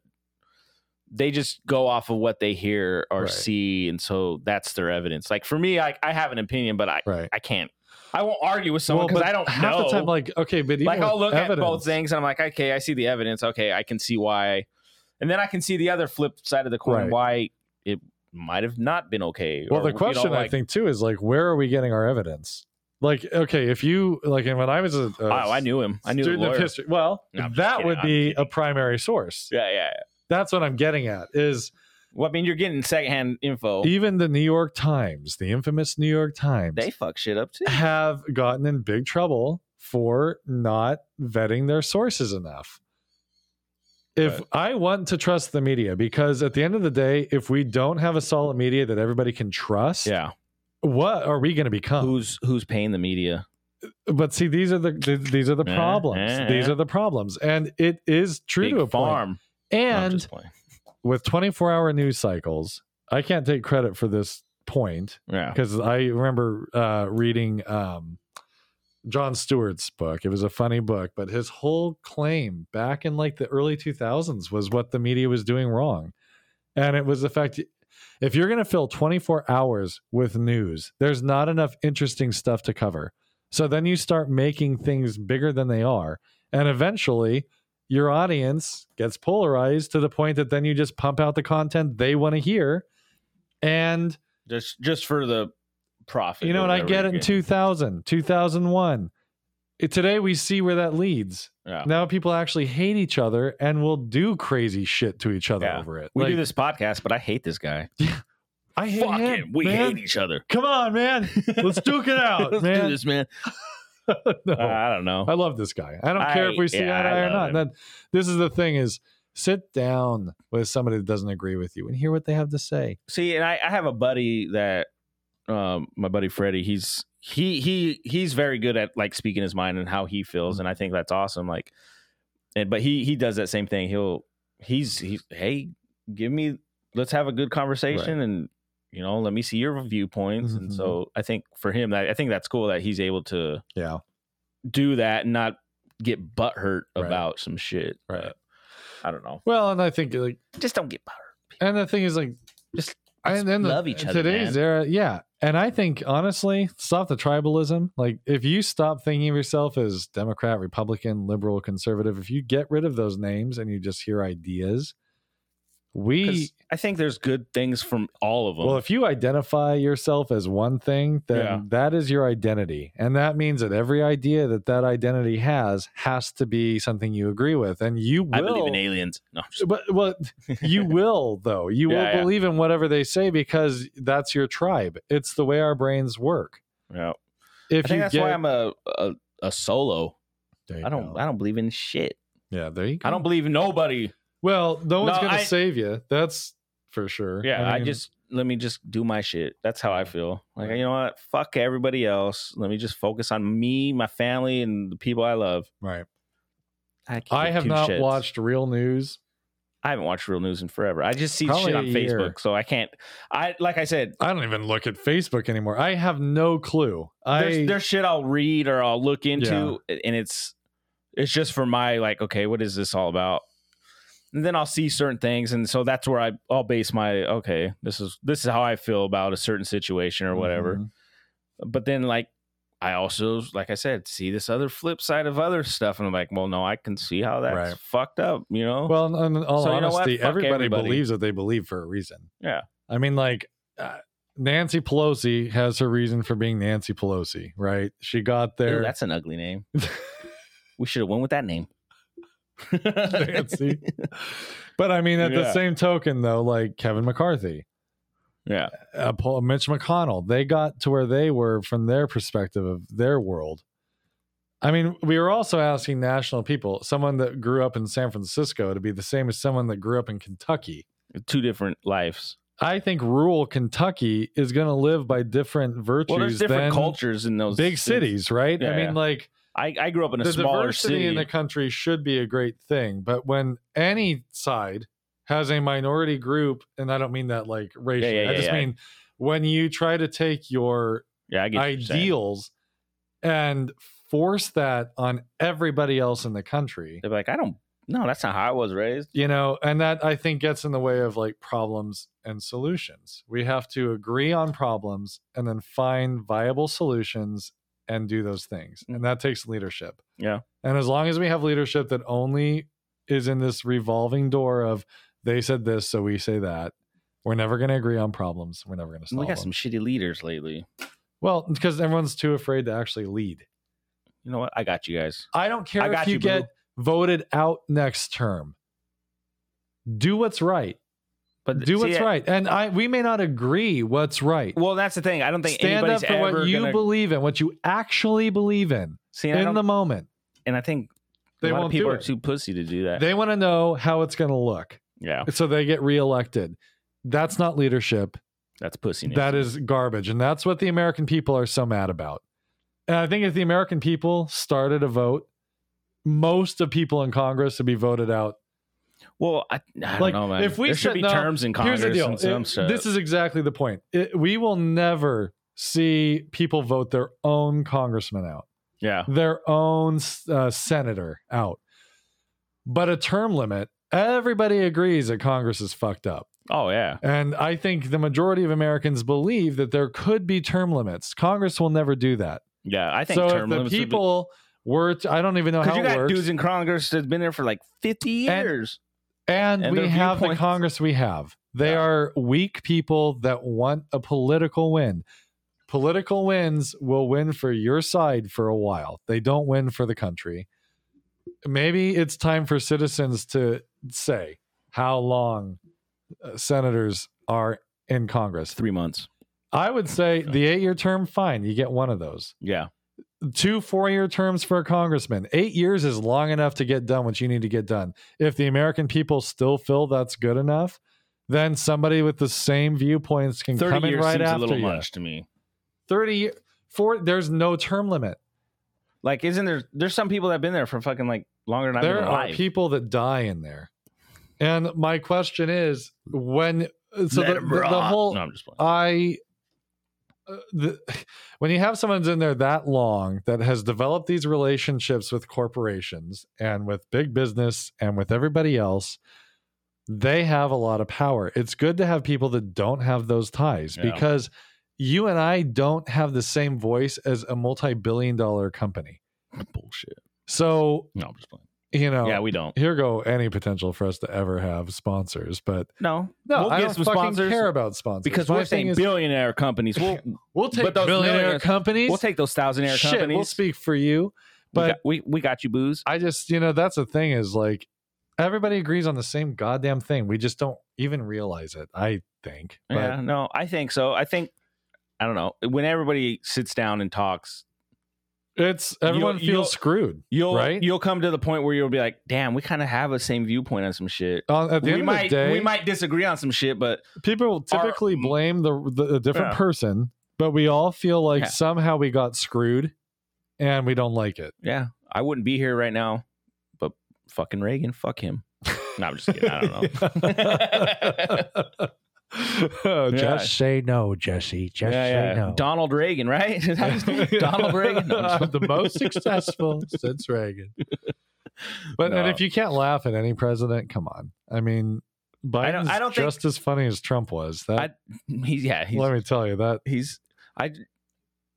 They just go off of what they hear or
Right.
see, and so that's their evidence. Like for me, I, I have an opinion, but I
right.
I can't. I won't argue with someone because
but
I don't
half
know.
the time, like okay, but even
like I'll
with
look at both
evidence-
things and I'm like, okay, I see the evidence. Okay, I can see why, and then I can see the other flip side of the coin
Right.
why it might have not been okay.
Well,
or,
the
you know,
question I
like,
think too is like, where are we getting our evidence? Like, okay, if you like, and when I was a, a
oh, I knew him. I knew the
student of
lawyer.
history, well,
No, I'm just
that
kidding.
would
I'm
be a
kidding.
primary source.
Yeah, yeah. yeah.
That's what I'm getting at. Is
Well, I mean, you're getting secondhand info.
even the New York Times, the infamous New York Times,
They fuck shit up too.
have gotten in big trouble for not vetting their sources enough. If
Right.
I want to trust the media, because at the end of the day, if we don't have a solid media that everybody can trust,
Yeah.
what are we going to become?
Who's who's paying the media?
but see these are the th- these are the
Yeah,
problems
yeah,
these
yeah.
are the problems and it is true
Uh-huh. Big
to a point.
farm. No, I'm
and
just playing.
with 24 hour news cycles i can't take credit for this point
yeah.
because i remember uh reading um john stewart's book it was a funny book but his whole claim back in like the early 2000s was what the media was doing wrong and it was the fact if you're going to fill 24 hours with news, there's not enough interesting stuff to cover. So then you start making things bigger than they are. And eventually your audience gets polarized to the point that then you just pump out the content they want to hear. And,
Just just for the profit.
you know,
or
and I
whatever
get
you
it in 2000, 2001. It- Today we see where that leads.
Yeah.
Now people actually hate each other and will do crazy shit to each other
Yeah.
over it.
We
Like,
do this podcast, but I hate this guy.
I hate
Fuck
him,
it. We
man.
hate each other.
Come on, man. Let's duke it out,
Let's
man.
do this, man.
No.
Uh,
Oh.
I don't know.
I love this guy. I don't care if
I-
we see
yeah,
eye to
I
eye or
love
not.
him.
That this is the thing is sit down with somebody that doesn't agree with you and hear what they have to say.
see and I, I have a buddy that um my buddy freddie he's he he he's very good at like speaking his mind and how he feels and i think that's awesome like and but he he does that same thing he'll he's he hey give me let's have a good conversation and you know let me see your viewpoints and
Mhm.
so i think for him that i think that's cool that he's able to
Yeah.
do that and not get butthurt hurt
Right.
about some shit
Right.
But i don't know
Well, and I think like
just don't get butthurt
and the thing is like
Just-
and then
love each other,
Today's
man.
era, yeah. And I think honestly, stop the tribalism. Like if you stop thinking of yourself as Democrat, Republican, liberal, conservative, if you get rid of those names and you just hear ideas, We
'Cause I think there's good things from all of them.
Well, if you identify yourself as one thing, then
Yeah.
that is your identity. And that means that every idea that that identity has has to be something you agree with. And you will
I believe in aliens. No, I'm just-
but well, you will though. You
Yeah,
will
yeah.
believe in whatever they say because that's your tribe. It's the way our brains work.
yeah.
If
I think
you
that's
get,
why I'm a, a a solo.
There you
I don't
go.
I don't believe in shit.
yeah, there you go.
I don't believe in nobody.
Well, no one's
No,
gonna
I-
save you. That's for sure.
Yeah, I,
mean,
just let me just do my shit. That's how I feel. Like you know what? Fuck everybody else. Let me just focus on me, my family, and the people I love.
right.
I, can't
I
give
have
two
not
shits.
watched real news.
I haven't watched Real News in forever. I just see
Probably
shit on
a year.
Facebook, so I can't. I like I said,
I don't even look at Facebook anymore. I have no clue.
there's,
I
there's shit I'll read or I'll look into, and it's it's just for my like, okay, what is this all about? And then I'll see certain things, and so that's where I I'll base my okay, this is this is how I feel about a certain situation or whatever.
Mhm.
But then like I also like I said, see this other flip side of other stuff, and I'm like, well, no, I can see how that's
Right.
fucked up, you know?
Well, in, in all
So you know what?
honesty,
Fuck
everybody,
everybody.
believes that they believe for a reason.
Yeah.
I mean, like uh, Nancy Pelosi has her reason for being Nancy Pelosi, right? She got
Ew,
there.
that's an ugly name. we should have went with that name.
Nancy. but I mean, at the
Yeah.
same token, though, like Kevin McCarthy,
yeah,
uh, Paul, Mitch McConnell, they got to where they were from their perspective of their world. I mean, we were also asking national people, someone that grew up in San Francisco, to be the same as someone that grew up in Kentucky.
two different lives.
I think rural Kentucky is going to live by different virtues
Well, there's different
than
cultures in those
big cities, right? I
Yeah,
mean,
yeah.
like
I, I grew up in a
the
smaller
diversity
city.
in the country should be a great thing, but when any side has a minority group, and I don't mean that like racially,
yeah,
I just
yeah.
mean when you try to take your
yeah, I get what you're saying.
ideals and force that on everybody else in the country,
They're like, I don't. No, that's not how I was raised.
you know and that i think gets in the way of like problems and solutions we have to agree on problems and then find viable solutions and do those things and that takes leadership
Mm. Yeah.
and as long as we have leadership that only is in this revolving door of they said this so we say that we're never going to agree on problems we're never going to
We
solve
got
them
some shitty leaders lately.
well because everyone's too afraid to actually lead
You know what? I got you guys.
i don't care
I
if
got
you,
you, boo.
get voted out next term do what's right
But
do
see,
what's
I-
right and i we may not agree what's right
Well, that's the thing. I don't think
stand up
anybody's
for
ever
what you
gonna,
believe in what you actually believe in
See, I
in
don't-
the moment
and I think
they
a lot
won't
of people
do
are
it
too pussy to do that.
they want to know how it's going to look
yeah,
so they get reelected that's not leadership
that's pussiness.
that is garbage and that's what the american people are so mad about and i think if the american people started a vote most of people in congress would be voted out
well, I, I don't
Like,
know, man.
if we
there should
sit-
be
no,
terms in Congress
Here's the deal.
and some
It-
shit.
This is exactly the point. It, we will never see people vote their own congressman out,
yeah,
their own uh, senator out. But a term limit, everybody agrees that Congress is fucked up.
oh yeah,
And I think the majority of Americans believe that there could be term limits. Congress will never do that.
yeah. I think
so
term
if the
limits would be-
people were, to, I don't even know how
Because you
it
got
works.
dudes in Congress that's been there for like 50
And-
years.
And,
And
we
their
have the
viewpoints-
Congress we have. They
Yeah.
are weak people that want a political win. Political wins will win for your side for a while. They don't win for the country. Maybe it's time for citizens to say how long uh, senators are in Congress.
Three months.
I would say the eight year term, fine. You get one of those.
Yeah.
Two four year terms for a congressman. Eight years is long enough to get done what you need to get done. If the American people still feel that's good enough, then somebody with the same viewpoints can
30
come in
years
right
seems a
after
little
you.
much to me.
Thirty year, four. There's no term limit.
Like, isn't there, there's some people that have been there for fucking like longer than I've
there
been
are
alive.
people that die in there, and my question is when. So
Let
the,
'em
the, the
rock.
whole
No, I'm just playing.
I uh, the, when you have someone's in there that long that has developed these relationships with corporations and with big business and with everybody else they have a lot of power it's good to have people that don't have those ties
Yeah.
because you and i don't have the same voice as a multi-billion dollar company
Bullshit.
so
No, I'm just playing.
you know,
Yeah, we don't.
here go any potential for us to ever have sponsors, but
No,
no,
we'll
I
get
don't
some
fucking
sponsors
care about sponsors
because
My
we're
thing
saying
is,
billionaire companies. We'll
we'll take
but those
billionaire
millionaires-
companies.
we'll take those thousandaire
Shit,
companies.
We'll speak for you,
we,
but
got, we we got you, booze.
I just you know that's the thing is like everybody agrees on the same goddamn thing. We just don't even realize it. I think, but
yeah, no, I think so. I think I don't know when everybody sits down and talks.
it's everyone
You'll- you'll-
feels screwed.
You'll
Right?
you'll come to the point where you'll be like, damn, we kind of have a same viewpoint on some shit.
Uh, at the
we
end
might
of the day,
we might disagree on some shit, but
people will
are-
typically blame the, the a different
Yeah.
person, but we all feel like
Yeah.
somehow we got screwed, and we don't like it.
yeah, I wouldn't be here right now. But fucking Reagan, fuck him. No, I'm just kidding. I don't know.
Oh,
Yeah.
Just say no, Jesse. Just say no.
Donald Reagan, right? Donald Reagan. No, I'm just-
I'm the most successful since Reagan. But and
No.
if you can't laugh at any president, come on. I mean, Biden's
I don't- I don't think-
just as funny as Trump was. That
I- he's yeah, he's,
let me tell you that.
he's I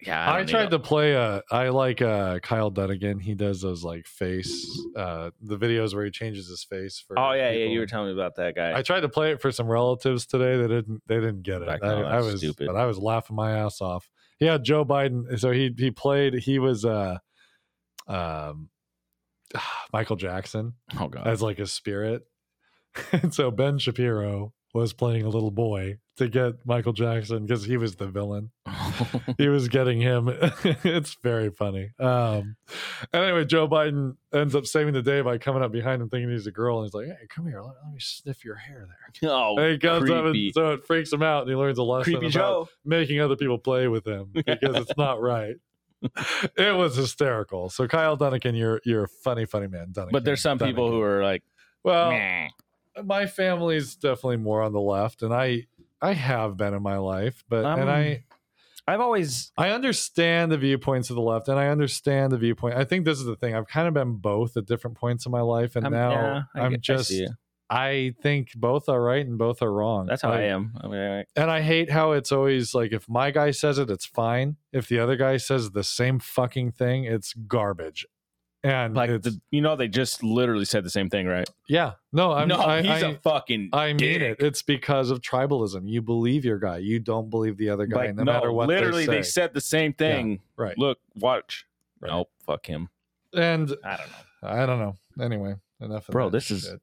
yeah.
I, tried to play a. I like uh, Kyle Dunnigan. He does those like face, uh, the videos where he changes his face for.
Oh yeah, yeah.
people.
You were telling me about that guy.
I tried to play it for some relatives today. They didn't. They didn't get it.
Like,
I,
no,
I
that's
was
stupid.
But I was laughing my ass off. Yeah, Joe Biden. So he he played. He was uh, um, Michael Jackson
oh god.
as like a spirit. and so Ben Shapiro was playing a little boy to get Michael Jackson because he was the villain. he was getting him. it's very funny. Um, and anyway, Joe Biden ends up saving the day by coming up behind him thinking he's a girl, and he's like, "Hey, come here, let, let me sniff your hair there."
oh,
And he comes up, and
creepy.
so it freaks him out, and he learns a lesson
creepy
about
Joe.
making other people play with him because it's not right. It was hysterical. So Kyle Dunnigan, you're you're a funny, funny man, Dunnigan.
But there's some people who are like,
well,
meh.
my family's definitely more on the left, and I I have been in my life, but
Um,
and I
I've always
I understand the viewpoints of the left, and I understand the viewpoint. I think this is the thing. I've kind of been both at different points in my life, and
I'm-
now
yeah, I
I'm
get- I
just
see you.
I think both are right and both are wrong.
that's how I
Like,
am. I mean, I-
And I hate how it's always like if my guy says it, it's fine. If the other guy says the same fucking thing, it's garbage. And
like
it's,
the, you know they just literally said the same thing, right?
yeah, no, I'm,
no,
I,
he's
I-
a fucking
I mean
dick.
it. It's because of tribalism. You believe your guy. You don't believe the other guy,
Like,
no,
no,
matter what.
literally
they,
they
say.
said the same thing.
right.
Look, watch.
Right.
Nope, fuck him.
And
I don't know.
I don't know. Anyway, enough. Of
Bro,
that
this is-
shit.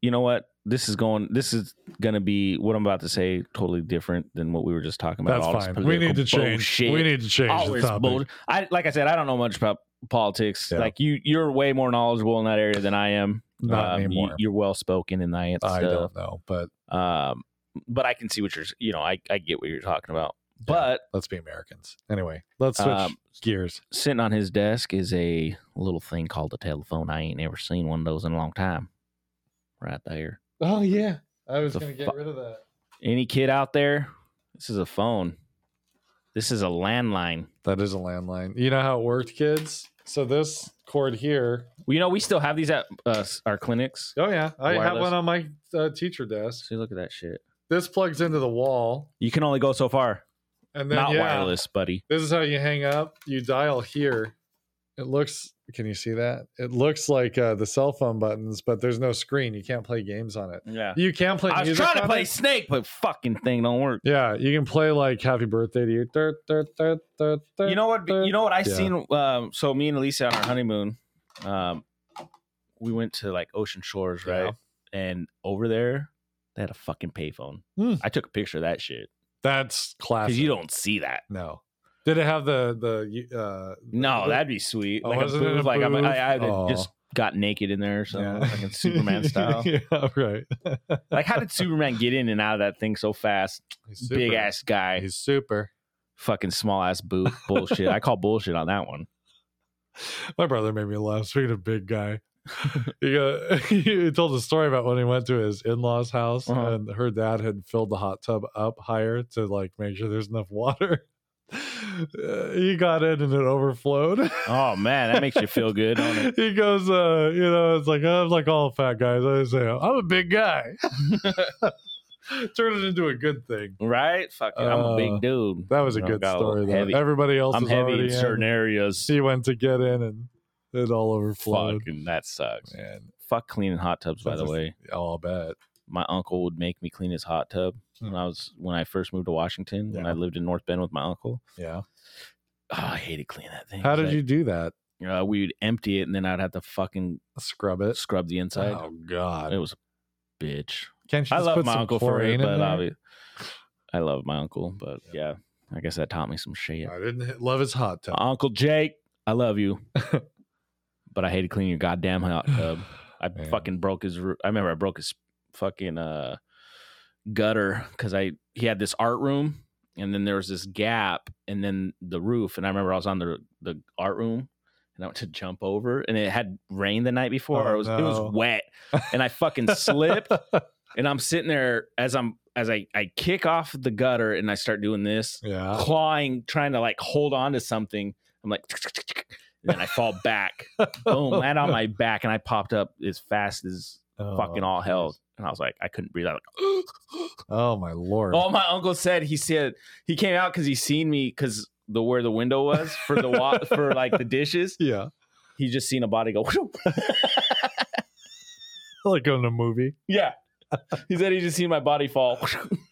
you know what? This is going. This is going to be what I'm about to say. Totally different than what we were just talking about.
that's
All this
fine. We need to
political
change.
bullshit.
We need to change
all
the
this
topic.
bull- I like I said, I don't know much about politics.
Yeah.
Like you, you're way more knowledgeable in that area than I am.
Not
you-
anymore.
You're well spoken in that
I
stuff.
don't know, but
Um, but I can see what you're. You know, I I get what you're talking about. But
let's be Americans. Anyway, let's switch
Um,
gears.
sitting on his desk is a little thing called a telephone. I ain't never seen one of those in a long time. Right there.
Oh yeah, I was
the
gonna get
fu-
rid of that.
Any kid out there, this is a phone. This is a landline.
That is a landline. You know how it worked, kids. So this cord here.
Well, you know, we still have these at uh, our clinics.
Oh yeah, I have
Wireless.
one on my uh, teacher desk.
See, look at that shit.
This plugs into the wall,
You can only go so far.
and then
Not
yeah,
wireless, buddy.
This is how you hang up. You dial here. It looks. Can you see that? It looks like uh, the cell phone buttons, but there's no screen. You can't play games on it.
Yeah.
You can play.
I was
music
trying to
on
play
it.
Snake, but fucking thing don't work.
Yeah, you can play like "Happy Birthday to You." Dur, dur, dur, dur, dur.
You know what? You know what I
Yeah.
seen. Um, so me and Elisa on our honeymoon, um, we went to like Ocean Shores, right? And over there, they had a fucking payphone.
Hmm.
I took a picture of that shit
that's classic.
because you don't see that.
No. Did it have the the uh
No,
the-
that'd be sweet.
Oh,
Like a
wasn't it a
booth, like I'm,
booth?
I, I
Aw.
just got naked in there, so
yeah.
fucking Superman style.
yeah, right.
Like, how did Superman get in and out of that thing so fast?
He's
Big
super.
ass guy,
He's super.
fucking small ass boot bullshit. I call bullshit on that one.
My brother made me laugh. Speaking of big guy, he, uh, he told a story about when he went to his in law's house
Uh-huh.
and her dad had filled the hot tub up higher to like make sure there's enough water. Uh, he got in and it overflowed.
Oh man, that makes you feel good. Don't it?
he goes, uh, you know, it's like I'm like all fat guys. I say I'm a big guy. Turn it into a good thing.
Right? Fuck it, I'm a
Uh,
big dude.
That was a
You know,
good
got little
story. Though.
Heavy.
Everybody else
I'm
is
heavy
already
in certain
in.
areas.
He went to get in and It all overflowed.
Fucking that sucks.
Man,
Fuck cleaning hot tubs, by
That's
the
a-
way.
oh, I'll bet.
my uncle would make me clean his hot tub when I was when I first moved to Washington when
Hmm. Yeah.
I lived in North Bend with my uncle.
Yeah.
Oh, I hated cleaning that thing.
How did you do that?
you? Uh, we'd empty it and then I'd have to fucking
Scrub it.
scrub the inside.
Uh, Oh God!
It was a bitch.
Can't you?
I
just
love
put
my
some
uncle for
chlorine
it,
in
but
there?
obvi- I love my uncle, but yeah, I guess that taught me some shit.
I didn't hit- love his hot tub.
Uncle Jake, I love you, but I hated cleaning your goddamn hot tub. I
Man.
fucking broke his. roo- I remember I broke his fucking uh, gutter because I he had this art room and then there was this gap and then the roof and I remember I was on the the art room and I went to jump over and it had rained the night before.
Oh,
it was it
no.
was wet and I fucking slipped and I'm sitting there as I'm as I I kick off the gutter and I start doing this
Yeah.
clawing, trying to like hold on to something. I'm like, and then I fall back,
Oh,
boom, land on my back, and I popped up as fast as
Oh,
fucking all hell. And I was like, I couldn't breathe. I was like,
Oh my lord!
all my uncle said he said he came out because he seen me because the where the window was for the wa- for like the dishes.
Yeah,
He just seen a body go.
like in a movie.
yeah, he said he just seen my body fall.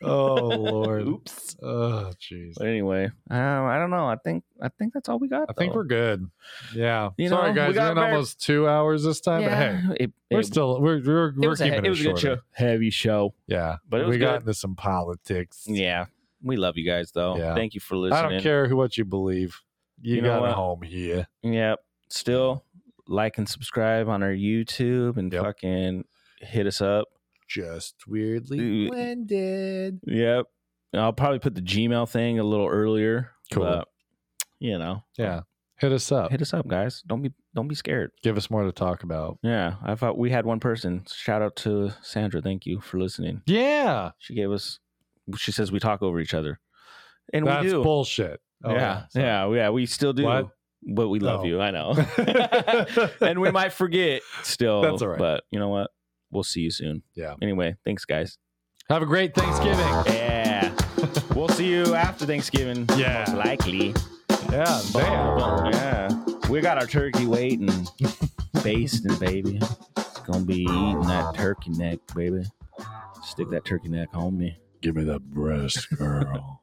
Oh lord!
Oops.
Oh jeez.
But anyway, um, I don't know. I think I think that's all we got.
I think
though.
we're good. Yeah.
oh. You
Sorry
know,
guys,
we
we
got
are in
very-
almost two hours this time, but hey,
Yeah, it-
we're
it-
still we're we're,
it
we're
was, a,
keeping
it
it,
was a good show.
shorter.
Heavy show.
Yeah,
But it was
we
good.
got into some politics.
Yeah. We love you guys though.
Yeah.
Thank you for
I
listening.
don't care who what you believe. You,
You know
got a
what?
home here.
Yep. Still like and subscribe on our YouTube and
Yep.
fucking hit us up.
Just weirdly
Dude.
blended.
Yep. I'll probably put the Gmail thing a little earlier.
Cool.
but, you know.
Yeah. Hit us up.
Hit us up, guys. Don't be don't be scared.
Give us more to talk about.
Yeah. I thought we had one person. Shout out to Sandra. Thank you for listening.
Yeah.
She gave us she says we talk over each other. And
That's
we do.
bullshit. Oh,
yeah,
sorry.
yeah, yeah, We still do,
What?
but we love
Oh.
you. I know, and we might forget still.
That's all right.
But you know what? We'll see you soon.
Yeah.
Anyway, thanks, guys.
Have a great Thanksgiving.
Yeah. we'll see you after Thanksgiving.
Yeah.
Most likely.
Yeah. Damn.
Yeah. We got our turkey waiting, basting, baby. Gonna be eating that turkey neck, baby. Stick that turkey neck on me.
Give me that breast, girl.